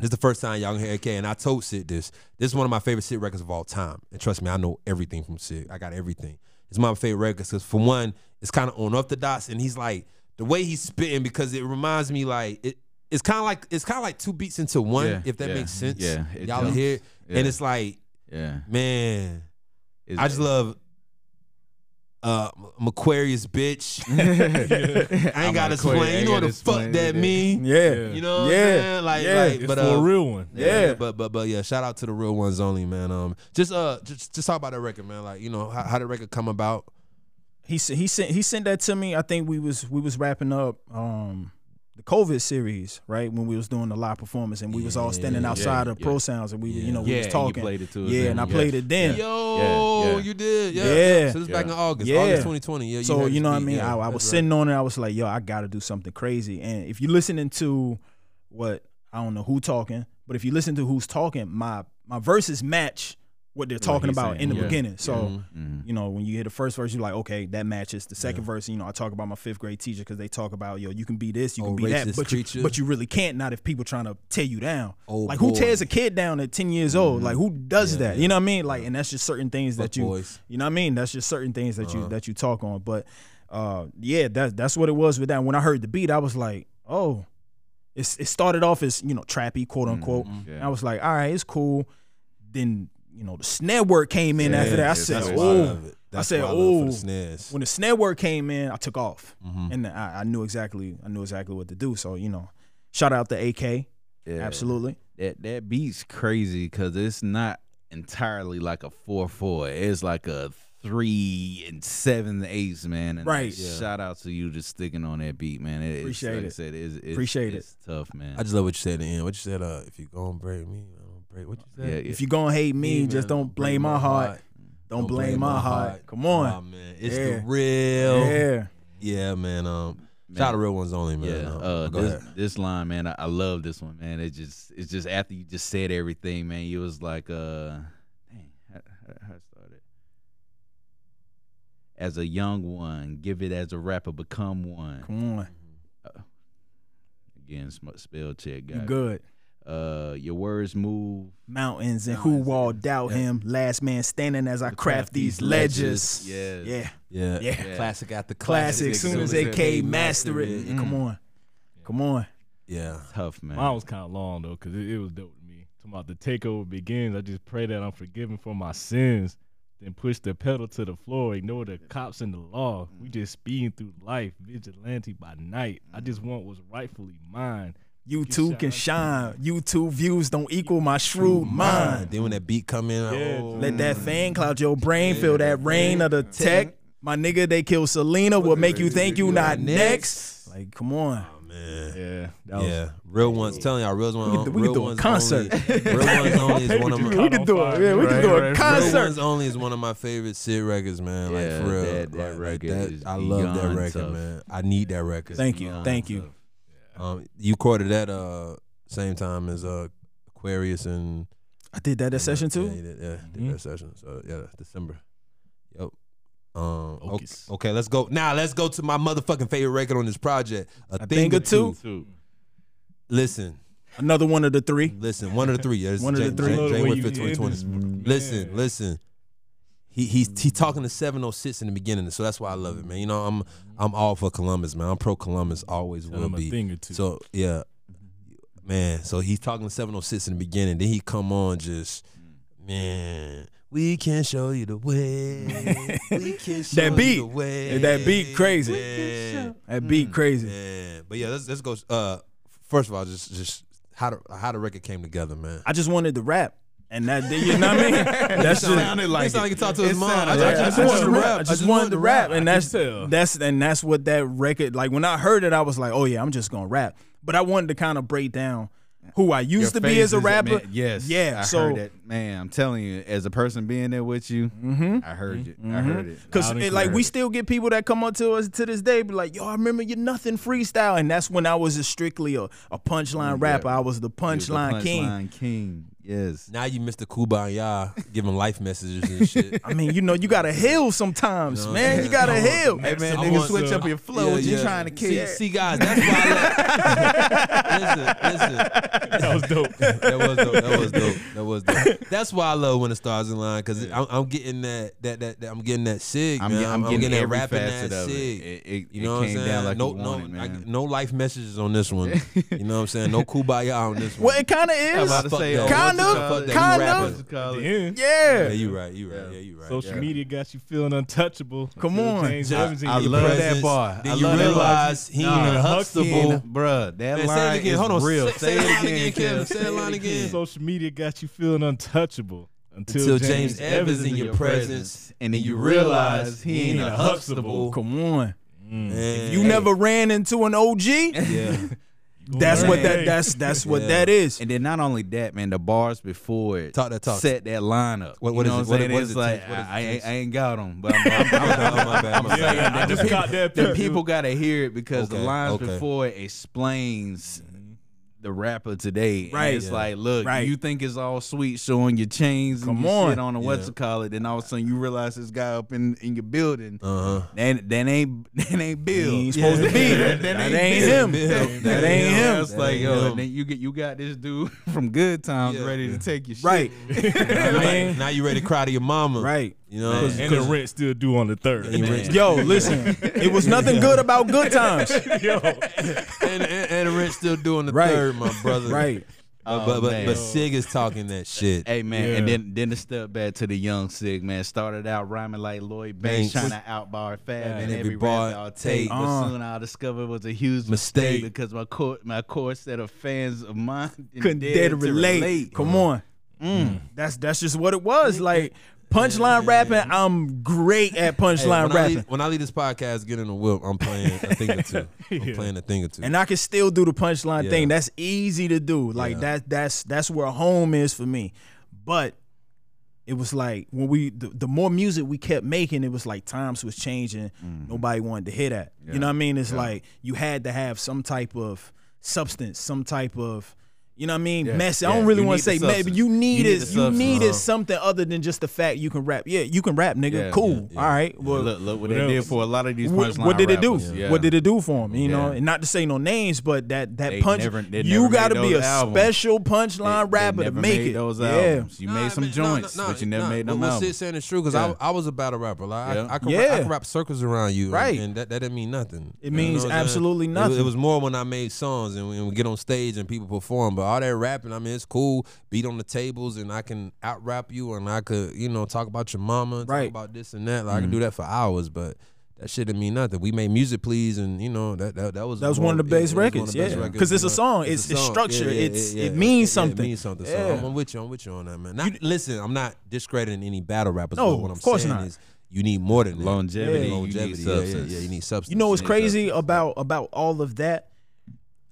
S2: this is the first time y'all gonna hear AK, and I told Sid this. This is one of my favorite Sid records of all time, and trust me, I know everything from Sid. I got everything. It's my favorite record because for one, it's kind of on orthodox, and he's like the way he's spitting because it reminds me like it. It's kind of like it's kind of like two beats into one,
S5: Yeah,
S2: if that
S5: yeah,
S2: makes sense.
S5: yeah, it
S2: y'all
S5: jumps.
S2: hear, it?
S5: Yeah.
S2: and it's like
S5: Yeah,
S2: man,
S5: It's-
S2: I just love uh M- Macquarie's bitch. I ain't got to explain. You know what the fuck that mean?
S3: Yeah.
S2: You know what
S3: yeah.
S2: I'm saying? Like,
S3: yeah.
S2: like,
S4: it's
S2: but
S4: for
S2: uh,
S4: a real one.
S2: yeah.
S3: Yeah.
S2: but but but yeah, shout out to the real ones only, man. Um, just uh, just just talk about that record, man. Like, you know, how, how the record come about?
S3: He s- he sent he sent that to me. I think we was we was wrapping up um the COVID series, right? When we was doing the live performance and we was all standing outside of
S5: yeah.
S3: Pro Sounds and we were, you know, we
S5: Yeah,
S3: was
S5: and you
S3: talking.
S5: played it to us
S3: yeah,
S5: then.
S3: and I
S5: Yeah.
S3: played it then.
S2: Yo,
S5: Yeah, yeah.
S2: you did, yeah.
S3: Yeah.
S2: So this is back in
S5: Yeah.
S2: August,
S3: Yeah.
S2: August 2020. Yeah. You
S3: So
S2: had
S3: you know
S2: this
S3: what I
S2: beat,
S3: mean?
S2: yeah,
S3: I, I
S2: that's
S3: was
S2: right.
S3: sitting on it. I was like, yo, I gotta do something crazy. And if you listening to what I don't know who talking, but if you listen to who's talking, my my verses match what they're talking
S5: he's
S3: about
S5: saying.
S3: in the
S5: Yeah.
S3: beginning. So,
S2: Mm-hmm.
S5: Mhm.
S3: you know, when you hear the first verse, you're like, okay, that matches. The second verse, you know, I talk about my fifth grade teacher because they talk about, yo, you can be this, you can
S2: Oh,
S3: be that,
S2: racist
S3: but
S2: creature.
S3: you, but you really can't. Not if people trying to tear you down.
S2: Oh,
S3: like who
S2: boy. Mm-hmm.
S3: tears a kid down at 10 years old? Like who does that? You know what I mean? Like, and that's just certain things that you,
S2: boys.
S3: you know what I mean? That's just certain things that you that you talk on. But uh, yeah, that's that's what it was with that. When I heard the beat, I was like, oh, it's, it started off as you know trappy, quote unquote. And I was like, all right, it's cool. Then you know the snare work came in after that. I
S5: yeah,
S3: said,
S5: that's why I
S3: oh,
S2: love it.
S3: I
S2: That's
S3: said,
S2: why I love for
S3: oh.
S2: the snares.
S3: When the snare work came in, I took off, and I, I knew exactly, I knew exactly what to do. So you know, shout out to AK,
S5: Yeah.
S3: absolutely.
S5: that that beat's crazy because it's not entirely like a four four. It's like a three and seven eights, man. And
S3: Right.
S5: Shout out to you just sticking on that beat, man. It,
S3: Appreciate
S5: it's, like I
S3: it.
S5: said, it's, it's,
S3: Appreciate it.
S5: it's tough, man.
S2: I just love what you said at the end. What you said, uh, if you gon' break me, I don't break. What you
S5: yeah,
S2: said?
S5: yeah.
S3: If you gonna hate me,
S2: man,
S3: just don't blame my heart. Don't, blame, my heart. Come
S2: Oh,
S3: on,
S2: man. It's
S3: Yeah.
S2: the real. Yeah,
S3: yeah.
S2: man. Um,
S5: Man.
S2: shout out to real ones only, man.
S5: yeah,
S2: Um,
S5: uh,
S2: go
S5: this,
S2: ahead.
S5: this line, man, I, I love this one, man. It just, it's just after you just said everything, man. You was like, uh, dang, how, how, how it started? As a young one, give it as a rapper, become one.
S3: Come on,
S5: Again, sm- spell check, guy.
S3: you good.
S5: Uh, your words move.
S3: Mountains and who all doubt him. Last man standing as I craft these ledges.
S5: Yes.
S3: Yeah,
S2: Yeah.
S3: yeah.
S2: Classic after
S3: Classic. Soon as AK master it,
S2: Mm.
S3: come on, come on.
S2: Yeah.
S5: Tough man.
S4: Mine was kind of long though, cause it, it was dope to me. Talking about the takeover begins. I just pray that I'm forgiven for my sins. Then push the pedal to the floor. Ignore the cops and the law. We just speeding through life, vigilante by night. I just want what's rightfully mine.
S3: You two can shine. You two views don't equal my shrewd
S2: Mine.
S3: mind.
S2: Then when that beat come in,
S4: Yeah,
S2: oh,
S3: Let that fan cloud your brain. Feel that rain of the tech. My nigga, they kill Selena. What make you think you not next? Like, come on.
S2: man.
S4: Yeah, that was
S2: Yeah, real ones. Telling y'all, real ones.
S3: can do- we can
S2: real
S3: do a
S2: ones
S3: concert.
S2: Only, real ones only is one of my.
S4: Caught
S3: We could
S4: on
S3: do it.
S4: fire.
S3: Yeah, we could do a
S4: Right,
S2: Real
S3: concert.
S2: Ones Only is one of my favorite Sid records, man. Like
S5: Yeah,
S2: for real,
S5: that- that
S2: Like, like,
S5: record
S2: that-
S5: is
S2: I love that
S5: beyond
S2: record,
S5: tough.
S2: man. I need that record.
S3: Thank you. Thank you.
S2: Um, you recorded that uh same time as uh Aquarius and
S3: I did that at session
S2: Yeah,
S3: too. Hmm.
S2: you did- yeah, did
S4: Mhm.
S2: that session. So yeah, that's December. Yep. Um, okay,
S4: Okis.
S2: okay, let's go now. let's go to my motherfucking favorite record on this project, a, thing, or two.
S4: too.
S2: Listen,
S3: Another one of the three.
S2: listen, one of the three. Yeah, this
S3: One
S2: is
S3: of the three.
S2: Jan- Jan-
S4: Love the way
S2: January
S4: you
S2: fifth, twenty
S4: did this,
S2: twenty.
S4: man.
S2: Listen, listen. He he's he talking to seven oh six in the beginning, so that's why I love it, man. You know, I'm I'm all for Columbus, man. I'm pro Columbus, always
S4: Tell
S2: will
S4: him a
S2: be.
S4: thing or two.
S2: So yeah,
S3: Mm-hmm.
S2: man. So he's talking to 706 in the beginning. Then he come on just,
S3: Mm.
S2: man. We can show you the way. We can show
S3: beat.
S2: you the way.
S3: That beat crazy.
S2: Yeah,
S3: That beat crazy.
S2: man. But yeah, let's let's go. Uh, first of all, just just how the how the record came together, man.
S3: I just wanted to rap. And that, you know what I mean? That's just,
S2: like it. Sound like he talked to his mom.
S3: Yeah, I just wanted to rap. I just wanted to rap, and
S4: I
S3: that's
S4: can tell.
S3: that's and that's what that record. Like when I heard it, I was like, "Oh yeah, I'm just gonna rap." But I wanted to kind of break down who I used to be as a
S5: Phases,
S3: rapper.
S5: man, yes.
S3: yeah.
S5: I
S3: so
S5: heard that. man, I'm telling you, as a person being there with you, mm-hmm. I heard it. I heard it.
S3: Cause
S4: Loud and
S3: it, like
S4: clear.
S3: we still get people that come up to us to this day, be like, "Yo, I remember your nothing freestyle," and that's when I was just strictly a, a punchline rapper. I was the
S5: He was the
S3: punchline king.
S5: punchline king. Yes.
S2: Now you Mr. Kumbaya giving life messages and shit.
S3: I mean, you know, you gotta heal sometimes, man. You gotta heal.
S5: Hey man,
S2: I
S5: nigga,
S2: want-
S5: switch up your flow. what you trying to
S2: See,
S5: kill?
S2: see guys, that's why I love. listen, listen.
S4: that was dope.
S2: that was dope. That was dope. That was dope. That's why I love when the stars align because I'm, I'm getting that, that that that I'm getting that sig.
S5: I'm,
S2: man.
S5: get- I'm getting,
S2: that
S5: every
S2: rapping
S5: facet
S2: that
S5: of it.
S2: sig.
S5: It, it,
S2: You know
S5: it
S2: what I'm
S5: came
S2: saying?
S5: down like
S2: no,
S5: we
S2: no,
S5: wanted,
S2: I-
S5: man.
S2: no life messages on this one. you know what I'm saying? No kubaya on this one.
S3: Well, it kind of
S5: I'm
S3: is.
S5: about to
S2: Fuck
S5: say,
S2: that.
S5: oh,
S3: Kind
S5: what you
S3: of,
S5: call it?
S3: kind
S5: What
S2: of.
S5: you call it?
S4: Yeah.
S2: yeah,
S3: Yeah.
S2: you right. You right. Yeah, you right.
S4: Social
S2: yeah.
S4: media got you feeling untouchable.
S3: Come
S4: Until
S3: on.
S4: James
S2: I-
S4: Evans in
S5: I
S4: your
S5: love
S4: presence.
S5: that bar.
S2: Then
S5: I
S2: you
S5: love that bar.
S2: realize he ain't
S5: Nah,
S2: even Huxtable.
S5: bruh. That
S2: Man,
S5: line
S2: say it again.
S5: is
S2: Hold on.
S5: real.
S2: Say, say it again, Kevin.
S5: Kev.
S2: Say that line again.
S4: Social media got you feeling untouchable until,
S2: Till
S4: James,
S2: James
S4: Evans in your presence.
S5: and then you realize he ain't a Huxtable.
S3: Come on.
S2: Man.
S3: You never ran into an OG.
S2: Yeah.
S3: That's what
S4: Right.
S3: that that's that's what
S2: Yeah.
S3: that is.
S5: And then not only that, man, the bars before it
S2: Talk that talk.
S5: set that line up.
S2: What- what
S5: you know
S2: is it?
S5: What
S2: What-
S5: I'm saying?
S2: what
S5: it's
S2: is it,
S5: like
S2: Terrence? What is it,
S5: I, I ain't,
S2: Terrence?
S5: I ain't got them, but I'm, I'm, I'm,
S2: Oh, my bad. My bad.
S4: Yeah, I just caught that.
S5: the
S4: too.
S5: people gotta hear it because the
S2: Okay,
S5: lines
S2: okay.
S5: before it explains the rapper today. And
S3: Right.
S5: it's
S3: Yeah.
S5: like, look,
S3: Right.
S5: you think it's all sweet showing your chains
S3: Come
S5: and your shit
S3: on.
S5: on a what's
S2: Yeah.
S5: it called, and all of a sudden you realize this guy up in, in your building.
S2: Uh huh.
S5: that, that ain't that ain't Bill.
S3: He ain't supposed to be.
S5: that, that
S3: That
S5: ain't,
S3: ain't
S5: Bill.
S3: him.
S5: That,
S3: That ain't him.
S5: It's
S2: That
S5: like
S2: ain't
S5: yo,
S2: him.
S5: then you get you got this dude from Good Times
S2: Yeah.
S5: ready to take your shit.
S3: Right.
S2: Now, you
S3: Man.
S2: like- now you ready to cry to your mama.
S3: Right.
S2: You know.
S5: Man.
S4: And the rent still due on the third.
S2: And the rent-
S3: Yo, listen, it was nothing good about good times.
S4: Yo,
S2: and, and, and the rent still doing the
S3: Right.
S2: third, my brother. Uh,
S3: Right.
S5: Oh,
S2: but but,
S5: man.
S2: but Sig is talking that shit.
S5: Hey man, and
S4: Yeah.
S5: then then the step back to the young sig man started out rhyming like Lloyd Banks,
S2: Banks.
S5: trying to outbar Fab
S4: Yeah.
S2: And
S5: and every
S2: every bar
S5: rap I'll take.
S3: Uh.
S5: But soon I discovered it was a huge
S2: Mistake.
S5: mistake, because my core my core set of fans of mine didn't
S3: Couldn't dare to relate. Come on. Mm. That's that's just what it was. Like punchline rapping, I'm great at
S2: Hey,
S3: punchline
S2: when, I
S3: rapping.
S2: leave, when I leave this podcast, get in a whip. I'm playing a thing or two. I'm
S4: Yeah.
S2: playing a thing or two.
S3: and I can still do the punchline
S2: Yeah.
S3: thing. That's easy to do. Like
S2: Yeah.
S3: that that's that's where home is for me. But it was like when we the, the more music we kept making, it was like times was changing.
S5: Mm-hmm.
S3: Nobody wanted to hear that. You know what I mean? It's like you had to have some type of substance, some type of you know what I mean? Messy. I
S5: yeah.
S3: don't really
S5: You
S3: want
S5: need
S3: to
S5: the
S3: say maybe
S5: substance.
S3: you need
S5: need
S3: is
S5: the
S3: you
S5: substance,
S3: need
S2: uh-huh.
S3: is something other than just the fact you can rap. Yeah, you can rap, nigga.
S5: Yeah,
S3: cool.
S2: yeah,
S3: All right. Well,
S5: look, look what
S4: What
S5: they did
S4: else?
S5: for a lot of these
S3: what,
S5: punchline
S3: what did it do?
S5: rappers. Yeah.
S3: What did it do for him? You know,
S5: Yeah.
S3: and not to say no names, but that that
S5: They
S3: punch
S5: never- they
S3: you
S5: never
S3: got to
S5: made
S3: be a
S5: those albums.
S3: special
S5: They-
S3: punchline
S5: they
S3: rapper to
S5: never
S3: make
S5: made
S3: it.
S5: Those
S3: yeah,
S5: albums. You
S2: Nah,
S5: made some
S2: man, nah,
S5: joints,
S2: nah,
S5: but you never
S2: nah.
S5: made
S2: What-
S5: them
S2: What
S5: albums.
S2: Sid saying is true because
S5: Yeah.
S2: I, I was a battle rapper. Like,
S5: Yeah.
S2: I, I, could, I
S3: Yeah.
S2: could wrap circles around you, and-
S3: Right.
S2: And, that, that didn't mean nothing.
S3: It means
S2: what I'm saying?
S3: absolutely
S2: It was- It
S3: nothing.
S2: was, more when I made songs and we, and we get on stage and people perform. But all that rapping, I mean, it's cool. Beat on the tables, and I can out rap you, and I could you know talk about your mama, talk
S3: Right. Mm-hmm.
S2: about this and that. Like I can do that for hours, but. That shit didn't mean nothing. We made music, please, and you know that that, that was
S3: That was one of the
S2: yeah,
S3: best
S2: that was one
S3: records,
S2: of the best
S3: yeah.
S2: records,
S3: 'Cause it's
S2: you
S3: a
S2: know.
S3: song, it's- it's
S2: song.
S3: structured, it's- it means
S2: It
S3: something.
S2: means something.
S3: Yeah.
S2: So I'm, I'm with you. I'm with you on that, man. Not, Listen, I'm not discrediting any battle rappers.
S3: No,
S2: but what I'm
S3: of course
S2: saying
S3: not.
S2: is you need more than that.
S5: Longevity, you need
S2: longevity. yeah, yeah,
S5: substance.
S2: yeah, you need substance.
S3: you know what's
S2: Yeah.
S3: crazy about about all of that?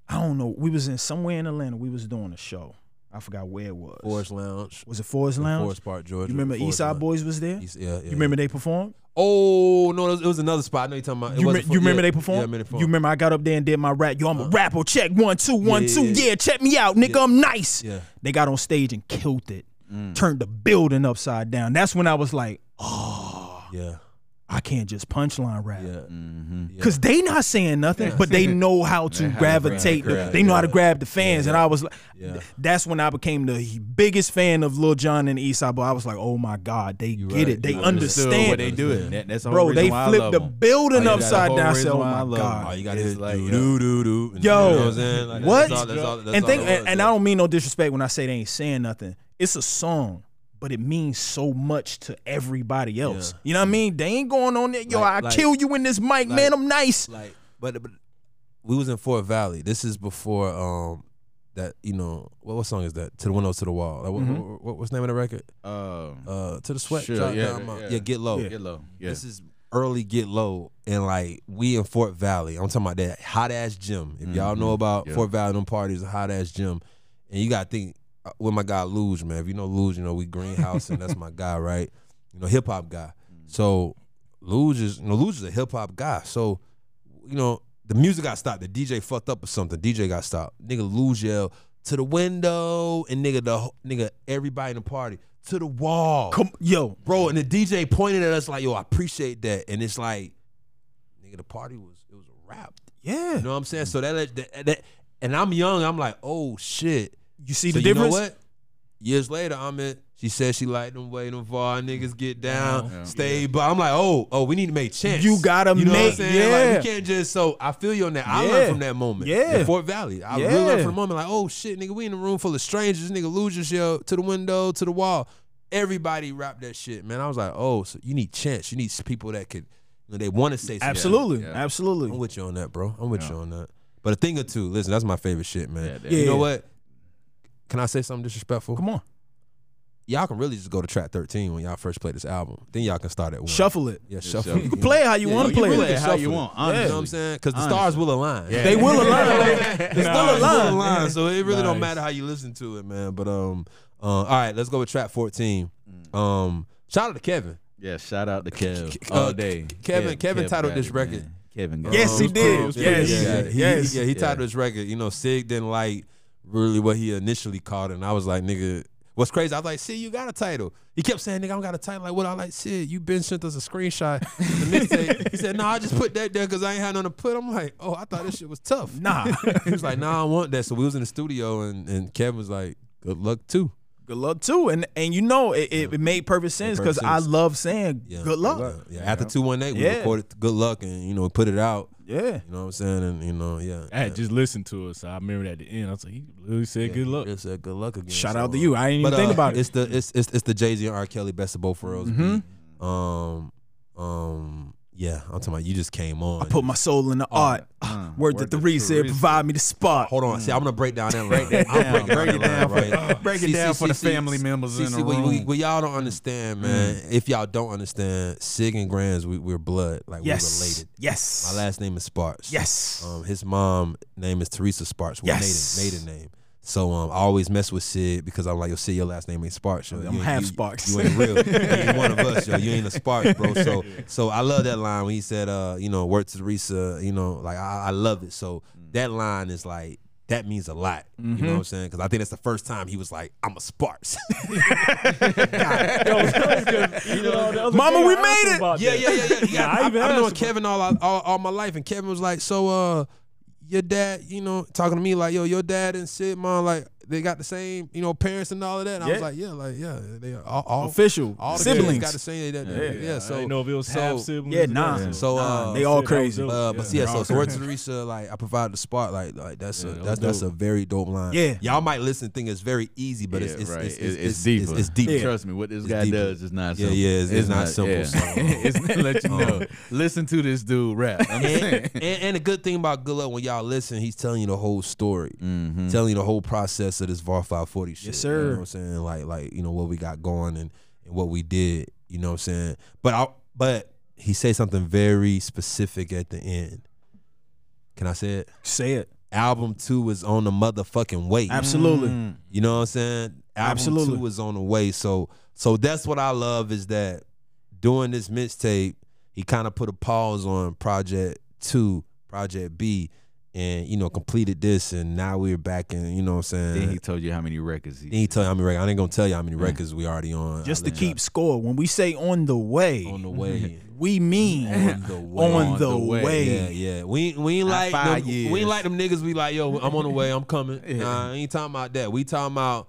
S3: I don't know. We was in somewhere in Atlanta. We was doing a show. I forgot where it was.
S2: Forest Lounge,
S3: Was it Forest Lounge?
S2: Forest Park, Georgia.
S3: you remember
S2: Forest
S3: Eastside
S2: Lounge.
S3: Boys was there?
S2: East- yeah, yeah,
S3: you remember they performed?
S2: Oh no, it was, it was another spot. I know you're talking about. It
S3: You,
S2: wasn't
S3: rem-
S2: for-
S3: you remember
S2: yeah,
S3: they performed?
S2: Yeah,
S3: you remember I got up there and did my rap. Yo, I'm a rapper. Check one, two, one,
S2: yeah,
S3: two. yeah,
S2: yeah.
S3: check me out, nigga. I'm nice.
S2: Yeah.
S3: They got on stage and killed it.
S5: Mm.
S3: Turned the building upside down. That's when I was like,
S2: Yeah,
S3: I can't just punchline rap.
S2: yeah.
S3: Cause they not saying nothing, but they know how to gravitate. the-
S5: grab,
S3: they know how to grab the fans, and I was like, th- that's when I became the biggest fan of Lil Jon and Eastside Boy. I was like, oh my god, they get
S2: right.
S3: it, they
S2: You
S5: Understood what
S3: understand.
S5: they doing. That, that's the whole
S3: Bro, they
S5: reason why I
S3: flipped
S5: love
S3: the
S5: 'em.
S3: building
S5: Like, that's the
S3: upside
S5: whole
S3: down. I said,
S5: reason
S3: oh
S5: why I
S3: my
S5: love 'em.
S3: god,
S2: All you got
S5: It's
S2: is
S5: like,
S2: like
S5: yo.
S2: do do do do. and-
S3: Yo.
S2: you know what I'm saying? Like,
S3: What?
S2: That's all, that's all, that's
S3: and
S2: all
S3: think,
S2: it was,
S3: and, and
S2: yeah.
S3: I don't mean no disrespect when I say they ain't saying nothing. It's a song, but it means so much to everybody else. You know what I mean? They ain't going on there. Yo,
S2: Like-
S3: I
S2: like-
S3: kill you in this mic, man.
S2: like-
S3: I'm nice.
S2: like but, but we was in Fort Valley. This is before um that you know what what song is that? To the window, to the wall. Like, what, what, what- what's the name of the record?
S5: Um,
S2: Uh, to the sweat.
S5: Mm-hmm. Sure,
S2: Drop
S5: yeah,
S2: Down Low.
S5: yeah.
S2: yeah, get low.
S5: get low. Yeah.
S2: This is early get low, and like we in Fort Valley. I'm talking about that hot ass gym. If y'all know about Fort Valley, them parties, a hot ass gym, and you gotta think uh, with my guy Luge, man. If you know Luge, you know we Greenhouse, and that's my guy, right? You know hip hop guy. So Luge is you know Luge is a hip hop guy. So you know the music got stopped. The DJ fucked up or something. DJ got stopped. Nigga Luge yell to the window, and nigga the ho- nigga everybody in the party to the wall
S3: Come, yo,
S2: bro. And the DJ pointed at us like, "Yo, I appreciate that." And it's like, nigga, the party was it was a wrap.
S3: yeah.
S2: You know what I'm saying? So that let- that, that and I'm young. I'm like, oh shit.
S3: You see
S2: So
S3: the
S2: you know
S3: difference?
S2: what? Years later, I'm at. She said she liked them way them far niggas get down, stay. But I'm like, oh, oh, we need to make chance.
S3: You gotta
S2: you know What
S3: make-
S2: I'm saying?
S3: yeah.
S2: Like, we can't just. So I feel you on that. I
S3: Yeah.
S2: learned from that moment.
S3: Yeah.
S2: in Fort Valley. I
S3: Yeah.
S2: really learned from the moment. Like, oh shit, nigga, we in a room full of strangers. Nigga, lose your shit to the window, to the wall. Everybody rap that shit, man. I was like, oh, so you need chance. You need people that could, you know, they want to say something.
S3: Absolutely,
S5: yeah.
S3: absolutely.
S2: I'm with you on that, bro. I'm with you on that. But a thing or two, listen, that's my favorite shit, man.
S5: Yeah, that-
S2: You
S3: Yeah.
S2: know what? Can I say something disrespectful?
S3: Come on,
S2: Y'all can really just go to track 13 when y'all first play this album. Then y'all can start at one.
S3: shuffle it.
S2: Yeah, shuffle.
S5: shuffle. You can
S3: Play it how you
S2: Yeah,
S3: want
S5: you
S3: to play
S5: really
S3: it.
S5: can how
S2: shuffle
S5: you
S2: it.
S5: want,
S2: You know what I'm
S5: honestly.
S2: saying? Because the stars will align.
S5: Yeah.
S3: They will align.
S2: It's still a line. line. So it really
S4: Nice.
S2: don't matter how you listen to it, man. But um, uh, all right, let's go with track 14. Um, shout out to Kevin.
S5: Yeah, shout out to Kev
S2: Ke-
S5: all
S2: uh,
S5: day.
S2: Kevin-
S5: Kev-
S2: Kevin
S5: Kev
S2: titled
S5: got
S2: this
S5: it,
S2: record.
S5: man. Kevin, got
S3: Yes,
S5: it.
S3: he
S2: Um,
S3: did.
S2: um,
S3: Yes,
S2: yeah, yeah, he,
S3: yes.
S2: yeah, he titled
S5: Yeah.
S2: his record. You know, Sig didn't like really what he initially called it. And I was like, nigga, what's crazy? I was like, see, you got a title. He kept saying, nigga, I don't got a title. Like, what? I was like, shit, you been sent us a screenshot. of The mixtape. he said, no, I just put that there because I ain't had nothing to put. I'm like, oh, I thought this shit was tough.
S3: Nah.
S2: he was like, nah, I want that. So we was in the studio and, and Kevin was like, good luck too.
S3: good luck too. And and you know it, it, it made perfect sense because I
S2: sense.
S3: love saying
S2: Yeah,
S3: good luck.
S2: Yeah, after 218, we
S3: Yeah.
S2: recorded Good Luck and, you know, put it out.
S3: Yeah.
S2: You know what I'm saying? And, you know, yeah.
S4: I had just listened to it, so I remember at the end, I was like, he literally said good luck.
S2: It's a good luck again.
S3: Shout
S2: So,
S3: out to
S2: uh,
S3: you. I ain't even
S2: but,
S3: think
S2: uh,
S3: about it.
S2: It's the it's it's, it's the Jay Z and R. Kelly best of both worlds.
S5: Mm-hmm.
S2: beat. Um, um, yeah, I'm talking about you just came on.
S3: I put my soul in the art.
S2: Mm.
S3: Word that the Reed said, provide me the spot.
S2: Hold on, see, I'm gonna break down that line.
S5: that
S2: I'm
S5: down.
S2: breaking
S5: Break it
S2: that
S5: down
S2: line,
S5: for-
S2: right?
S5: break it
S2: See,
S5: down
S2: see,
S5: for the
S2: see,
S5: family
S2: see,
S5: members
S2: see,
S5: in the
S2: see, what-
S5: room. Mm.
S2: what- what y'all don't understand, man. If y'all don't understand, Sig and Grans, we, we're blood, like
S3: Yes.
S2: we're related.
S3: Yes.
S2: My last name is Sparks.
S3: Yes.
S2: Um, his mom name is Teresa Sparks. Well,
S3: Yes.
S2: maiden, maiden name. So um, I always mess with Sid because I'm like, yo, Sid, your last name ain't Sparks. Yo. You ain't-
S3: half
S2: you-
S3: Sparks.
S2: You ain't real. you ain't one of us, yo. You ain't a Sparks, bro. So, so I love that line when he said, uh, you know, word Teresa. You know, like I, I love it. So that line is like. That means a lot, you
S3: Mm-hmm.
S2: know what I'm saying? Because I think that's the first time he was like, "I'm a Sparks."
S3: Mama, we made it.
S2: Yeah, yeah, yeah, yeah. yeah. I,
S4: I
S2: I,
S4: even
S2: have known
S4: asked him
S2: Kevin all, I- all all my life, and Kevin was like, "So, uh, your dad, you know, talking to me like, yo, your dad and Sid, mom, like, they got the same, you know, parents and all of that." And I was
S3: Yeah.
S2: like, "Yeah, like, yeah, they are all, all
S3: Official.
S2: all the kids
S3: siblings.
S2: got the same, yeah, yeah,
S4: I
S2: So,
S4: didn't know if it was
S2: so,
S4: half siblings.
S3: yeah, nah.
S4: or-
S2: So, uh,
S3: Nah, they all
S4: Shit, I was
S3: crazy.
S4: dope.
S2: uh, but yeah, so, so
S4: Yeah.
S2: word to Teresa, like I provide the spot, like, like that's a that's, that's a very dope line.
S3: Yeah.
S2: y'all might listen, and think it's very easy, but it's
S5: Yeah,
S2: it's,
S5: right.
S2: it's,
S5: It- it's deeper.
S2: It's, it's deep.
S5: Trust me, what this
S2: It's
S5: guy
S2: deeper.
S5: does is not
S2: Yeah,
S5: simple.
S2: yeah, it's- it's not simple,
S5: yeah.
S2: so, uh,
S5: it's gonna let you know. Listen to this dude rap. I'm just saying.
S2: and, and, and the good thing about Good Luck when y'all listen, he's telling you the whole story, telling you the whole process of this VAR 540
S3: Mm-hmm.
S2: shit.
S3: Yes,
S2: You know
S3: sir.
S2: what I'm saying? Like, like you know what we got going and, and what we did. You know what I'm saying? But I but he said something very specific at the end. Can I say it?
S3: Say it.
S2: Album two is on the motherfucking way.
S3: Absolutely.
S2: You know what I'm saying? Album
S3: Absolutely.
S2: two is on the way. So so that's what I love is that doing this mixtape, he kind of put a pause on project two, project B, and you know, completed this and now we're back in, you know what I'm saying?
S5: Then he told you how many records he.
S2: Then he tell you how many records. I ain't gonna tell you how many records we already on.
S3: Just
S2: I
S3: to
S2: let
S3: keep score. When we say on the way,
S2: y'all on the way.
S3: we mean
S2: on the way.
S3: on the
S5: way.
S2: Yeah,
S3: way.
S2: yeah. We ain't- we ain't
S5: High
S2: like
S5: five
S2: them, we
S5: years.
S2: ain't like them niggas. We like yo, I'm on the way. I'm coming. Nah, I ain't talking about that. We talking about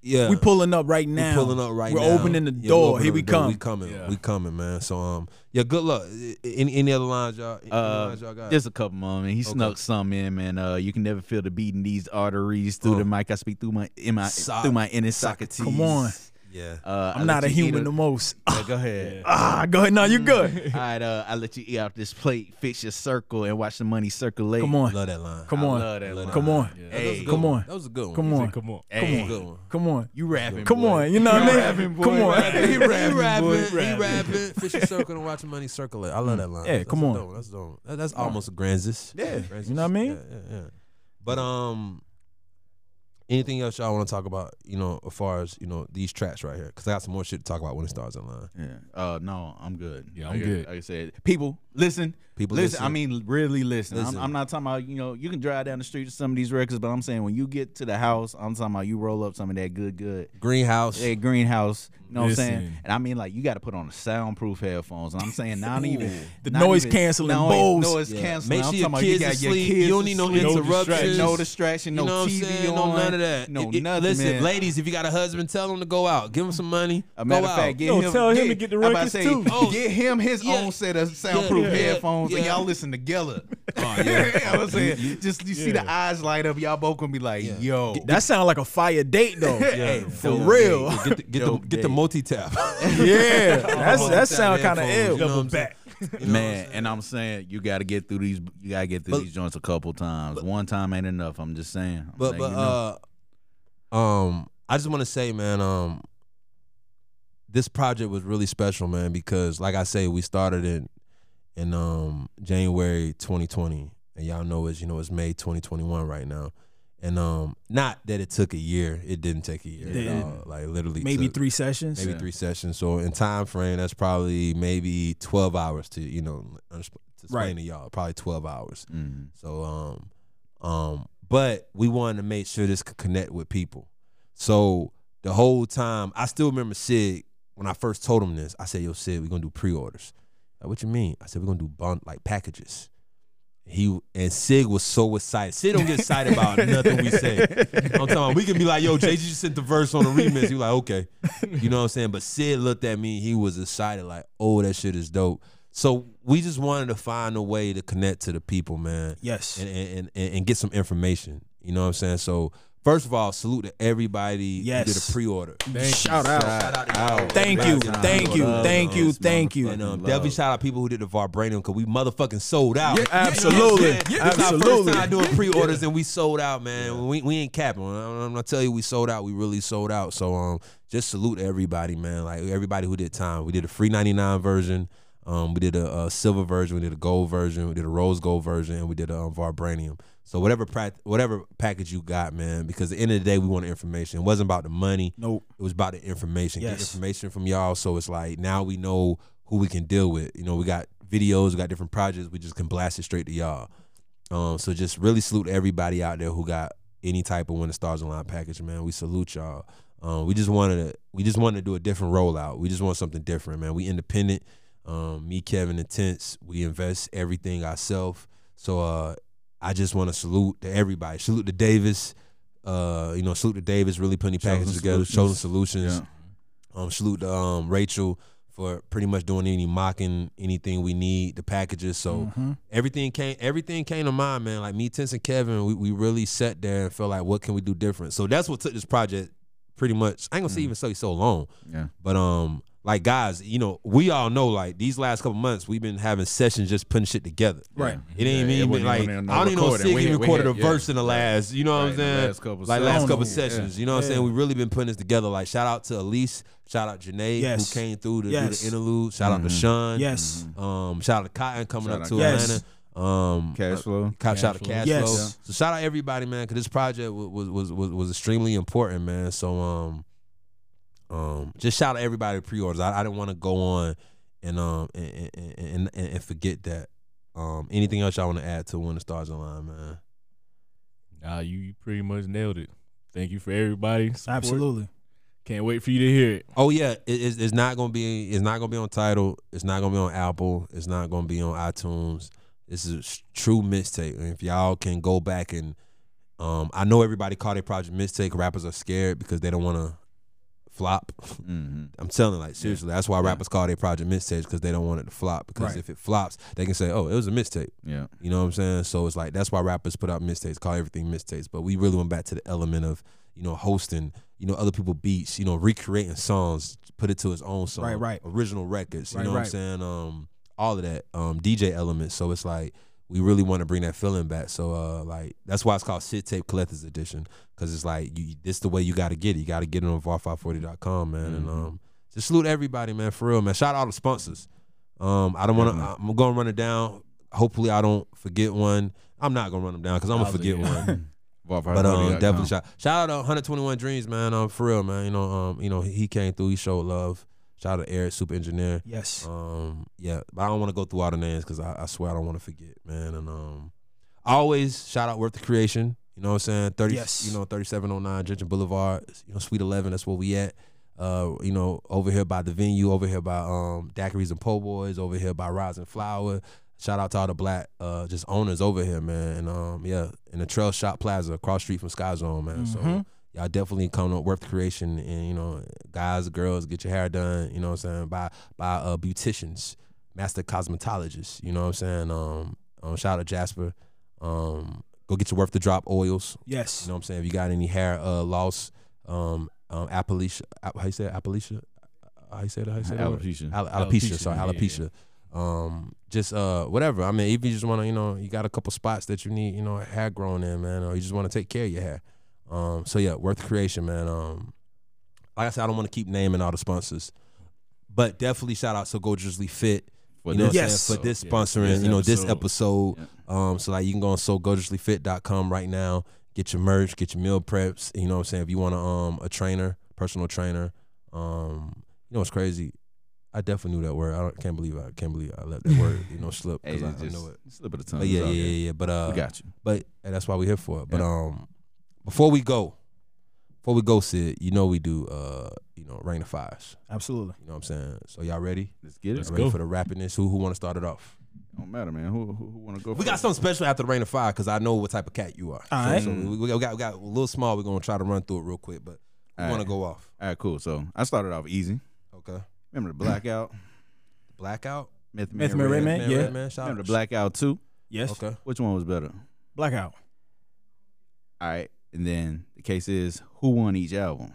S2: yeah.
S3: We pulling up right
S2: We
S3: now.
S2: pulling up right
S3: We're
S2: now.
S3: opening the
S2: Yeah, we
S3: door.
S2: opening
S3: Here
S2: the
S3: we
S2: door.
S3: come.
S2: We coming. We coming, man. So um, yeah. Good luck. Any any other lines, y'all? Any
S5: Uh,
S2: lines y'all got?
S5: just a couple more, man. He snuck some in, man. Uh, you can never feel the beat in these arteries through the mic. I speak through my, in my
S2: Soc-
S5: through my inner Socrates.
S3: Come on.
S2: yeah.
S5: Uh, I
S3: I'm not
S5: let
S3: a
S5: you eat
S3: human the most.
S5: Yeah, go ahead.
S3: Ah, go ahead. No,
S2: Mm.
S3: you good.
S5: All right, uh, I let you eat off this plate, fix your circle, and watch the money circulate.
S3: Come on.
S2: love that line.
S3: Come on.
S5: love that line.
S3: Come on.
S2: That was a good
S3: come
S2: one.
S3: on.
S2: That was a good one.
S3: Come
S4: He said,
S3: on.
S4: Come on.
S5: Hey,
S2: Good one.
S3: Come on.
S5: you rapping?
S3: Come
S5: boy.
S3: on. You know what I mean? Come on.
S2: He rapping, he rapping, fish a circle and watch money circulate. I love that line.
S3: Mm. Yeah,
S2: that's,
S3: come
S2: that's
S3: on.
S2: dope. That's dope. That- that's almost a Granzis.
S3: Yeah,
S2: Granzis.
S3: you know what I mean?
S2: Yeah, yeah, yeah. But um, anything else y'all want to talk about? You know, as far as you know these tracks right here, because I got some more shit to talk about when it starts in line.
S5: Yeah. Uh, no, I'm good.
S4: Yeah, I'm
S5: Like I-
S4: good.
S5: Like I said, people listen.
S2: People listen.
S5: I mean, really listen.
S2: Listen.
S5: I'm, I'm not talking about you know you can drive down the street to some of these records, but I'm saying when you get to the house, I'm talking about you roll up some of that good, good.
S2: Greenhouse.
S5: That greenhouse, you know what I'm saying?
S4: Listen.
S5: And I mean, like, you got to put on the soundproof headphones. And I'm saying, not even
S3: The
S5: not
S3: noise
S5: even-
S3: canceling
S5: noise,
S3: Bose.
S5: Noise
S2: Yeah.
S5: canceling.
S2: Make sure
S5: I'm
S2: your
S5: talking about
S2: kids
S5: you got your
S2: asleep.
S5: kids
S2: You don't need no
S5: asleep.
S2: interruptions.
S5: No distraction. No
S2: you know what
S5: TV
S2: I'm saying?
S5: on.
S2: No none of that.
S5: No
S2: It- it-
S5: nothing.
S2: Listen,
S5: man.
S2: ladies, if you got a husband, tell him to go out. Give him some money.
S5: A matter
S2: go
S5: of
S2: out.
S5: fact, get
S4: No,
S5: him,
S4: tell him to get the
S5: I'm about
S4: records
S5: say,
S4: too.
S2: Oh.
S5: Get him his
S2: Yeah.
S5: own set of soundproof
S2: Yeah.
S5: headphones, and
S2: Yeah.
S5: y'all listen together.
S2: Oh, yeah.
S5: yeah, I'm saying, just you see the eyes light up. Y'all both gonna be like, yo,
S3: That sounds like a fire date though.
S5: Hey,
S3: For
S5: yo,
S3: real.
S2: Get the, get the,
S5: Dope
S2: get the
S5: day.
S2: multi tap.
S3: Yeah. That's that sound kind of ill.
S2: back.
S5: man. and I'm saying, you gotta get through these. You gotta get through
S2: But-
S5: these joints a couple times. One time ain't enough. I'm just saying. I'm
S2: But
S5: letting
S2: but
S5: you know.
S2: uh, um, I just want to say, man, um, this project was really special, man, because like I say, we started in in um January 2020, and y'all know it's you know it's May 2021 right now, and um, not that it took a year, it didn't take a year
S3: Yeah.
S2: at all, like literally
S3: Maybe
S2: took-
S3: three sessions.
S2: maybe three sessions. So in time frame, that's probably maybe 12 hours to you know undersp- to explain
S3: Right.
S5: Mm-hmm.
S2: to y'all, probably 12 hours. So um um but we wanted to make sure this could connect with people. So the whole time, I still remember Sid when I first told him this. I said, "Yo, Sid, we're gonna do pre-orders." Like, what you mean? I said, "We're gonna do bond like packages." He and Sig was so excited. Sid don't get excited about nothing we say. I'm talking about we can be like, yo, JG just sent the verse on the remix. He was like, okay. You know what I'm saying? But Sid looked at me, he was excited, like, oh, that shit is dope. So we just wanted to find a way to connect to the people, man
S3: Yes.
S2: and, and, and, and get some information. You know what I'm saying? So first of all, salute to everybody
S3: Yes.
S2: who did a pre-order.
S3: shout out.
S2: out.
S3: Thank you.
S2: Shout out.
S3: Thank you.
S2: Love.
S3: Thank you. Thank you.
S2: And um, definitely shout out people who did the Vibranium because we motherfucking sold out.
S3: Yeah, absolutely.
S2: This
S3: Yeah,
S2: our first
S3: absolutely.
S2: time doing pre-orders and we sold out, man. We, we ain't capping. I'm, I'm gonna tell you, we sold out. We really sold out. So um, just salute everybody, man. Like everybody who did time. We did a free 99 version. Um, we did a, a silver version. We did a gold version. We did a rose gold version, and we did a um, Vibranium. So whatever prac- whatever package you got, man, because at the end of the day, we want information. It wasn't about the money.
S3: Nope.
S2: It was about the information. Get
S3: Yes.
S2: information from y'all. So it's like now we know who we can deal with. You know, we got videos, we got different projects. We just can blast it straight to y'all. Um, so just really salute everybody out there who got any type of When the Stars Align package, man. We salute y'all. Um, we just wanted to we just wanted to do a different rollout. We just want something different, man. We independent. Um, me, Kevin, and Tense, we invest everything ourselves. So uh, I just want to salute to everybody. Salute to Davis. Uh, you know, salute to Davis really putting the packages together. Chosen Solutions. Um, salute to um, Rachel for pretty much doing any mocking anything we need the packages. So everything came everything came to mind, man. Like me, Tense, and Kevin, we, we really sat there and felt like, what can we do different? So that's what took this project pretty much. I ain't gonna say even so so long,
S5: Yeah.
S2: but um, like guys, you know, we all know like these last couple months we've been having sessions just putting shit together.
S3: Right.
S2: It ain't
S7: Yeah, it
S2: even
S7: wasn't
S2: like I
S7: even no
S2: don't even know if
S7: recording.
S2: Sig
S7: We
S2: even
S7: hit- we
S2: recorded a
S7: hit- yeah.
S2: verse in the last. You know what
S7: Right,
S2: I'm
S7: the
S2: saying?
S7: last couple
S2: like last
S7: sessions.
S2: couple
S7: Yeah.
S2: sessions. You know what I'm saying? We really been putting this together. Like shout out to Elise, shout out Janae
S3: Yes.
S2: who came through to
S3: Yes.
S2: do the interlude. Shout out to
S7: Mm-hmm.
S2: Sean.
S3: Yes.
S2: Um, shout out to Cotton coming
S5: Shout
S2: up
S5: out
S2: to
S5: Cotton.
S2: Atlanta. Um,
S5: Cash flow.
S2: Cop shout out to Cash
S3: Yes.
S2: Flow. So shout out everybody, man, because this project wa- was was, was was extremely important, man. So um, um, just shout out everybody who pre-orders. I, I didn't want to go on and um and and, and and and forget that. Um, anything else y'all want to add to when the stars align, man?
S4: Nah, you, you pretty much nailed it. Thank you for everybody. support.
S3: Absolutely.
S4: Can't wait for you to hear it.
S2: Oh yeah, it, it's, it's not gonna be it's not gonna be on title. It's not gonna be on Apple. It's not gonna be on iTunes. This is a s- true mistake. And if y'all can go back and um, I know everybody called their project mistake. Rappers are scared because they don't want to flop.
S5: Mm-hmm.
S2: I'm telling, like seriously, that's why rappers call their project mixtapes because they don't want it to flop. Because
S3: Right.
S2: if it flops, they can say, "Oh, it was a mixtape."
S5: Yeah.
S2: You know what I'm saying? So it's like that's why rappers put out mixtapes, call everything mixtapes. But we really went back to the element of you know hosting, you know other people beats, you know recreating songs, put it to his own song,
S3: Right, right.
S2: Original records, you
S3: Right,
S2: know what I'm
S3: right.
S2: saying? Um, all of that, um, DJ elements. So it's like we really want to bring that feeling back. So uh, like that's why it's called Sit Tape Collectors Edition because it's like you, this the way you got to get it. You got to get it on var540.com, man,
S3: Mm-hmm.
S2: and um, just salute everybody, man, for real, man. Shout out all the sponsors. Um, I don't want to. I'm gonna run it down. Hopefully, I don't forget one. I'm not gonna run them down because I'm gonna forget
S5: Mm-hmm.
S2: one. But um, definitely shout shout out to 121 Dreams, man. Um, for real, man. You know, um, you know, he came through. He showed love. Shout out to Eric, super engineer.
S3: Yes.
S2: Um, yeah, but I don't want to go through all the names because I, I swear I don't want to forget, man. And um, always shout out Worth the Creation. You know what I'm saying? Thirty,
S3: Yes.
S2: you know, thirty-seven oh nine Gentry Boulevard. You know, Suite Eleven. That's where we at. Uh, you know, over here by the venue, over here by um Daiquiris and Po' Boys, over here by Rising Flower. Shout out to all the black uh just owners over here, man. And um, yeah, in the Trail Shop Plaza, across street from Sky Zone, man. So y'all definitely come up Worth the Creation, and you know, guys, girls, get your hair done. You know what I'm saying? By by uh, beauticians, master cosmetologists. You know what I'm saying? Um, um shout out to Jasper. Um, go get your worth the drop oils. You
S3: Yes.
S2: know what I'm saying? If you got any hair uh, loss, um, um, Appalachia, uh, how you say it? Appalachia? Uh, How you say that? How you say that? word?
S5: Alopecia.
S2: Al- alopecia,
S4: Alopecia,
S2: sorry,
S4: yeah, yeah,
S2: alopecia. Um, just uh, whatever. I mean, if you just want to, you know, you got a couple spots that you need, you know, hair grown in, man, or you just want to take care of your hair. Um, so yeah, worth the creation, man. Um, like I said, I don't want to keep naming all the sponsors, but definitely shout out to Go Drizzly Fit.
S5: For
S2: you know
S5: this
S2: what I'm
S3: Yes.
S2: saying, for this
S4: Yeah,
S2: sponsoring,
S4: this
S2: you know, this episode.
S5: episode.
S2: Um, so like you can go on sogojuslyfit.com right now, get your merch, get your meal preps. You know what I'm saying? If you want to um a trainer, personal trainer, um, you know what's crazy? I I definitely knew that word. I don't, can't believe I can't believe I let that word you know slip
S5: Hey,
S2: because I,
S5: it's
S2: I
S5: just
S2: know it.
S5: slip of the tongue.
S2: But yeah, yeah,
S5: it's all
S2: yeah,
S5: good.
S2: yeah. But uh,
S5: We got you.
S2: but and that's why we're here for it. But um, before we go, before we go, Sid, you know we do uh, you know, ring the fives.
S3: Absolutely.
S2: You know what I'm saying? So y'all ready?
S5: Let's get it.
S2: ready for the rappiness? Who who want to start it off?
S5: Don't matter, man. Who who, who want to go?
S2: We got something special after the rain of fire because I know what type of cat you are.
S3: All
S2: so,
S3: right.
S2: so we, we got we got a little small. We're gonna try to run through it real quick, but we
S5: All
S2: want
S5: right.
S2: to go off.
S5: All right, cool. So I started off easy.
S2: Okay.
S5: Remember the blackout?
S2: Blackout.
S5: Myth,
S3: Myth Man, Red Man,
S2: Red
S3: yeah.
S2: Red man, shout
S5: Remember
S2: out.
S5: the blackout too?
S3: Yes.
S2: Okay.
S5: Which one was better?
S3: Blackout.
S5: All right, and then the case is who won each album?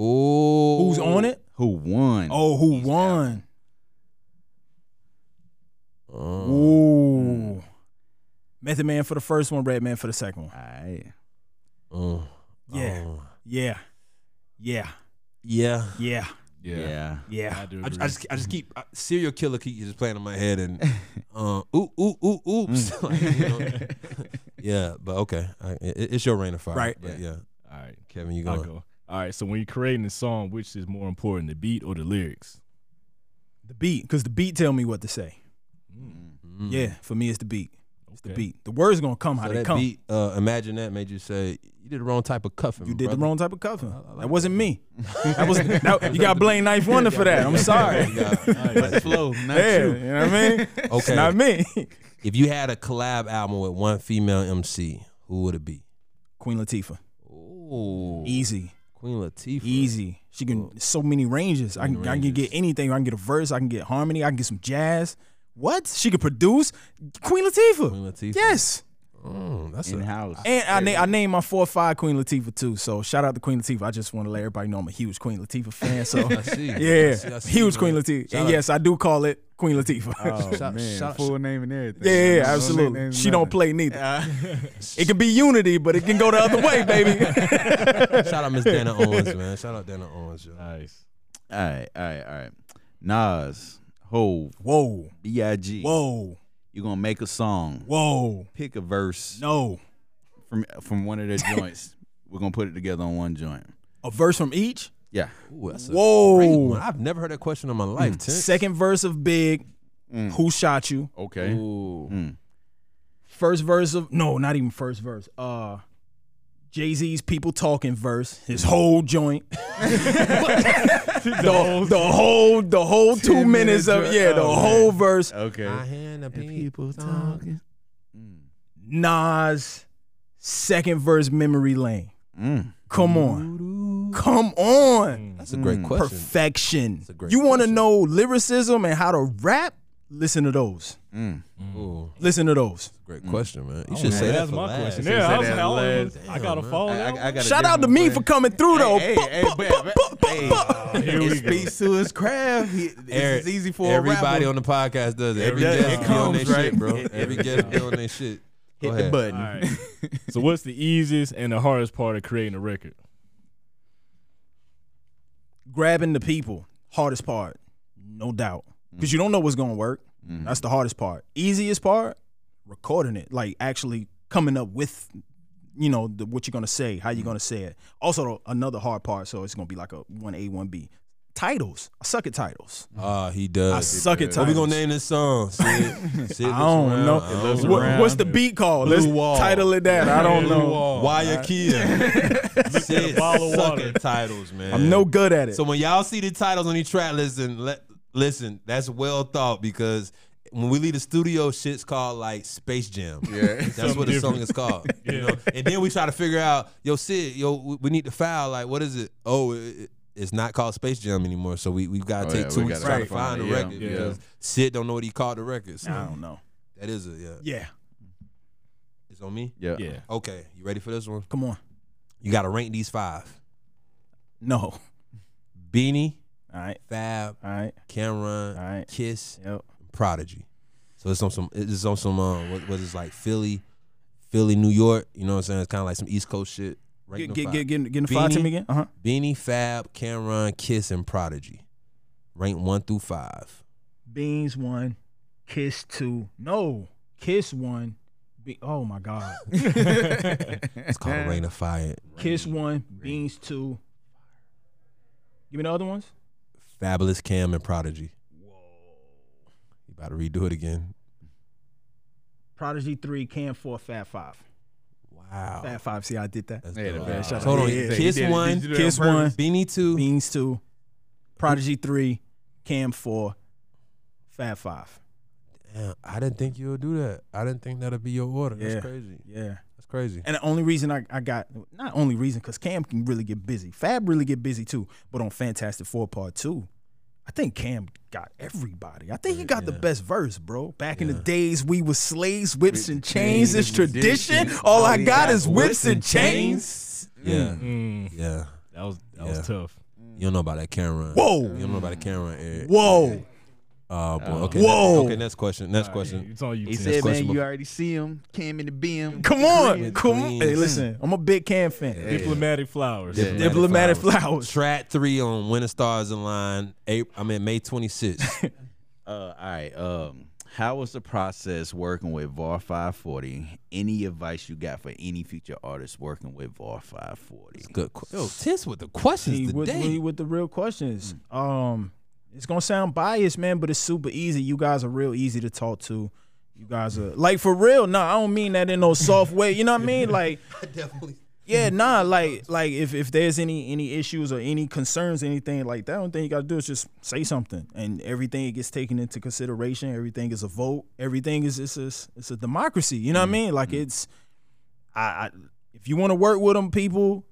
S2: Ooh.
S3: Who's on it?
S5: Who won?
S3: Oh, who
S5: each
S3: won?
S5: album?
S2: Uh,
S3: Ooh. Method Man for the first one, Red Man for the second one.
S5: All right,
S2: uh,
S3: Yeah.
S2: uh,
S3: Yeah. Yeah.
S2: yeah.
S3: Yeah.
S5: yeah.
S3: Yeah.
S4: do
S2: I,
S4: agree.
S2: I just I just
S3: Mm-hmm.
S2: keep uh, serial killer keep just playing in my head and uh, ooh ooh ooh oops.
S3: Mm.
S2: Like, you know. yeah, but okay, I, it, it's your rain of fire,
S3: Right.
S2: But yeah,
S4: All right,
S2: Kevin, you
S4: I'll
S2: going?
S4: go. All right, so when you're creating a song, which is more important, the beat or the lyrics?
S3: The beat, because the beat tell me what to say.
S2: Mm.
S3: Yeah. For me, it's the beat. It's the
S4: Okay.
S3: beat. The words gonna come how
S2: So
S3: they
S2: that
S3: come.
S2: beat, uh, imagine that made you say you did the wrong type of cuffing.
S3: You did the
S2: brother."
S3: wrong type of cuffing.
S2: like
S3: that wasn't me. That was that, you got to blame Knife Wonder for that. I'm sorry.
S2: Yeah.
S5: flow, not
S3: yeah, you
S5: you.
S3: know what I mean? It's
S2: Okay.
S3: not me.
S2: if you had a collab album with one female MC, who would it be? E-
S3: Queen Latifah.
S2: Ooh,
S3: Easy,
S2: Queen Latifah.
S3: easy. She can so many ranges. I can, I can get anything. I can get a verse. I can get harmony. I can get some jazz. What? She could produce. Queen Latifah.
S2: Queen Latifah.
S3: Yes.
S2: Mm, that's
S5: in
S2: a,
S5: house.
S3: And I, na- I named my four or five Queen Latifah too. So shout out to Queen Latifah. I just want to let everybody know I'm a huge Queen Latifah fan. So
S2: I see. I
S3: yeah,
S2: see, I see,
S3: huge
S2: man.
S3: Queen Latifah.
S2: Shout
S3: and
S2: out-
S3: yes, I do call it Queen Latifah.
S6: Oh
S2: Shout-
S6: man,
S2: shout-
S6: full name and everything. No
S3: Yeah, yeah,
S6: nicknames,
S3: absolutely. She don't
S6: nothing.
S3: play neither. it can be unity, but it can go the other way, baby.
S2: shout out Miss Dana Owens, man. Shout out Dana Owens. Yo.
S4: Nice.
S5: All right, all right, all right. Nas, Hove,
S3: Whoa,
S5: B.I.G.
S3: whoa,
S5: You're gonna make a song.
S3: whoa.
S5: Pick a verse
S3: No,
S5: from from one of their joints. We're gonna put it together on one joint.
S3: a verse from each.
S5: Yeah.
S2: Ooh, that's a great one.
S3: Whoa. Mm,
S2: I've never heard that question in my life. Tense.
S3: Second verse of Big.
S2: Mm.
S3: Who shot you?
S5: Okay.
S2: Ooh.
S3: First verse of no, not even first verse. Uh, Jay Z's "People Talking" verse.
S2: Mm.
S3: His whole joint. the, the whole the whole two minutes of yeah,
S2: oh,
S3: the whole verse.
S5: Okay.
S2: I hear the people talking.
S3: Nas, second verse, memory lane.
S5: Mm.
S3: Come on. Come on.
S2: That's a great question.
S3: Perfection.
S2: Mm. a great
S3: You want to know lyricism and how to rap? Listen to those.
S2: Ooh,
S3: Listen to those.
S2: great question, man. You should
S4: Yeah,
S2: say that
S4: that's
S2: for
S4: my
S2: last.
S4: question.
S5: Say
S4: Yeah, I was
S5: that
S4: like, I was-
S5: last.
S4: I gotta
S2: Damn,
S4: follow.
S5: I, I, I got a
S3: Shout out to
S5: different
S3: me
S5: one.
S3: for coming through, though.
S5: Hey,
S3: Bup,
S5: hey,
S3: bup,
S5: but-
S3: bup,
S5: but-
S3: bup, bup,
S5: hey.
S3: bup.
S4: Here
S5: It
S4: we go.
S5: speaks to his craft. He, it's easy for a
S2: everybody
S5: rapper.
S2: on the podcast does it. Every
S5: does.
S2: guest
S5: It
S2: be on their
S5: comes, right?
S2: shit, bro.
S5: It-
S2: Every guest be on their shit. Go
S5: hit the
S2: ahead.
S5: button.
S4: All right. so what's the easiest and the hardest part of creating a record?
S3: Grabbing the people, hardest part, no doubt,
S2: Mm.
S3: because you don't know what's gonna work.
S2: Mm-hmm.
S3: That's the hardest part. Easiest part, recording it, like actually coming up with, you know, the, what you're gonna say, how
S2: Mm.
S3: you're gonna say it. Also, another hard part. So it's gonna be like a one A, one B. Titles. I suck at titles.
S2: Ah, he
S3: I
S2: does.
S3: suck at
S2: What
S3: titles.
S2: we gonna name this song? Sid? Sid
S3: I don't
S2: looks around.
S3: know.
S2: I don't
S3: What- what's the beat called? Let's
S2: Wall.
S3: title it that. I don't know.
S2: Guayaquil. Sid
S4: bottle of
S2: suck
S4: water.
S2: at titles, man.
S3: I'm no good at it.
S2: So when y'all see the titles on these track, listen, let, listen, that's well thought because when we leave the studio, shit's called like Space Jam. Yeah, that's what the song is called. You know, and then we try to figure out, yo, Sid, yo, we- we need to file. Like, what is it? Oh, it, it- it's not called Space Jam anymore. So we we gotta
S5: Oh,
S2: take
S5: yeah,
S2: two
S5: we
S2: weeks to try
S5: gotta
S2: to find
S5: find
S2: the
S5: it, yeah,
S2: record
S5: yeah.
S2: because Sid don't know what he called the record. So
S3: I don't know.
S2: that is it. Yeah,
S3: Yeah.
S2: it's on me.
S5: Yeah.
S4: Yeah.
S2: Okay, you ready for this one?
S3: Come on.
S2: You gotta rank these five:
S3: No. All
S2: Beanie,
S3: right.
S2: Fab,
S3: All right.
S2: Cameron,
S3: All right.
S2: Kiss,
S3: Yep.
S2: Prodigy. So it's on some it's on some uh, what was it like Philly, Philly, New York. You know what I'm saying? It's kind of like some East Coast shit. Right
S3: Get
S2: in
S3: get
S2: the
S3: get
S2: five.
S3: get getting the five to
S2: Beanie.
S3: me again. Uh huh.
S2: Beanie, Fab, Cameron, Kiss, and Prodigy. Rank one through five.
S3: Beans one, Kiss two. No, Kiss one. Be- oh my God.
S2: It's called a Rain of Fire.
S3: Kiss one, Beans two. Give me the other ones.
S2: Fabulous Cam and Prodigy. Got to redo it again.
S3: Prodigy three, Cam four, Fab five.
S2: Wow.
S3: Fab five. See, how I did that.
S2: That's
S5: Yeah, the
S2: dope.
S5: bad shot.
S2: Hold on.
S3: Yeah, yeah.
S2: Kiss one,
S3: Kiss one,
S2: Beanie two.
S3: Beans two, Prodigy three, Cam four, Fab five.
S2: Damn, I didn't think you would do that. I didn't think that'd be your order.
S3: Yeah.
S2: That's crazy.
S3: Yeah.
S2: That's crazy.
S3: And the only reason I, I got not only reason because Cam can really get busy. Fab really get busy too. But on Fantastic Four Part Two, I think Cam got everybody. I think he got the best verse, bro. Back in the days, we was slaves, whips and chains. It's tradition. All I got is whips and chains.
S2: Yeah.
S4: Mm,
S2: Yeah.
S4: that was that
S2: Yeah.
S4: was tough.
S2: You don't know about that camera. You
S3: Whoa,
S2: don't know about the camera, Eric.
S3: whoa.
S2: Uh, boy. Okay.
S3: Whoa.
S2: Okay. Next question. Next question.
S4: It's on you.
S5: He
S4: T.
S5: said,
S2: question
S5: man, you
S2: before-
S5: already see him. Came in the BM.
S3: Come on,
S2: With
S3: come on. Hey,
S2: greens.
S3: listen, I'm a big Cam fan.
S4: Diplomatic flowers.
S5: Yeah.
S3: Diplomatic flowers.
S2: Strat three on When the Stars Align. April, I mean May 26th.
S5: Uh, all right. Um, how was the process working with VAR 540? Any advice you got for any future artists working with VAR 540?
S2: Good. que- Yo, tense with the questions
S3: He with,
S2: today.
S3: he with the real questions. Um, it's gonna sound biased, man, but it's super easy. You guys are real easy to talk to. You guys are like for real. Nah, I don't mean that in no soft way. You know what I mean? Like, yeah, nah. Like, like if if there's any any issues or any concerns, anything like that, one thing you gotta do is just say something, and everything gets taken into consideration. Everything is a vote. Everything is it's a, it's a democracy. You know what I mean? Like, it's I, I if you want to work with them, people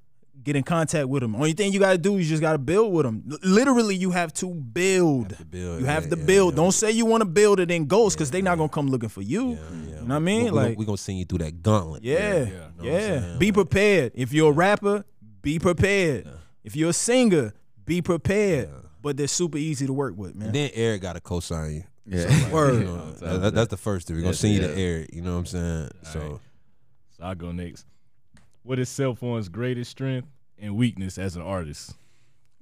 S3: get in contact with them. Only thing you got to do is just got to build with them. literally, you have to build.
S2: build,
S3: you have
S2: yeah,
S3: to
S2: yeah,
S3: build.
S2: yeah.
S3: Don't say you want to build it in ghosts because they not gonna come looking for you. You know what I mean?
S2: We're
S3: like,
S2: we gonna send you through that gauntlet.
S3: yeah, yeah.
S2: know what I'm saying?
S3: Be prepared. If you're a rapper, be prepared. If you're a singer, be prepared. But they're super easy to work with, man.
S2: And then Eric got to co-sign you.
S5: Yeah.
S2: You know, that- that- that's the first thing. We're gonna send you to Eric. You know what I'm saying? So
S4: So I go next. What is cell phone's greatest strength and weakness as an artist?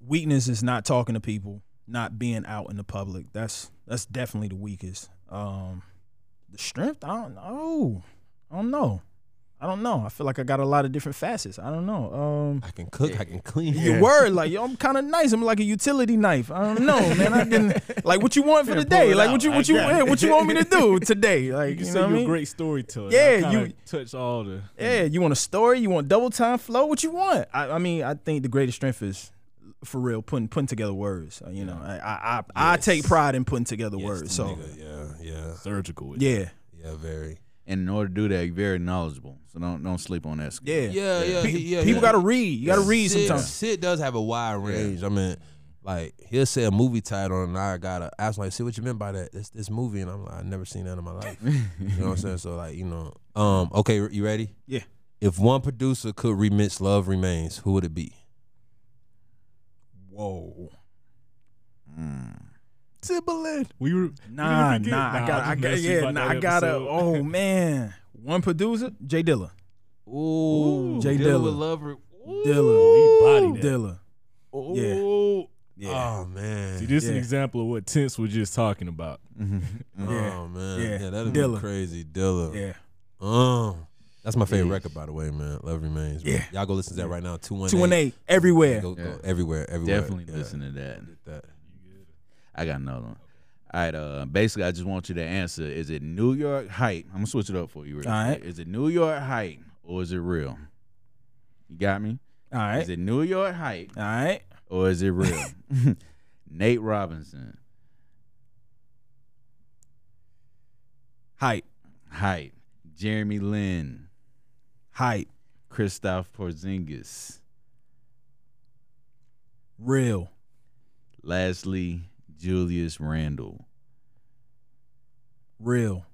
S3: weakness is not talking to people, not being out in the public. That's that's definitely the weakest. Um the strength, I don't know. I don't know. I don't know. I feel like I got a lot of different facets. I don't know. Um
S2: I can cook. I can clean.
S3: your word, like yo, I'm kind of nice. I'm like a utility knife. I don't know, man. I can like what you want for the day. Like what you what you yeah, what you want me to do today.
S4: You
S3: Like
S4: can
S3: you
S4: say
S3: know what I
S4: you're a
S3: mean?
S4: great storyteller.
S3: Yeah,
S4: I kinda
S3: you-
S4: touch all the.
S3: Yeah, you want a story? You want double time flow? What you want? I, I mean, I think the greatest strength is, for real, putting putting together words. Uh, You know, I I I, I take pride in putting together words. So
S2: Yeah, yeah,
S4: Surgical. with it.
S3: yeah,
S2: yeah. Very.
S5: And in order to do that, you're very knowledgeable. So don't don't sleep on that.
S3: yeah,
S2: Yeah, yeah.
S3: Pe-
S2: he- yeah,
S3: people
S2: yeah.
S3: gotta read. You gotta read
S2: Sid-
S3: sometimes.
S2: Sid does have a wide range. I mean, like he'll say a movie title, and I gotta ask like, "Sid, what you meant by that? This this movie?" And I'm like, "I never seen that in my life." you know what I'm saying? So like, you know, um, okay, you ready?
S3: Yeah.
S2: If one producer could remix "Love Remains," who would it be?
S3: Whoa.
S5: Mm.
S4: We
S3: Nah,
S4: were we didn't forget-
S3: nah, I got,
S4: just
S3: I got,
S4: messed you
S3: yeah,
S4: about
S3: nah,
S4: that
S3: I gotta.
S4: episode.
S3: Oh man, one producer, Jay Dilla,
S2: Ooh,
S3: Jay
S2: Dilla
S3: Dilla.
S2: with "Love." Re-
S3: Dilla,
S4: He bodied that.
S3: Dilla. Yeah.
S4: Ooh.
S3: Yeah,
S2: Oh man.
S4: See, this is an
S3: Yeah.
S4: example of what Tense was just talking about.
S3: yeah,
S2: Oh man.
S3: yeah.
S2: Yeah, that'd
S3: Dilla.
S2: be crazy, Dilla.
S3: yeah.
S2: Um, that's my favorite record, by the way, man. Love Remains. Man.
S3: Yeah.
S2: Y'all go listen to that right now. Two one
S3: Two and eight everywhere.
S2: Go, go everywhere, everywhere.
S5: Definitely
S2: Yeah.
S5: listen to that.
S2: That.
S5: I got another one. All right. Uh, basically, I just want you to answer: Is it New York hype? I'm gonna switch it up for you. Real
S3: All right.
S5: quick. Is it New York hype or is it real? You got me.
S3: All right,
S5: Is it New York hype
S3: all right.
S5: or is it real? Nate Robinson
S3: Hype,
S5: hype. Jeremy Lin.
S3: hype,
S5: Christoph Porzingis.
S3: real,
S5: Lastly, Julius Randle.
S3: real,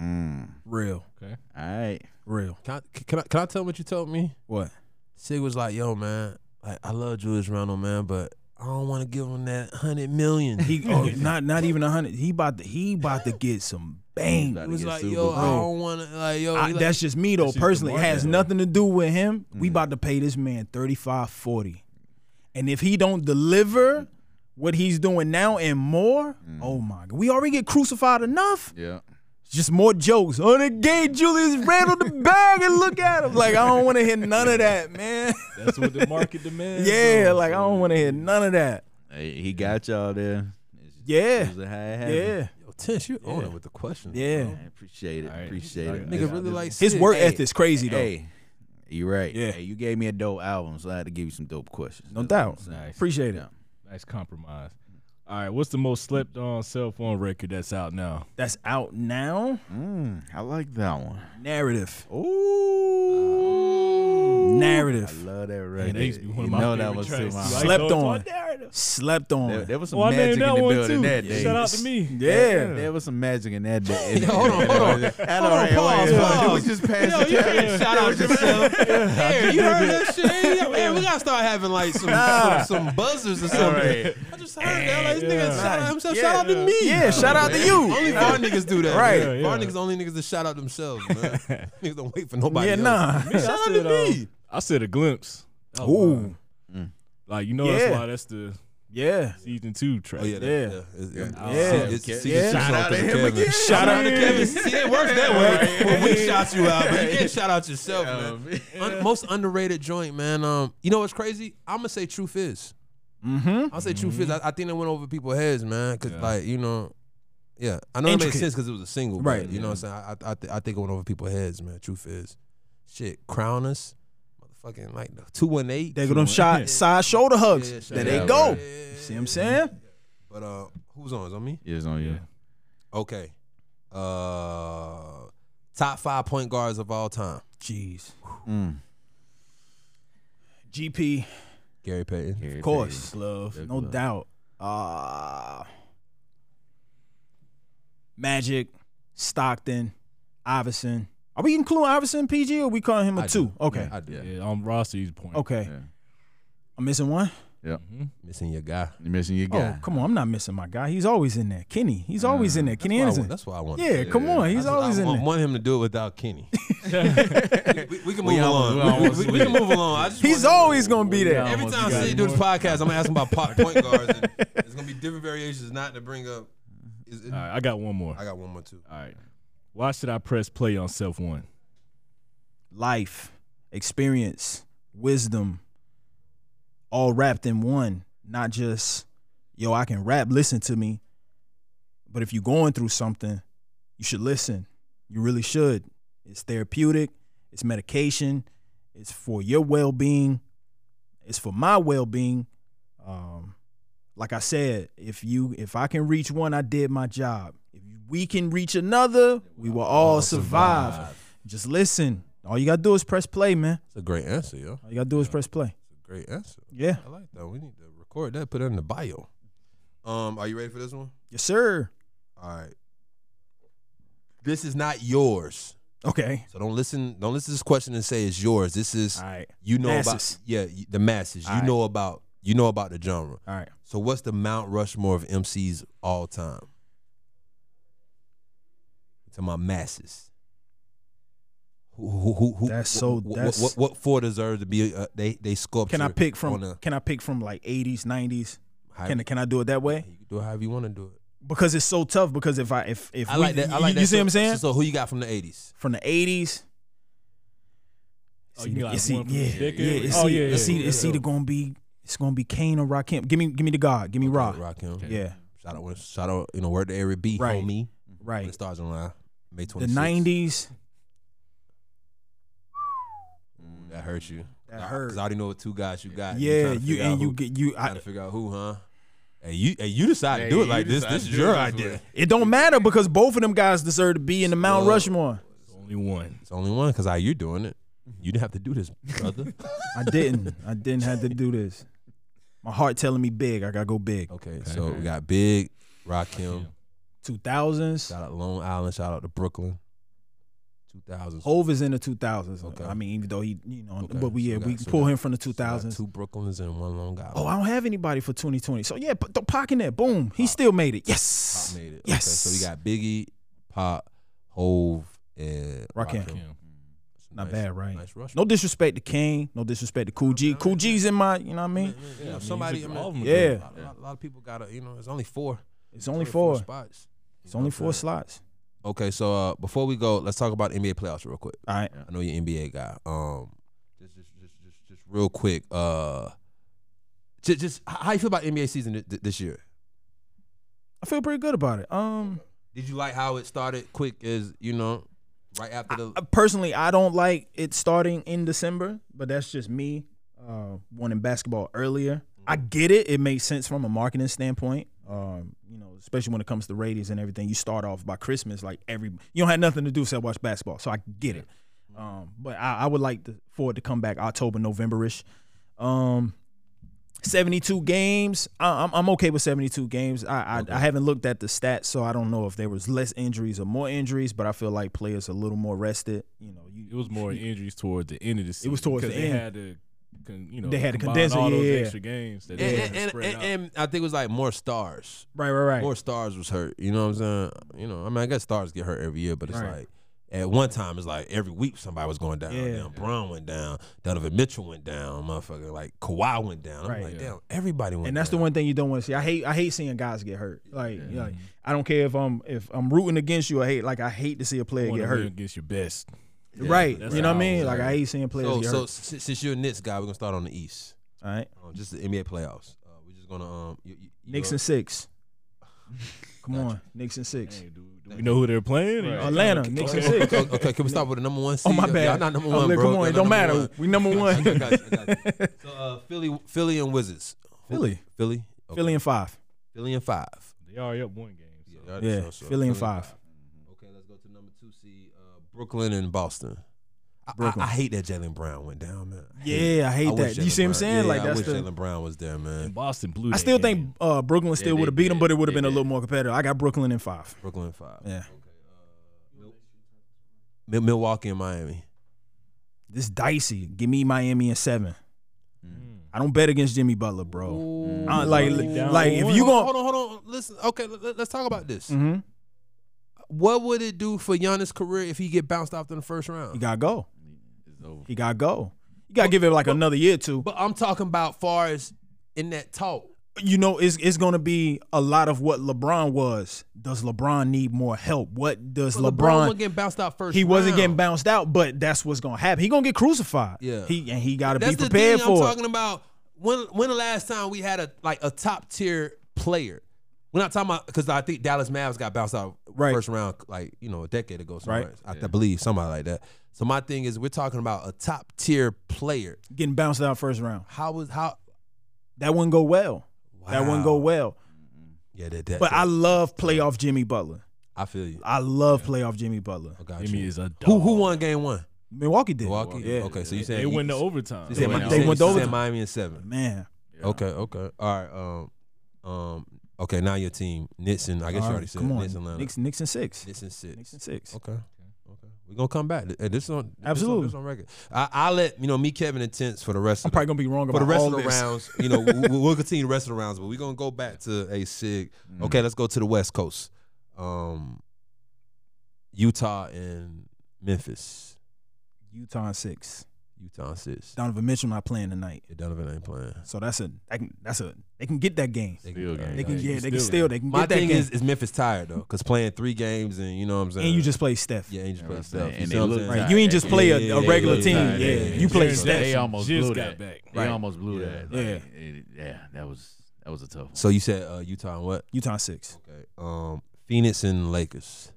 S5: Mm.
S3: real,
S5: All right.
S3: real.
S2: Can, I, can I can I tell what you told me?
S3: What?
S2: Sig was like, "Yo, man, like I love Julius Randle, man, but I don't want to give him that hundred million.
S3: He oh, not not even a hundred. He about to he about to get some
S5: He's
S3: bang.
S5: about to
S2: was
S5: get
S2: like,
S5: Super
S2: "Yo, I
S5: Bowl.
S2: don't want to like, yo,
S3: I-
S2: he like,
S3: that's just me though.
S4: just the
S3: Personally, it
S4: market,
S3: has
S4: though.
S3: nothing to do with him.
S5: Mm.
S3: We about to pay this man 35, 40. and if he don't deliver what he's doing now and more,
S5: Mm.
S3: oh my god, we already get crucified enough.
S5: Yeah.
S3: Just more jokes on the gate. Julius Randle the bag and look at him like I don't want to hear none of that, man.
S4: That's what the market demands.
S3: yeah,
S4: though.
S3: like I don't want to hear none of that.
S5: Hey, he got y'all there. It's
S3: Yeah.
S5: Usually how it happens.
S3: Yeah.
S2: Yo, Tense, you on it with the question.
S3: Yeah.
S5: I appreciate it.
S6: right.
S5: Appreciate it.
S2: Nigga really like
S3: His
S2: Sid.
S3: work ethic's crazy though.
S5: Hey,
S6: You right.
S3: Yeah.
S6: Hey, you gave me a dope album, so I had to give you some dope questions.
S3: No doubt.
S4: Nice.
S3: Appreciate it.
S4: Nice compromise. All right, what's the most slept on cell phone record that's out now?
S3: That's out now.
S6: Mm, I like that one.
S3: Narrative.
S6: Ooh. I
S3: Narrative.
S6: love that
S4: Man,
S6: record.
S4: that used to be one of
S6: You
S4: my
S6: know
S4: favorite
S6: that was
S4: tracks.
S6: too
S4: too. I
S6: much.
S4: ain't
S3: Slept
S4: know it's
S3: on.
S4: on Narrative.
S3: Slept on.
S6: There, there was some
S4: Oh, I named
S6: magic in
S4: that
S6: the
S4: one
S6: building
S4: too.
S6: that day.
S4: Shout out to me.
S3: yeah.
S6: There was some magic in that day.
S2: hold on, hold on.
S6: I
S2: Hold
S6: know,
S2: on,
S6: right?
S2: pause,
S6: Wait,
S2: pause.
S6: It was just past
S2: Yo,
S6: the
S2: you
S6: time.
S2: can't shout out yourself. Aaron, you heard that shit? Aaron, Aaron, we gotta start having like some some, some buzzers or something. I just heard that. Like, this nigga shout out himself. Shout out to me.
S3: Yeah, shout out to you.
S2: Only bar niggas do that.
S3: Right.
S2: man.
S4: Yeah,
S2: Bar
S4: yeah.
S2: niggas only niggas that shout out themselves, man. niggas don't wait for nobody
S3: Yeah,
S2: else.
S3: nah.
S4: Shout out to me. I said a glimpse. Oh,
S3: Ooh.
S4: wow. Like you know that's
S3: Yeah.
S4: why that's the
S3: Yeah.
S4: season two track.
S2: Oh yeah, that,
S3: Yeah.
S2: yeah. It's-
S3: Yeah.
S2: Yeah. It's- it's-
S3: Yeah.
S2: it's just
S3: Shout
S2: all 'cause of Kevin.
S3: Shout out to Kevin.
S2: See, it works that way. When we shout you out, but you can't shout out yourself, man. Un- most underrated joint, man. Um, you know what's crazy? I'm gonna say Truth Is. Mm-hmm. I'll say Truth Is. I, I think that went over people's heads, man. Cause like you know, yeah, I know it
S3: Intricate.
S2: made sense because it was a single,
S3: Right,
S2: right? You know what I'm saying? I I, th- I think it went over people's heads, man. Truth Is, shit, crown us, motherfucking like two one eight.
S3: They go them shot side shoulder hugs.
S2: Yeah, shout
S3: there they
S2: out.
S3: go.
S2: Yeah, yeah, yeah,
S3: See what I'm saying?
S2: But uh, who's on? Is on me?
S6: It was on you.
S2: Okay. Uh, top five point guards of all time.
S3: Jeez.
S6: Mm,
S3: GP,
S2: Gary Payton.
S3: of course. Love. No doubt. Uh Magic, Stockton, Iverson. Are we including Iverson PG or we calling him a
S2: I
S3: two?
S2: do.
S3: Okay.
S2: I did.
S4: Yeah, on Rossi's point.
S2: Mm-hmm.
S3: okay.
S6: Yeah.
S3: I'm missing one?
S2: Missing your guy.
S6: You're missing your
S3: Oh,
S6: guy.
S3: come on. I'm not missing my guy. He's always in there. Kenny. He's always in there. Kenny
S2: That's why I
S3: Anderson.
S2: want- that's why I want.
S3: Yeah, come on. He's always
S2: I
S3: in
S2: want,
S3: there.
S2: want him to do it without Kenny. we, we can move
S6: We almost-
S2: along.
S6: we almost
S2: We, we- we can move along. I just
S3: He's
S2: want him-
S3: always going to be there.
S2: Every
S4: almost
S2: time
S4: got
S2: I see you
S4: it.
S2: do this podcast, I'm gonna ask him about po- point guards. And it's gonna be different variations, not to bring up. Is it,
S4: All right, I got one more.
S2: I got one more too.
S4: All right. Why should I press play on self one?
S3: life, experience, wisdom, all wrapped in one. Not just, yo, I can rap, listen to me. But if you're going through something, you should listen. You really should. It's therapeutic, it's medication, it's for your well being, it's for my well being. Um, like I said, if you if I can reach one, I did my job. If we can reach another, we will all survive. Just listen. All you gotta do is press play, man.
S2: It's a great answer, yo.
S3: All you gotta do is press play.
S2: Great answer.
S3: Yeah.
S2: I like that. We need to record that. Put it in the bio. Um, are you ready for this one?
S3: Yes, sir.
S2: All right. This is not yours.
S3: Okay.
S2: So don't listen. Don't listen to this question and say it's yours. This is
S3: All right.
S2: you know
S3: Masses.
S2: about yeah y- the masses. you
S3: Alright.
S2: know about you know about the genre.
S3: All right.
S2: So what's the Mount Rushmore of MCs all time? To my masses. Who who who? who
S3: That's so-
S2: What, what-
S3: that's-
S2: what, what four deserve to be? Uh, they they sculpture.
S3: Can I pick
S2: on
S3: from
S2: a-
S3: can I pick from like 80s, 90s?
S2: however-
S3: Can can I do it that way?
S2: You can do it however you want to do it.
S3: Because it's so tough because if I if if
S2: I
S3: we-
S2: like that. I
S3: you-
S2: like
S3: you,
S2: that.
S3: see
S2: so,
S3: what I'm saying?
S2: So, so who you got from the eighties?
S3: From the 80s.
S4: Oh, you mean like
S3: it's e-
S4: one from the
S3: yeah,
S4: decade?
S3: yeah, it's,
S4: Oh,
S3: e-
S4: yeah,
S3: it's,
S4: yeah,
S3: e-
S4: yeah,
S3: it's
S4: yeah.
S3: either gonna be it's gonna be Kane or Rakim. Give me give me the God. Give me Ra.
S2: Rock him.
S3: Yeah,
S2: Shout out, shout out, you know, word to Eric B,
S3: Right.
S2: homie. When
S3: right.
S2: it starts on uh, May 26th.
S3: The 90s.
S2: That hurt you.
S3: That
S2: Nah,
S3: hurt.
S2: Cause I already know what two guys you got.
S3: Yeah, you and you
S2: get
S3: get you.
S2: trying to
S3: I,
S2: figure out who, huh? And you and you decide to do it like this. This is your idea.
S3: it don't matter because both of them guys deserve to be in the Mount
S2: Well,
S3: Rushmore.
S4: Only one.
S2: It's only one because I you're doing it. You didn't have to do this, brother.
S3: Mm-hmm. I didn't. I didn't have to do this. My heart telling me big. I gotta go big.
S2: okay, so we got Big, Rock Him.
S3: Two thousands.
S2: Shout out Long Island. Shout out to Brooklyn. Two thousand.
S3: Hove is in the two thousands.
S2: Okay.
S3: I mean, even though he, you know,
S2: Okay,
S3: but we
S2: so
S3: yeah,
S2: we got-
S3: we
S2: so we
S3: pull
S2: got-
S3: him from the two thousands.
S2: Two Brooklyns and one Long Island.
S3: Oh, I don't have anybody for twenty twenty. So yeah, but the Pac in there, boom, he still made it.
S2: Pop
S3: Yes.
S2: made it.
S3: Yes.
S2: Okay, so we got Biggie, Pop, Hove, and
S3: Rakim.
S2: Rakim.
S4: Kim.
S2: It's a
S3: Not
S2: nice-
S3: bad, right?
S2: Nice rush.
S3: No disrespect to King. No disrespect to Cool G. Cool G's in my. You know what I mean?
S2: You
S4: Yeah, I
S2: know,
S4: mean,
S2: somebody.
S4: he's
S2: I
S4: a-
S2: mean,
S4: all of them are
S3: Yeah.
S2: a, lot, a lot- a lot of people gotta. You know, it's only four.
S3: It's only four.
S2: spots.
S3: It's only four
S2: Okay.
S3: slots.
S2: Okay, so uh, before we go, let's talk about NBA playoffs real quick.
S3: All right.
S2: I know you're an NBA guy. Um, just, just, just, just, just real quick. Uh, just, just h- how you feel about NBA season th- th- this year?
S3: I feel pretty good about it. Um,
S2: Did you like how it started quick? Is you know, right after the
S3: I- Uh, personally, I don't like it starting in December, but that's just me uh, wanting basketball earlier. I get it; it makes sense from a marketing standpoint. Um, you know, especially when it comes to ratings and everything, you start off by Christmas, like every you don't have nothing to do except watch basketball. So I get it. Um, but I, I would like to, for it to come back October, November ish. Um, 72 games. I, I'm, I'm okay with 72 games. I, I, I haven't looked at the stats, so I don't know if there was less injuries or more injuries, but I feel like players a little more rested. You know, you,
S4: It was more injuries towards the end of the season.
S3: was towards the
S4: because
S3: end.
S4: They had to, con- you know,
S3: They had to
S4: combine
S3: condense it,
S4: all those
S3: yeah, yeah.
S4: extra games. That they had
S2: and,
S4: to
S2: and,
S4: spread
S2: and,
S4: out.
S2: and I think it was like more stars.
S3: right, right,
S2: More
S3: right.
S2: stars was hurt. You know what I'm saying? You know, I mean, I guess stars get hurt every year, but it's
S3: Right.
S2: like at one time it's like every week somebody was going down.
S3: Yeah.
S2: Damn, Brown went down. Donovan Mitchell went down. Motherfucker, like Kawhi went down. I'm
S3: Right.
S2: like, damn, everybody went.
S3: And that's the
S2: down.
S3: one thing you don't want to see. I hate I hate seeing guys get hurt. Like, like I don't care if I'm if I'm rooting against you. I hate like I hate to see a player
S4: Wanna
S3: get
S4: win
S3: hurt.
S4: against your best.
S3: right.
S4: that's
S3: You know what I
S4: how I
S3: mean?
S4: was
S3: Like I hate seeing players
S2: So,
S3: get
S2: so
S3: hurt.
S2: si- since you're a Knicks guy, we're gonna start on the East.
S3: All right.
S2: Um, just the NBA playoffs. Uh, we're just gonna um. You, you, you
S3: Knicks
S2: know-
S3: and six. Come on, Knicks and six.
S4: Dang, do, do we know who they're playing?
S3: Atlanta, Knicks and
S4: Okay.
S3: six.
S2: okay, okay, can we start with the number one seed?
S3: Oh my
S2: Y'all
S3: bad.
S2: not number
S3: Oh,
S2: one,
S3: look,
S2: bro.
S3: Come on,
S2: Y'all
S3: it
S2: not
S3: don't
S2: number
S3: matter.
S2: one.
S3: We number
S2: I
S3: one.
S2: got you, I got you, I got you. So uh, Philly, Philly and Wizards.
S3: Philly.
S2: Philly, Okay.
S3: Philly and five.
S2: Philly and five.
S4: They already up one game. So.
S2: all right,
S3: Yeah,
S2: so- so
S3: Philly and five.
S2: Okay, let's go to number two seed, uh, Brooklyn and Boston. I,
S3: Brooklyn.
S2: I, I hate that Jalen Brown went down, man. I hate it.
S3: Yeah, I hate that.
S2: wish
S3: You see
S2: Jaylen
S3: what I'm
S2: Brown-
S3: saying?
S2: yeah,
S3: like
S2: I
S3: that's
S2: wish
S3: the.
S2: Jalen Brown was there, man.
S4: And Boston blew.
S3: I
S4: that
S3: still
S4: game.
S3: think uh, Brooklyn still
S5: they
S3: would have beat them,
S5: did.
S3: but it would have
S5: They
S3: been a little
S5: did.
S3: more competitive. I got Brooklyn in five.
S2: Brooklyn five. uh,
S3: Yeah.
S2: Mil- Milwaukee and Miami.
S3: This dicey. Give me Miami in seven. I don't bet against Jimmy Butler, bro. I- like,
S4: Down
S3: like if
S4: one.
S3: you
S2: Hold on,
S3: going,
S2: hold on, hold on. Listen, okay, let, us talk about this.
S3: Mhm.
S2: What would it do for Giannis' career if he get bounced off in the first
S3: he
S2: round?
S3: gotta go.
S5: It's over.
S3: He gotta go. You gotta give it like another year or two.
S2: But I'm talking about far as in that talk.
S3: you know, it's it's gonna be a lot of what LeBron was. Does LeBron need more help? What does
S2: LeBron,
S3: LeBron?
S2: wasn't getting bounced out first.
S3: he wasn't
S2: round.
S3: getting bounced out, but that's what's gonna happen. He gonna get crucified.
S2: Yeah.
S3: He and he gotta
S2: That's
S3: be prepared
S2: the thing
S3: for
S2: I'm
S3: it.
S2: talking about. When when the last time we had a like a top tier player? We're not talking about because I think Dallas Mavs got bounced out
S3: Right.
S2: first round like you know a decade ago. Somewhere.
S3: Right.
S2: I, I believe somebody like that. So my thing is we're talking about a top tier player.
S3: Getting bounced out first round.
S2: How was how?
S3: That wouldn't go well. That
S2: Wow.
S3: wouldn't go well.
S2: Yeah, that. that
S3: But I
S2: that-
S3: love playoff Jimmy Butler.
S2: I feel you.
S3: I love playoff Jimmy Butler.
S2: I got
S4: Jimmy
S2: you.
S4: is a
S2: Who
S4: dog.
S2: who won game one?
S3: Milwaukee did.
S2: Milwaukee.
S3: Yeah.
S2: Okay, so you said
S4: They went to overtime.
S2: You said,
S5: They
S2: Mi- you
S5: went to
S2: said-
S3: overtime.
S2: you said Miami in seven.
S3: Man.
S2: Okay, okay. All right. Um, um. Okay, now your team, Knicks and I guess you
S3: All
S2: already
S3: right,
S2: said
S3: come on.
S2: Knicks and Atlanta.
S3: Knicks, Knicks and six.
S2: Knicks and six.
S3: Knicks and six.
S2: Okay. Okay. We're gonna come back. Th- This on this on-
S3: Absolutely.
S2: This on, record. I I let you know me, Kevin, and Tense for the rest
S3: I'm
S2: of the,
S3: probably gonna be wrong
S2: for
S3: about
S2: the rest
S3: all
S2: of the
S3: this.
S2: rounds. You know, we'll, we'll continue the rest of the rounds, but we're gonna go back to a sig.
S3: Mm.
S2: Okay, let's go to the West Coast. Um, Utah and Memphis.
S3: Utah in six.
S2: Utah and six.
S3: Donovan Mitchell not playing tonight,
S2: Yeah, Donovan ain't playing.
S3: so that's a that can, that's a they can get that game.
S2: They
S5: Still game.
S3: They can
S4: Yeah,
S3: yeah,
S4: you
S3: they can
S4: still-
S3: still they can
S2: My
S3: get that
S2: thing
S3: game.
S2: is, is Memphis tired though, cause playing three games and you know what I'm saying.
S3: and you just play Steph.
S2: yeah, and you just
S5: Yeah,
S2: play
S5: I'm
S2: stuff.
S5: saying,
S2: You
S5: and
S2: see
S5: they
S2: what I'm
S5: look
S2: saying?
S5: tight.
S3: Right, you ain't just play
S2: Yeah,
S3: a, a
S2: yeah,
S3: regular
S2: yeah,
S3: team.
S2: yeah,
S3: Yeah,
S2: yeah, yeah.
S3: you play
S4: Jaren
S3: Steph.
S4: Jackson
S5: They almost
S4: just
S5: blew
S4: got
S5: that.
S4: back.
S5: They
S3: Right.
S5: almost blew
S2: Yeah.
S5: that. Like,
S3: Yeah.
S5: it- yeah, that was that was a tough one.
S2: So you said uh, Utah and what?
S3: Utah in six,
S2: Okay. Um, Phoenix and Lakers.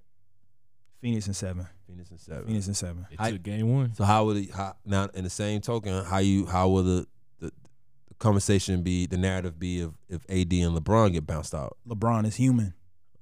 S3: Phoenix and seven,
S2: Phoenix and seven.
S3: Phoenix and seven.
S4: They
S2: I-
S4: took game one.
S2: So how would it, how, now in the same token, how you how will the, the the conversation be, the narrative be if if AD and LeBron get bounced out?
S3: LeBron is human,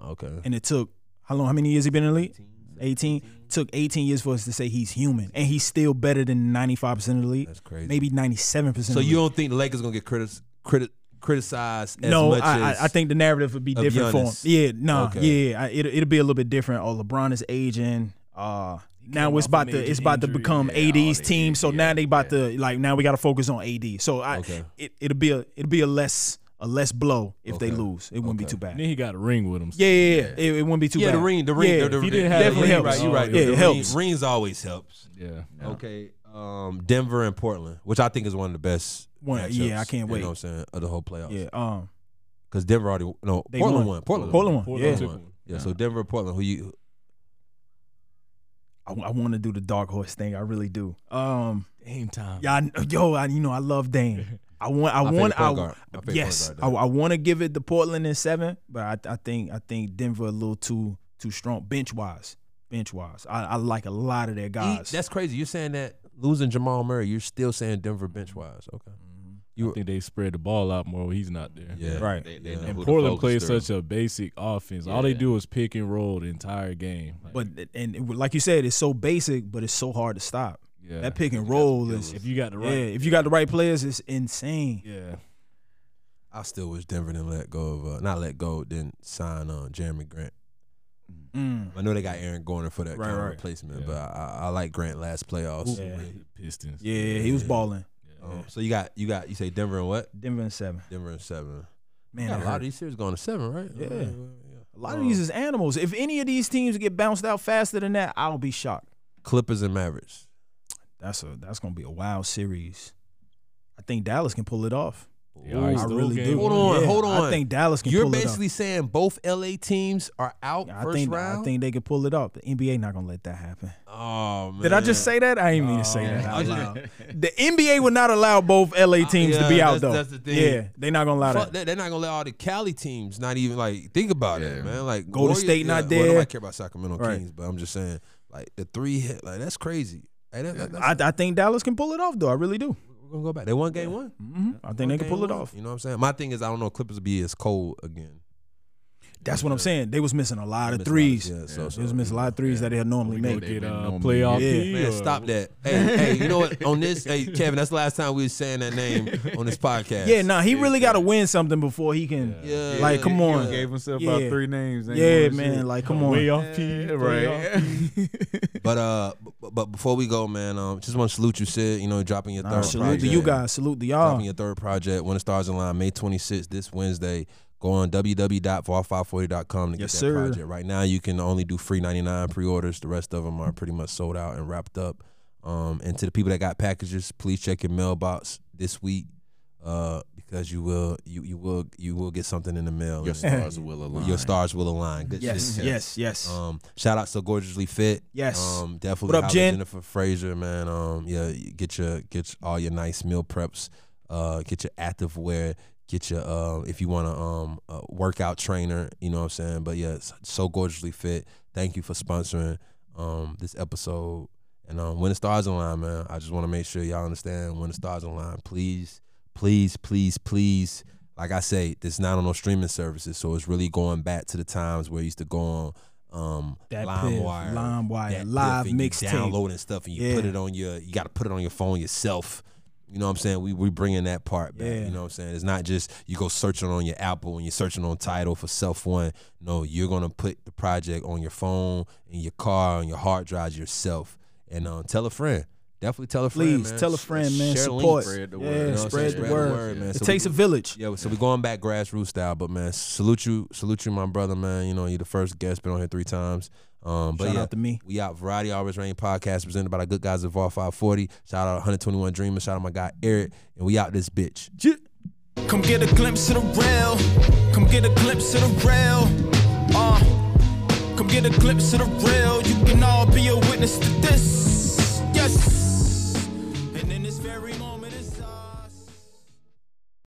S2: Okay.
S3: and it took how long? How many years he been in the league? 18 took 18 years for us to say he's human and he's still better than 95% of the league
S2: That's crazy.
S3: maybe 97%
S2: So you don't think the Lakers gonna get critis, criti- criticized as
S3: no,
S2: much
S3: I,
S2: as
S3: I, I think the narrative would be
S2: of
S3: different for him.
S2: Giannis.
S3: Yeah, no,
S2: Okay.
S3: yeah, I, it, it'll be a little bit different. Oh, LeBron is aging. Uh, now
S4: came
S3: it's
S4: off a
S3: about to
S4: major
S3: it's about to
S4: injury.
S3: become
S5: Yeah, all
S3: AD's
S5: the
S3: team. So
S5: injuries,
S3: now
S5: yeah,
S3: they about to like now we got to focus on AD. So I
S2: Okay.
S3: it, it'll be a it'll be a less a less blow if they
S2: Okay.
S3: lose. It wouldn't be
S2: Okay.
S3: too
S4: And
S3: bad.
S4: then he got a ring with him.
S3: Yeah, yeah, yeah. It, it wouldn't be too
S2: yeah,
S3: bad.
S2: the ring, the ring,
S3: Yeah,
S2: the, the
S4: If he
S2: ring.
S4: didn't have the
S2: definitely
S4: ring,
S2: helps. Right, you right.
S4: oh,
S2: The
S4: yeah, it
S2: ring-
S3: helps.
S2: Rings always helps.
S4: Yeah.
S2: Okay. Um, Denver and Portland, which I think is one of the best.
S3: One-
S2: matchups,
S3: yeah, I can't
S2: You
S3: wait.
S2: know what I'm saying of the whole playoffs.
S3: Yeah, um,
S2: because Denver already no
S3: They
S2: Portland
S3: won.
S2: won. Portland,
S3: Portland won.
S4: Portland
S3: yeah,
S4: took
S2: won.
S4: one.
S2: Yeah, so Denver, Portland. Who you?
S3: I, want to do the dark horse thing. I really do. Um,
S4: Game time.
S3: yeah, I, yo, I, you know I love Dame. I want. I
S2: My
S3: want.
S2: favorite
S3: I,
S2: point guard. My favorite
S3: yes, Oh,
S2: point
S3: I,
S2: guard, though.
S3: I want to give it to Portland in seven, but I, I think I think Denver a little too too strong bench wise. Bench wise, I, I like a lot of their
S2: E-
S3: guys.
S2: that's crazy. You're saying that losing Jamal Murray, you're still saying Denver bench wise. Okay.
S4: I think they spread the ball out more when he's not there.
S2: Yeah.
S3: Mm-hmm. right.
S5: They, they
S2: Yeah.
S5: know who to
S4: Portland
S5: focus
S4: plays
S5: through.
S4: such a basic offense. All they
S5: Yeah.
S4: do is pick and roll the entire game. Like,
S3: But and it- like you said, it's so basic, but it's so hard to stop.
S4: yeah.
S3: That pick and roll is
S4: if you got the
S3: yeah.
S4: right,
S3: If you got the right players, it's insane.
S4: yeah,
S2: I still wish Denver didn't let go of uh, not let go, then sign on Jeremy Grant.
S3: Mm.
S2: I know they got Aaron Gordon for that
S3: Right,
S2: kind
S3: right.
S2: of replacement,
S4: Yeah.
S2: but I, I- I like Grant last playoffs.
S3: Yeah.
S4: The Pistons.
S3: Yeah, he was
S2: Yeah.
S3: balling.
S2: Um, so you got you got you say Denver and what?
S3: Denver in seven.
S2: Denver and seven.
S3: Man,
S2: Yeah,
S3: that
S2: a lot
S3: hurt.
S2: of these series going to seven, right?
S3: Yeah.
S2: yeah.
S3: A lot of these is animals. If any of these teams get bounced out faster than that, I'll be shocked.
S2: Clippers and Mavericks.
S3: That's a that's gonna be a wild series. I think Dallas can pull it off.
S4: Yeah, I
S3: I
S4: Still
S3: really
S4: game.
S3: do.
S2: Hold on,
S3: Yeah,
S2: hold
S3: I
S2: on.
S3: think Dallas can
S2: You're
S3: pull it
S2: basically saying both LA teams are out
S3: up. I
S2: first
S3: think
S2: round.
S3: I think they can pull it up. The NBA not gonna let that happen.
S2: oh man,
S3: Did I just say that? I didn't mean to say that
S2: Oh, I
S3: out
S2: just-
S3: loud. The NBA would not allow both LA teams
S2: yeah,
S3: to be out
S2: that's-
S3: though.
S2: that's the thing.
S3: Yeah, they're not gonna allow
S2: Fuck
S3: that.
S2: that. They're not gonna let all the Cali teams not even like think about it, man. Like
S3: Golden State not
S2: Well,
S3: there.
S2: nobody care about Sacramento
S3: Right.
S2: Kings, but I'm just saying like the three hit like that's crazy. Hey, that, that-
S3: I,
S2: that's-
S3: I think Dallas can pull it off though. I really do.
S2: we're gonna go back. They won game one.
S3: hmm I think they
S2: Won
S3: can
S2: game
S3: pull it
S2: one.
S3: off.
S2: You know what I'm saying? My thing is I don't know if Clippers will be as cold again.
S3: That's what I'm saying. They was missing a lot of
S2: Missed a lot of-
S3: threes.
S2: yeah, so- so,
S3: they was
S2: you
S3: missing a lot of threes that they'll normally
S4: We
S3: make.
S4: gonna
S5: They-
S4: get
S5: they
S4: uh,
S5: normally-
S4: playoff
S3: Yeah.
S4: P
S2: Man,
S4: or-
S2: stop that. Hey, hey, you know what? On this, hey, Kevin, that's the last time we was saying that name on this podcast.
S3: Yeah, nah, he really got to win something before he can.
S2: Yeah,
S3: Like,
S2: yeah,
S3: come
S2: yeah.
S3: on.
S2: Yeah.
S7: Gave himself
S3: Yeah.
S7: about three names. ain't
S3: Yeah,
S7: doing
S3: man,
S7: shit.
S3: like come on.
S4: Playoff P, playoff
S7: right.
S2: But uh, but, but before we go, man, um, just want to salute you, Sid. You know, dropping your
S3: Nah,
S2: third
S3: salute
S2: project.
S3: to you guys. Salute to y'all.
S2: Dropping your third project, When the Stars in Line, May 26th, this Wednesday. Go on www.var540.com to get
S3: Yes,
S2: that
S3: sir.
S2: project. Right now, you can only do free 99 pre-orders. The rest of them are pretty much sold out and wrapped up. Um, and to the people that got packages, please check your mailbox this week uh, because you will you you will you will get something in the mail.
S5: Your stars will align.
S2: Your stars will align. Good
S3: Yes,
S2: shit.
S3: yes, yes.
S2: Um, shout out to Gorgeously Fit.
S3: Yes.
S2: Um,
S3: What
S2: definitely.
S3: up,
S2: holla at
S3: Jen?
S2: Jennifer Fraser, man. Um, yeah, you get your get your- all your nice meal preps. Uh, get your active wear. Get your uh, if you want to um a workout trainer. You know what I'm saying. But yeah, it's so gorgeously fit. Thank you for sponsoring um this episode. And um, when the stars align, man, I just want to make sure y'all understand when the stars align. Please, please, please, please. Like I say, this is not on no streaming services, so it's really going back to the times where you used to go on um,
S3: That piff,
S2: LimeWire,
S3: LimeWire,
S2: that
S3: live
S2: piff, and you
S3: mixtape.
S2: downloading stuff, and you
S3: Yeah.
S2: put it on your. You got to put it on your phone yourself. You know what I'm saying? We we bringing that part back.
S3: Yeah.
S2: You know what I'm saying? It's not just you go searching on your Apple and you're searching on Title for Self One. No, you're gonna put the project on your phone, in your car, on your hard drives yourself, and um, tell a friend. Definitely tell a friend.
S3: Please
S2: man.
S3: tell a friend, man.
S2: Share the link.
S3: Support.
S5: Spread the
S3: yeah,
S5: word. You know
S2: what I'm
S3: spread,
S2: saying?
S3: the word.
S2: man.
S3: It
S2: So
S3: takes
S2: we-
S3: a village.
S2: yeah, so we're going back grassroots style, but man, salute you, salute you, my brother, man. You know, you're the first guest, been on here three times. Um, but
S3: Shout
S2: yeah,
S3: out to me.
S2: we out. Variety Always Rain podcast presented by the good guys of Var 540. Shout out 121 Dreamers. Shout out my guy Eric, and we out this bitch.
S1: Come get a glimpse of the real. Come get a glimpse of the real. Uh, come get a glimpse of the real. You can all be a witness to this.